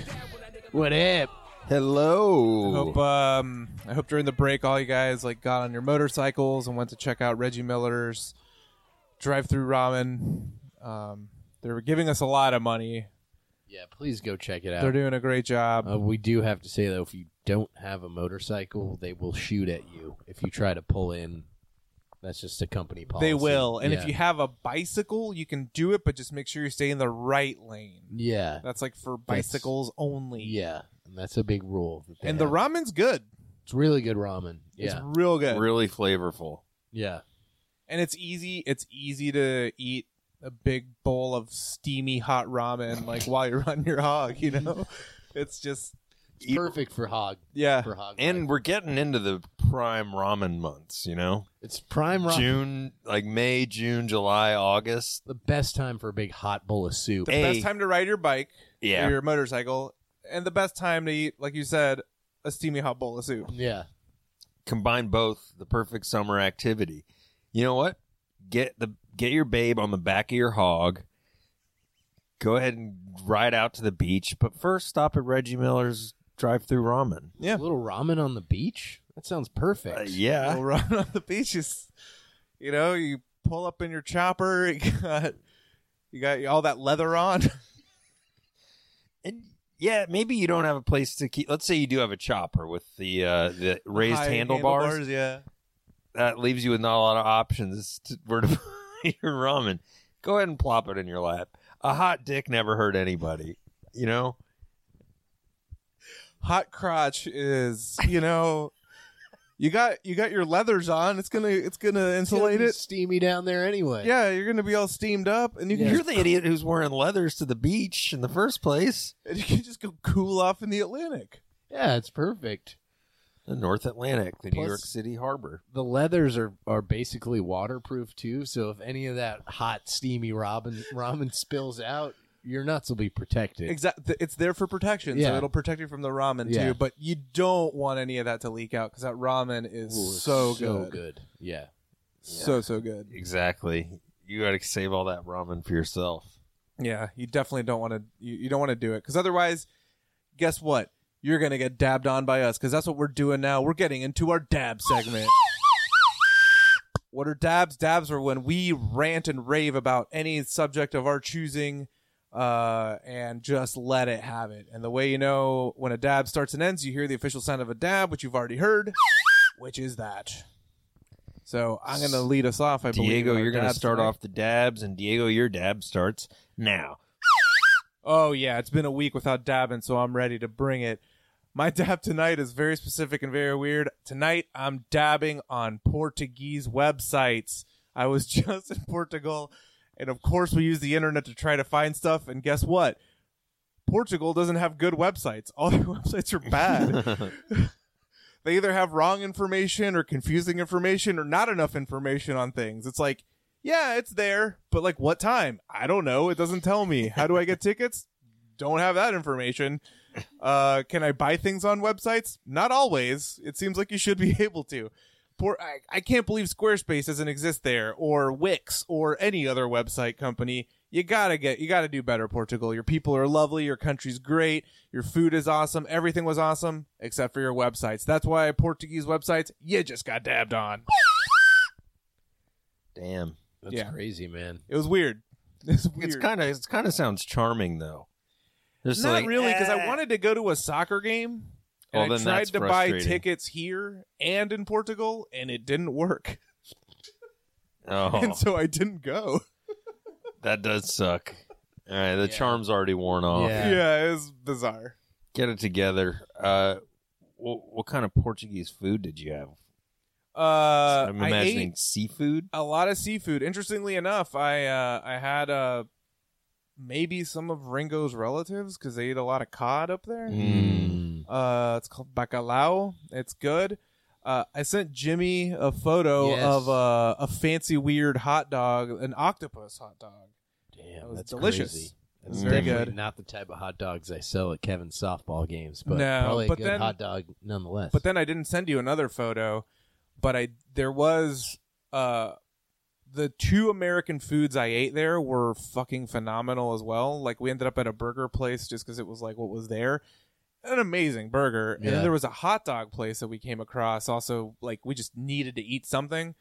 Speaker 4: What up?
Speaker 2: Hello.
Speaker 3: Hope um, I hope during the break all you guys like got on your motorcycles and went to check out Reggie Miller's drive-through ramen. Um, they're giving us a lot of money.
Speaker 4: Yeah, please go check it
Speaker 3: They're
Speaker 4: out.
Speaker 3: doing a great job.
Speaker 4: Uh, we do have to say though, if you don't have a motorcycle, they will shoot at you if you try to pull in. That's just a company policy.
Speaker 3: They will. And
Speaker 4: Yeah.
Speaker 3: if you have a bicycle, you can do it, but just make sure you stay in the right lane.
Speaker 4: yeah,
Speaker 3: That's like for bicycles only.
Speaker 4: yeah, and that's a big rule. that they
Speaker 3: And the
Speaker 4: have.
Speaker 3: ramen's good.
Speaker 4: it's really good ramen. Yeah,
Speaker 3: It's real good.
Speaker 2: Really flavorful.
Speaker 4: yeah,
Speaker 3: and it's easy it's easy to eat a big bowl of steamy hot ramen like while you're *laughs* on your hog you know it's just
Speaker 4: it's perfect for hog
Speaker 3: yeah
Speaker 4: for hog.
Speaker 2: And
Speaker 4: life.
Speaker 2: we're getting into the prime ramen months, you know?
Speaker 4: it's prime ramen.
Speaker 2: June, like May, June, July, August.
Speaker 4: The best time for a big hot bowl of soup.
Speaker 2: Hey.
Speaker 3: best time to ride your bike
Speaker 2: Yeah.
Speaker 3: or your motorcycle and the best time to eat like you said a steamy hot bowl of soup
Speaker 4: Yeah,
Speaker 2: combine both the perfect summer activity you know what get the get your babe on the back of your hog go ahead and ride out to the beach but first stop at reggie miller's drive through ramen
Speaker 3: Yeah.
Speaker 4: a little ramen on the beach. That sounds perfect.
Speaker 2: Uh,
Speaker 3: yeah.
Speaker 2: yeah
Speaker 3: run *laughs* on the beaches you know you pull up in your chopper *laughs* you got you got all that leather on
Speaker 2: and yeah maybe you don't have a place to keep let's say you do have a chopper with the uh the raised
Speaker 3: High
Speaker 2: handlebars.
Speaker 3: yeah
Speaker 2: that leaves you with not a lot of options to, where to *laughs* put your ramen go ahead and plop it in your lap a hot dick never hurt anybody you know
Speaker 3: hot crotch is you know you got you got your leathers on it's gonna it's gonna
Speaker 4: It's gonna
Speaker 3: insulate
Speaker 4: be
Speaker 3: it
Speaker 4: steamy down there anyway.
Speaker 3: yeah you're gonna be all steamed up and you can,
Speaker 2: You're the idiot who's wearing leathers to the beach in the first place.
Speaker 3: and you can just go cool off in the atlantic
Speaker 4: yeah, it's perfect.
Speaker 2: The North Atlantic, the
Speaker 4: Plus-
Speaker 2: New York City harbor.
Speaker 4: the leathers are, are basically waterproof too. So if any of that hot steamy ramen ramen spills out, your nuts will be protected.
Speaker 3: exactly it's there for protection so
Speaker 4: Yeah.
Speaker 3: it'll protect you from the ramen
Speaker 4: Yeah.
Speaker 3: too but you don't want any of that to leak out because that ramen is
Speaker 4: Ooh, it's
Speaker 3: so,
Speaker 4: so
Speaker 3: good.
Speaker 4: good. Yeah,
Speaker 3: so so good
Speaker 2: Exactly. You got to save all that ramen for yourself.
Speaker 3: yeah you definitely don't want to you, you don't want to do it because otherwise guess what you're gonna get dabbed on by us because that's what we're doing now we're getting into our dab segment What are dabs? Dabs are when we rant and rave about any subject of our choosing uh, and just let it have it. And the way you know when a dab starts and ends, you hear the official sound of a dab, which you've already heard, which is that. So I'm going to lead us off, I believe.
Speaker 2: Diego,
Speaker 3: with our
Speaker 2: you're going to
Speaker 3: dabs
Speaker 2: start
Speaker 3: tonight.
Speaker 2: off the dabs, and Diego, your dab *laughs* starts now.
Speaker 3: Oh, yeah. It's been a week without dabbing, so I'm ready to bring it. My *laughs* dab tonight is very specific and very weird. Tonight, I'm dabbing on Portuguese websites. I was *laughs* just in Portugal, and of course, we use the internet to try to find stuff. And guess what? Portugal doesn't have good websites. All their *laughs* websites are bad. they either have wrong information or confusing information or not enough information on things. It's like, yeah, it's there, but like what time? I don't know. It doesn't tell me. How do I get tickets? Don't have that information. Uh, can I buy things on websites? Not always. It seems like you should be *laughs* able to. Poor, I, I can't believe Squarespace doesn't exist there, or Wix, or any other website company. You gotta get, you gotta do better, Portugal. Your people are lovely. Your country's great. Your food is awesome. Everything was awesome except for your websites. That's why Portuguese websites, you just got dabbed on.
Speaker 2: Damn.
Speaker 4: that's
Speaker 3: Yeah.
Speaker 4: crazy, man.
Speaker 3: It was weird. *laughs* It's weird.
Speaker 2: It's kind of it's kind of sounds charming though. There's
Speaker 3: Not
Speaker 2: like,
Speaker 3: really, because I
Speaker 2: "Ah."
Speaker 3: wanted to go to a soccer game.
Speaker 2: Well,
Speaker 3: And I
Speaker 2: then
Speaker 3: tried
Speaker 2: that's
Speaker 3: to buy
Speaker 2: frustrating.
Speaker 3: tickets here and in Portugal, and it didn't work. *laughs*
Speaker 2: Oh,
Speaker 3: And so I didn't go.
Speaker 2: that does suck. All right, the
Speaker 4: Yeah.
Speaker 2: charm's already worn off.
Speaker 3: *laughs*
Speaker 4: Yeah.
Speaker 3: Yeah, it was bizarre.
Speaker 2: Get it together. Uh, what, what kind of Portuguese food did you have?
Speaker 3: Uh,
Speaker 2: I'm
Speaker 3: I
Speaker 2: imagining
Speaker 3: ate
Speaker 2: seafood.
Speaker 3: a lot of seafood. Interestingly enough, I uh, I had uh, maybe some of Ringo's relatives because they eat a lot of cod up
Speaker 2: Mm-hmm.
Speaker 3: there.
Speaker 2: Mm.
Speaker 3: Uh, it's called bacalao. It's good. Uh, I sent Jimmy a photo
Speaker 4: Yes.
Speaker 3: of uh, a fancy, weird hot dog, an octopus hot dog. That
Speaker 4: Damn,
Speaker 3: was
Speaker 4: that's
Speaker 3: delicious.
Speaker 4: Crazy.
Speaker 3: It
Speaker 4: That's
Speaker 3: was very
Speaker 4: definitely
Speaker 3: good.
Speaker 4: Not the type of hot dogs I sell at Kevin's softball games, but
Speaker 3: No,
Speaker 4: probably
Speaker 3: but
Speaker 4: a good
Speaker 3: then-
Speaker 4: hot dog nonetheless.
Speaker 3: But then I didn't send you another photo, but I there was uh the two American foods I ate there were fucking phenomenal as well. Like we ended up at a burger place just cuz it was like what was there. an amazing burger. And
Speaker 4: Yeah.
Speaker 3: then there was a hot dog place that we came across. Also, like we just needed to eat something.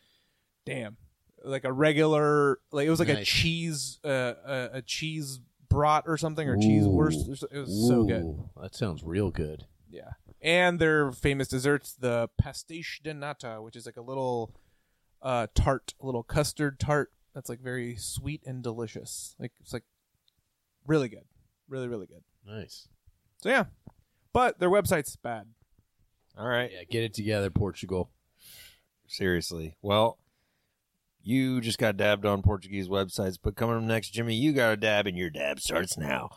Speaker 3: Damn, like a regular, like it was like a
Speaker 4: Nice.
Speaker 3: cheese, uh, a, a cheese brat or something, or cheese wurst. or so- It was so good.
Speaker 4: Ooh, That sounds real good.
Speaker 3: Yeah. And their famous desserts, the pastiche de nata, which is like a little uh, tart, a little custard tart that's like very sweet and delicious. Like it's like really good, really really good.
Speaker 4: Nice.
Speaker 3: So yeah, but their website's bad.
Speaker 2: All right.
Speaker 4: Yeah, get it together, Portugal.
Speaker 2: Seriously. Well, you just got dabbed on Portuguese websites, but coming up next, Jimmy, you got a dab, and your dab starts now.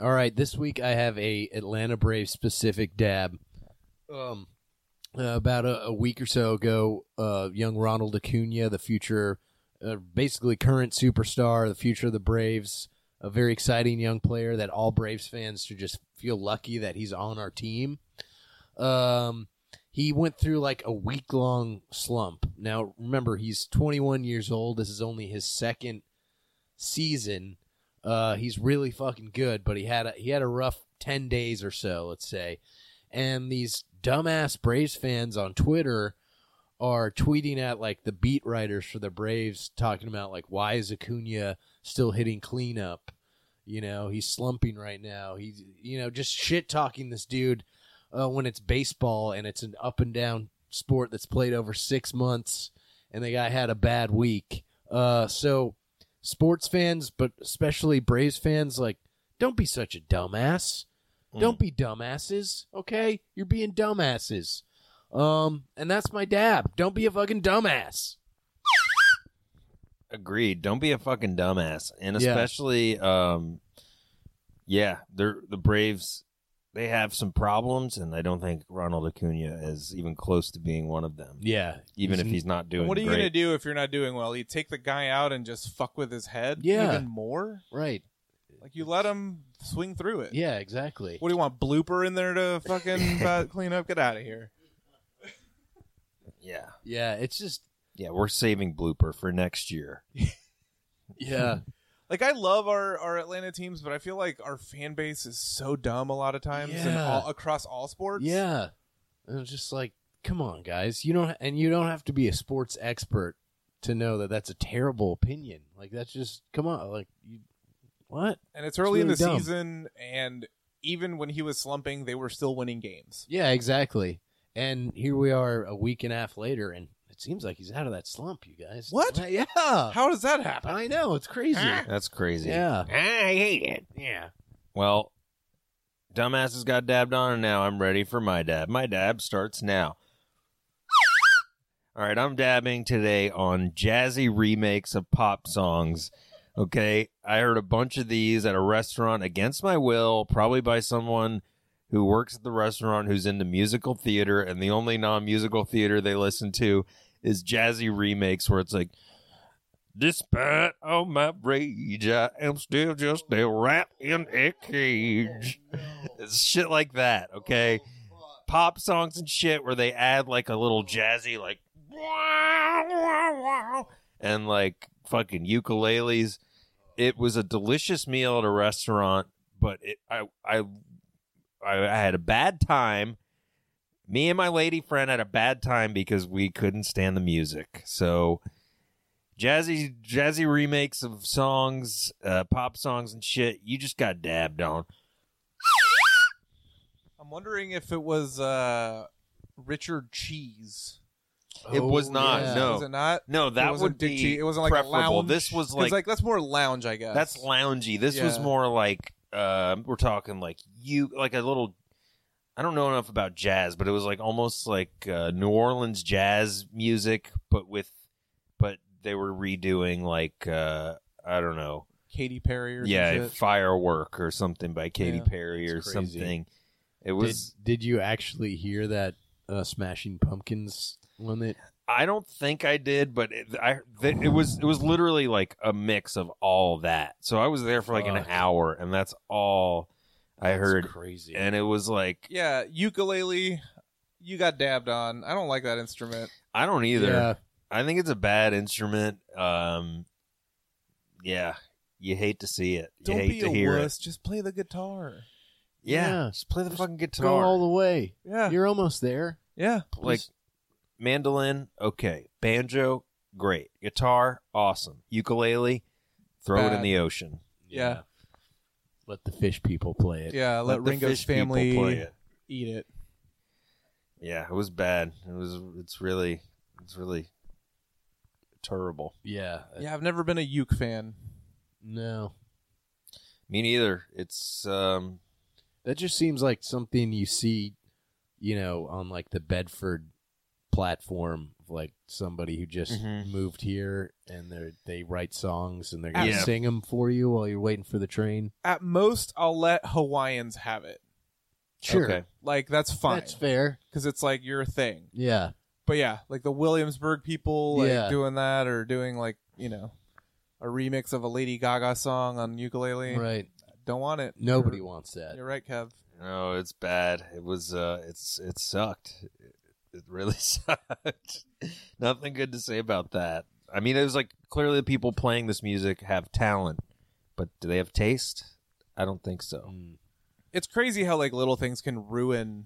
Speaker 4: All right, this week I have a Atlanta Braves specific dab. Um, uh, about a, a week or so ago, uh, young Ronald Acuna, the future, uh, basically current superstar, the future of the Braves, a very exciting young player that all Braves fans should just feel lucky that he's on our team. Um, he went through like a week long slump. Now remember, he's 21 years old. This is only his second season. Uh, he's really fucking good, but he had a, he had a rough ten days or so, let's say. And these dumbass Braves fans on Twitter are tweeting at like the beat writers for the Braves, talking about like why is Acuna still hitting cleanup? You know he's slumping right now. He's you know just shit talking this dude uh, when it's baseball and it's an up and down sport that's played over six months, and the guy had a bad week. Uh, so sports fans, but especially Braves fans, like, don't be such a dumbass. Don't be dumbasses, okay? You're being dumbasses. Um, and that's my dab. Don't be a fucking dumbass.
Speaker 2: Agreed. Don't be a fucking dumbass, and
Speaker 4: Yeah.
Speaker 2: especially, um, yeah, they're the Braves. They have some problems, and I don't think Ronald Acuna is even close to being one of them.
Speaker 4: Yeah.
Speaker 2: Even if he's not doing.
Speaker 3: what are you
Speaker 2: great.
Speaker 3: gonna do if you're not doing well? You take the guy out and just fuck with his head
Speaker 4: Yeah.
Speaker 3: even more?
Speaker 4: Right.
Speaker 3: Like you let him swing through it.
Speaker 4: Yeah, exactly.
Speaker 3: What do you want blooper in there to fucking *laughs* uh, clean up? Get out of here.
Speaker 2: Yeah,
Speaker 4: Yeah, it's just
Speaker 2: yeah, we're saving blooper for next year.
Speaker 4: yeah.
Speaker 3: Like I love our our Atlanta teams, but I feel like our fan base is so dumb a lot of times and
Speaker 4: Yeah.
Speaker 3: all, across all sports.
Speaker 4: Yeah. And it's just like, come on, guys. You don't and you don't have to be a sports expert to know that that's a terrible opinion. Like that's just come on, like you what?
Speaker 3: and it's early in
Speaker 4: really
Speaker 3: the
Speaker 4: dumb.
Speaker 3: season, and even when he was slumping, they were still winning games.
Speaker 4: Yeah, exactly. And here we are a week and a half later, and it seems like he's out of that slump, you guys.
Speaker 3: What?
Speaker 4: *laughs* Yeah.
Speaker 3: How does that happen?
Speaker 4: Uh, I know. It's crazy.
Speaker 2: That's crazy.
Speaker 4: yeah.
Speaker 1: I hate it. Yeah.
Speaker 2: Well, dumbasses got dabbed on, and now I'm ready for my dab. My dab starts now. All right, I'm dabbing today on jazzy remakes of pop songs. Okay, I heard a bunch of these at a restaurant against my will, probably by someone who works at the restaurant who's into musical theater, and the only non musical theater they listen to is jazzy remakes where it's like, Despite all my rage, I am still just a rat in a cage. It's shit like that, okay? Pop songs and shit where they add like a little jazzy, like, wow, wow, wow, and like fucking ukuleles. It was a delicious meal at a restaurant, but it, I, I, I, I had a bad time. Me and my lady friend had a bad time because we couldn't stand the music. So, jazzy jazzy remakes of songs, uh, pop songs and shit. You just got dabbed on.
Speaker 3: I'm wondering if it was uh, Richard Cheese.
Speaker 2: it was
Speaker 4: Oh,
Speaker 2: not.
Speaker 4: yeah.
Speaker 2: No,
Speaker 3: was it not?
Speaker 2: no,
Speaker 3: it
Speaker 2: that
Speaker 3: wasn't
Speaker 2: would
Speaker 3: Dick
Speaker 2: be
Speaker 3: Cheese. It wasn't like a
Speaker 2: preferable.
Speaker 3: lounge.
Speaker 2: This was
Speaker 3: 'Cause,
Speaker 2: like,
Speaker 3: that's more lounge, I guess.
Speaker 2: that's loungy. This was
Speaker 3: Yeah.
Speaker 2: more like uh, we're talking like you like a little. I don't know enough about jazz, but it was like almost like uh, New Orleans jazz music, but with but they were redoing like uh, I don't know
Speaker 3: Katy Perry or some
Speaker 2: yeah,
Speaker 3: shit.
Speaker 2: Firework or something by Katy
Speaker 3: Yeah.
Speaker 2: Perry or
Speaker 4: It's crazy.
Speaker 2: something. It was.
Speaker 4: Did, did you actually hear that uh, Smashing Pumpkins one that
Speaker 2: I don't think I did, but it, I th- it was it was literally like a mix of all that. So I was there for like an
Speaker 4: Fuck.
Speaker 2: hour, and that's all I heard.
Speaker 4: crazy.
Speaker 2: And it was like
Speaker 3: Yeah, ukulele. You got dabbed on. I don't like that instrument.
Speaker 2: I don't either.
Speaker 4: Yeah.
Speaker 2: I think it's a bad instrument. Um, yeah, you hate to see it. You
Speaker 3: Don't
Speaker 2: hate
Speaker 3: be
Speaker 2: to
Speaker 3: a
Speaker 2: hear
Speaker 3: wuss. Just play the guitar.
Speaker 2: it. Yeah,
Speaker 4: Yeah.
Speaker 2: just play the fucking guitar.
Speaker 4: Go all the way.
Speaker 3: Yeah.
Speaker 4: You're almost there.
Speaker 3: yeah.
Speaker 2: like mandolin, okay. Banjo, great. Guitar, awesome. Ukulele, throw it in
Speaker 3: Bad.
Speaker 2: the ocean.
Speaker 3: Yeah.
Speaker 4: Let the fish people play it.
Speaker 3: Yeah. Let,
Speaker 2: the
Speaker 3: Ringo's
Speaker 2: fish people
Speaker 3: family
Speaker 2: play it.
Speaker 3: eat it.
Speaker 2: Yeah, it was bad. It was. It's really. It's really terrible.
Speaker 4: Yeah.
Speaker 3: Yeah, I've never been a uke fan.
Speaker 4: No.
Speaker 2: Me neither. It's um.
Speaker 4: That just seems like something you see, you know, on like the Bedford platform, of, like somebody who just
Speaker 2: Mhm.
Speaker 4: moved here and they they write songs and they're gonna
Speaker 2: Yeah.
Speaker 4: sing them for you while you're waiting for the train.
Speaker 3: At most, I'll let Hawaiians have it.
Speaker 2: Okay.
Speaker 3: Like that's fine
Speaker 4: that's fair.
Speaker 3: because it's like your thing.
Speaker 4: Yeah,
Speaker 3: But yeah, like the Williamsburg people like
Speaker 4: Yeah.
Speaker 3: doing that or doing like you know a remix of a Lady Gaga song on ukulele.
Speaker 4: right.
Speaker 3: Don't want it.
Speaker 4: Nobody
Speaker 3: You're-
Speaker 4: wants that.
Speaker 3: You're right, Kev.
Speaker 2: No, it's bad. It was. Uh. It's. It sucked. It, it really *laughs* sucked. Nothing good to say about that. I mean, it was like clearly the people playing this music have talent, but do they have taste? I don't think so.
Speaker 4: Mm.
Speaker 3: It's crazy how like little things can ruin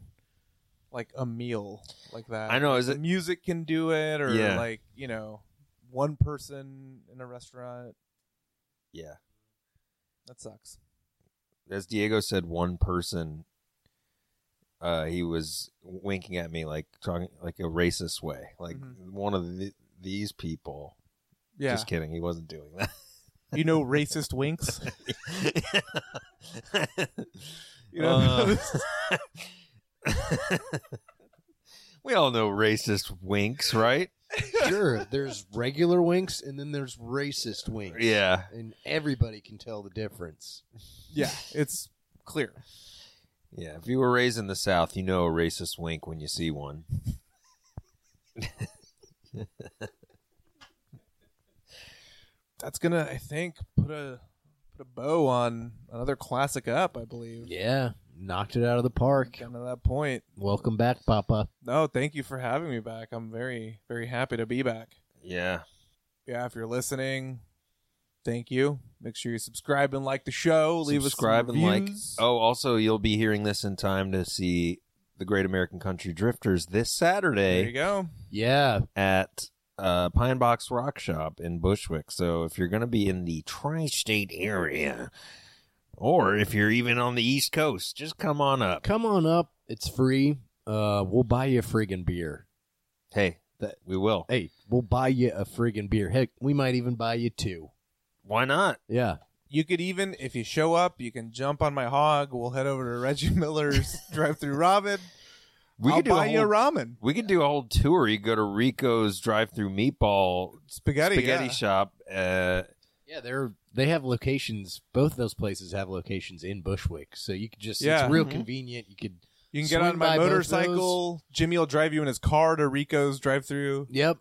Speaker 3: like a meal like that.
Speaker 2: I know. Is
Speaker 3: The
Speaker 2: it
Speaker 3: music can do it, or
Speaker 2: Yeah.
Speaker 3: like you know one person in a restaurant.
Speaker 2: Yeah.
Speaker 3: That sucks.
Speaker 2: As Diego said, one person uh he was winking at me like talking like a racist way. Like
Speaker 3: Mhm.
Speaker 2: one of the, these people.
Speaker 3: Yeah,
Speaker 2: Just kidding. He wasn't doing that. *laughs*
Speaker 3: you know racist winks. You know,
Speaker 2: Uh, *laughs* we all know racist winks, right?
Speaker 4: *laughs* sure, there's regular winks and then there's racist winks.
Speaker 2: Yeah.
Speaker 4: and everybody can tell the difference.
Speaker 3: yeah, it's clear.
Speaker 2: Yeah. If you were raised in the South, you know a racist wink when you see one.
Speaker 3: That's gonna, I think, put a put a bow on another classic up. I believe.
Speaker 4: Yeah, knocked it out of the park.
Speaker 3: Kind of that point.
Speaker 4: Welcome back, Papa.
Speaker 3: No, thank you for having me back. I'm very very happy to be back.
Speaker 2: Yeah.
Speaker 3: Yeah, if you're listening, thank you. Make sure you subscribe and like the show. Leave
Speaker 2: subscribe
Speaker 3: us
Speaker 2: and
Speaker 3: some
Speaker 2: like.
Speaker 3: reviews.
Speaker 2: Oh, also, you'll be hearing this in time to see the Great American Country Drifters this
Speaker 3: there you
Speaker 2: Saturday
Speaker 3: go.
Speaker 4: Yeah,
Speaker 2: at uh, Pine Box Rock Shop in Bushwick. So if you're going to be in the tri-state area, or if you're even on the East Coast, just come on up.
Speaker 4: come on up. It's free. Uh, we'll buy you a friggin' beer.
Speaker 2: Hey, that we will.
Speaker 4: Hey, we'll buy you a friggin' beer. Heck, we might even buy you two.
Speaker 2: Why not?
Speaker 4: Yeah,
Speaker 3: You could even, if you show up, you can jump on my hog. We'll head over to Reggie *laughs* Miller's drive-through ramen.
Speaker 2: We
Speaker 3: I'll
Speaker 2: could do
Speaker 3: buy
Speaker 2: a
Speaker 3: you a
Speaker 2: whole,
Speaker 3: ramen
Speaker 2: we could do a whole tour. You go to Rico's drive-through meatball
Speaker 3: spaghetti.
Speaker 2: spaghetti
Speaker 3: yeah.
Speaker 2: shop. Uh,
Speaker 4: yeah. They're they have locations. Both those places have locations in Bushwick, so you could just
Speaker 3: Yeah.
Speaker 4: it's real
Speaker 2: Mhm.
Speaker 4: convenient. You could.
Speaker 3: You can get
Speaker 4: Swing
Speaker 3: on my
Speaker 4: by both of
Speaker 3: motorcycle. Jimmy will drive you in his car to Rico's drive-through.
Speaker 4: Yep.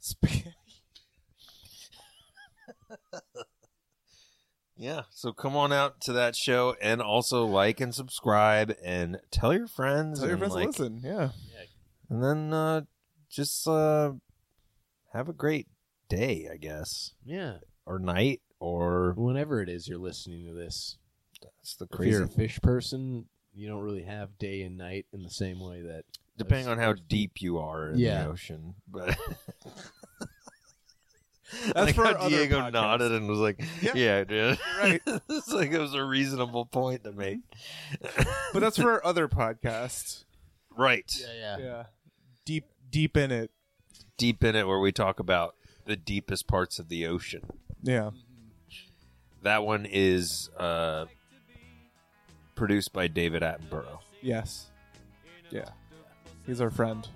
Speaker 3: Spaghetti.
Speaker 2: *laughs* yeah. So come on out to that show and also like and subscribe and tell your friends.
Speaker 3: Tell your
Speaker 4: Mm,
Speaker 2: and,
Speaker 3: friends to
Speaker 2: like,
Speaker 3: listen. Yeah.
Speaker 2: And then uh, just uh, have a great day, I guess,
Speaker 4: Yeah.
Speaker 2: or night, or
Speaker 4: Whenever it is you're listening to this,
Speaker 2: that's the
Speaker 4: if
Speaker 2: crazy.
Speaker 4: you're a fish person, you don't really have day and night in the same way that
Speaker 2: Depending on how deep you are in
Speaker 4: Yeah.
Speaker 2: the ocean, but. I
Speaker 3: *laughs* That's
Speaker 2: like
Speaker 3: for
Speaker 2: how
Speaker 3: our other
Speaker 2: Diego
Speaker 3: podcast.
Speaker 2: nodded and was like,
Speaker 3: Yeah.
Speaker 2: "Yeah, yeah dude." Right. *laughs* it's like it was a reasonable point to make.
Speaker 3: But that's
Speaker 4: *laughs*
Speaker 3: for our other podcast.
Speaker 2: Right.
Speaker 4: yeah.
Speaker 3: Yeah. Deep, deep in it.
Speaker 2: Deep in it, where we talk about the deepest parts of the ocean.
Speaker 3: Yeah.
Speaker 2: That one is uh, produced by David Attenborough.
Speaker 3: Yes. Yeah. He's our friend.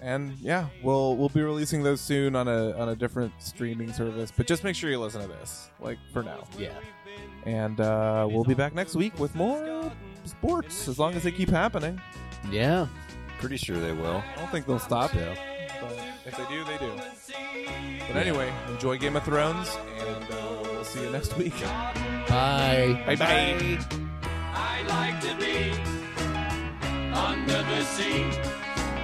Speaker 3: And yeah, we'll we'll be releasing those soon on a on a different streaming service. But just make sure you listen to this, like for now.
Speaker 4: yeah.
Speaker 3: And uh, we'll be back next week with more sports, as long as they keep happening.
Speaker 4: Yeah.
Speaker 2: Pretty sure they will.
Speaker 3: I don't think they'll stop
Speaker 4: So.
Speaker 3: But if they do, they do. But anyway, enjoy Game of Thrones, and uh, we'll see you next week.
Speaker 4: Bye.
Speaker 3: Bye bye.
Speaker 6: I like to be under the sea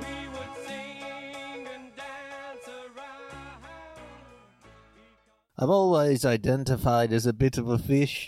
Speaker 5: We would sing and dance around.
Speaker 8: I'm always identified as a bit of a fish.